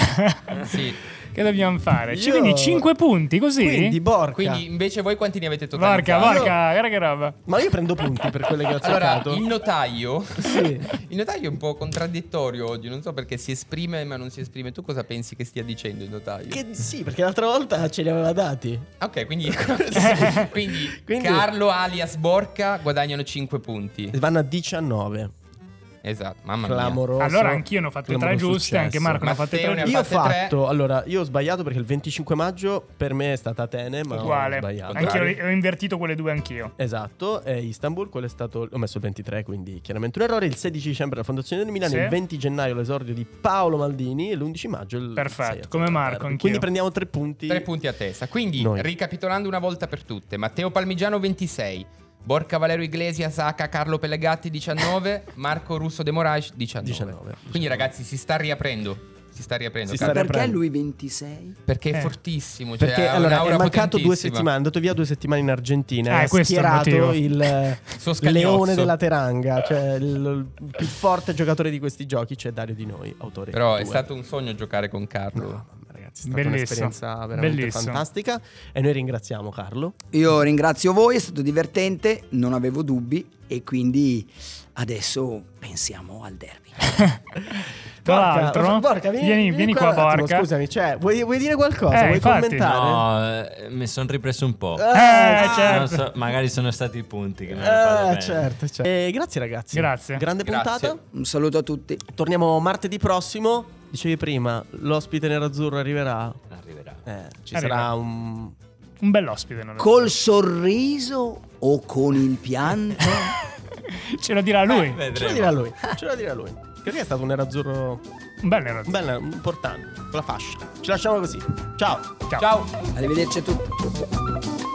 [SPEAKER 8] Sì.
[SPEAKER 3] Eh. Che dobbiamo fare? Ci
[SPEAKER 4] Io-
[SPEAKER 3] quindi 5 punti così?
[SPEAKER 4] Quindi, borca.
[SPEAKER 8] Quindi invece voi quanti ne avete totali?
[SPEAKER 3] Porca, porca, guarda che roba.
[SPEAKER 4] Ma io prendo punti per quelle che ho
[SPEAKER 8] Allora,
[SPEAKER 4] cercato.
[SPEAKER 8] il notaio.
[SPEAKER 4] Sì.
[SPEAKER 8] Il notaio è un po' contraddittorio oggi, non so perché si esprime ma non si esprime. Tu cosa pensi che stia dicendo il notaio?
[SPEAKER 4] Che- sì, perché l'altra volta ce li aveva dati.
[SPEAKER 8] Ok, quindi, sì. Quindi
[SPEAKER 4] Quindi-
[SPEAKER 8] Carlo alias Borca guadagnano 5 punti.
[SPEAKER 4] Vanno a 19.
[SPEAKER 8] Esatto, mamma mia.
[SPEAKER 4] Clamoroso.
[SPEAKER 3] Allora anch'io ne ho fatte tre
[SPEAKER 4] Clamoroso
[SPEAKER 3] giuste,
[SPEAKER 4] successo.
[SPEAKER 3] anche Marco ne ha fatte
[SPEAKER 8] Matteo
[SPEAKER 3] tre
[SPEAKER 8] ne ha
[SPEAKER 3] giuste.
[SPEAKER 4] Io ho
[SPEAKER 8] fatte tre.
[SPEAKER 4] fatto, allora, io ho sbagliato perché il 25 maggio per me è stata Atene, ma ho
[SPEAKER 3] Uguale.
[SPEAKER 4] sbagliato.
[SPEAKER 3] Anch'io ho ho invertito quelle due anch'io.
[SPEAKER 4] Esatto, e Istanbul, quello è stato. Ho messo il 23, quindi chiaramente un errore. Il 16 dicembre la fondazione del Milano,
[SPEAKER 3] Sì.
[SPEAKER 4] il 20 gennaio l'esordio di Paolo Maldini e l'11 maggio il.
[SPEAKER 3] Perfetto,
[SPEAKER 4] 6.
[SPEAKER 3] come Marco, anch'io.
[SPEAKER 4] Quindi prendiamo tre punti.
[SPEAKER 8] 3 punti a testa. Quindi,
[SPEAKER 4] Noi.
[SPEAKER 8] ricapitolando una volta per tutte, Matteo Palmigiano 26, Borca Valero Iglesia, Saka, Carlo Pellegatti 19, Marco Russo De Moraes 19.
[SPEAKER 4] 19.
[SPEAKER 8] Quindi ragazzi si sta riaprendo, si sta riaprendo,
[SPEAKER 4] Si
[SPEAKER 8] Carlo,
[SPEAKER 4] sta-
[SPEAKER 5] Perché
[SPEAKER 4] riprendo.
[SPEAKER 5] lui 26?
[SPEAKER 8] perché è
[SPEAKER 3] Eh.
[SPEAKER 8] fortissimo, cioè
[SPEAKER 4] Perché
[SPEAKER 8] ha
[SPEAKER 4] allora
[SPEAKER 8] un'aura
[SPEAKER 4] è mancato due
[SPEAKER 8] potentissima.
[SPEAKER 4] settimane, è andato via due settimane in Argentina.
[SPEAKER 3] Ah,
[SPEAKER 4] ha
[SPEAKER 3] questo è il motivo.
[SPEAKER 4] schierato il eh,
[SPEAKER 8] Suo scagnozzo.
[SPEAKER 4] leone della Teranga, cioè il, il più forte giocatore di questi giochi, cioè Dario Di Noi, autore.
[SPEAKER 8] Però
[SPEAKER 4] due.
[SPEAKER 8] è stato un sogno giocare con Carlo.
[SPEAKER 4] No, mamma, ragazzi, è stata
[SPEAKER 3] Bellissimo.
[SPEAKER 4] un'esperienza veramente
[SPEAKER 3] Bellissimo.
[SPEAKER 4] fantastica. E noi ringraziamo Carlo.
[SPEAKER 5] Io ringrazio voi, è stato divertente, non avevo dubbi, e quindi adesso pensiamo al derby.
[SPEAKER 3] Tra
[SPEAKER 4] Porca-
[SPEAKER 3] l'altro,
[SPEAKER 4] Porca, vieni, vieni qua,
[SPEAKER 3] qua,
[SPEAKER 4] un attimo,
[SPEAKER 3] Borca.
[SPEAKER 4] Scusami, cioè, vuoi, vuoi dire qualcosa?
[SPEAKER 3] Eh,
[SPEAKER 4] vuoi
[SPEAKER 3] infatti.
[SPEAKER 4] commentare?
[SPEAKER 2] No, eh, mi sono ripreso un po'.
[SPEAKER 3] Eh,
[SPEAKER 4] ah,
[SPEAKER 2] Non
[SPEAKER 3] certo.
[SPEAKER 2] so, magari sono stati i punti che mi hanno fatto
[SPEAKER 4] Eh,
[SPEAKER 2] bene.
[SPEAKER 4] certo, certo. Eh, grazie ragazzi.
[SPEAKER 3] Grazie.
[SPEAKER 4] Grande
[SPEAKER 8] Grazie.
[SPEAKER 4] puntata.
[SPEAKER 5] Un saluto a tutti.
[SPEAKER 4] Torniamo martedì prossimo. Dicevi prima, l'ospite nerazzurro arriverà.
[SPEAKER 2] Arriverà.
[SPEAKER 4] Eh, ci
[SPEAKER 3] Arriverà.
[SPEAKER 4] sarà un...
[SPEAKER 3] Un bell'ospite. non lo
[SPEAKER 5] Col sorriso o con il pianto?
[SPEAKER 3] so. Ce lo dirà lui. Un
[SPEAKER 4] Ce lo dirà lui. Ce lo dirà lui. Che lui è stato un nerazzurro
[SPEAKER 3] bel ragazzo.
[SPEAKER 4] bello, importante, con la fascia. Ci lasciamo così. Ciao.
[SPEAKER 3] Ciao.
[SPEAKER 5] Arrivederci a tutti.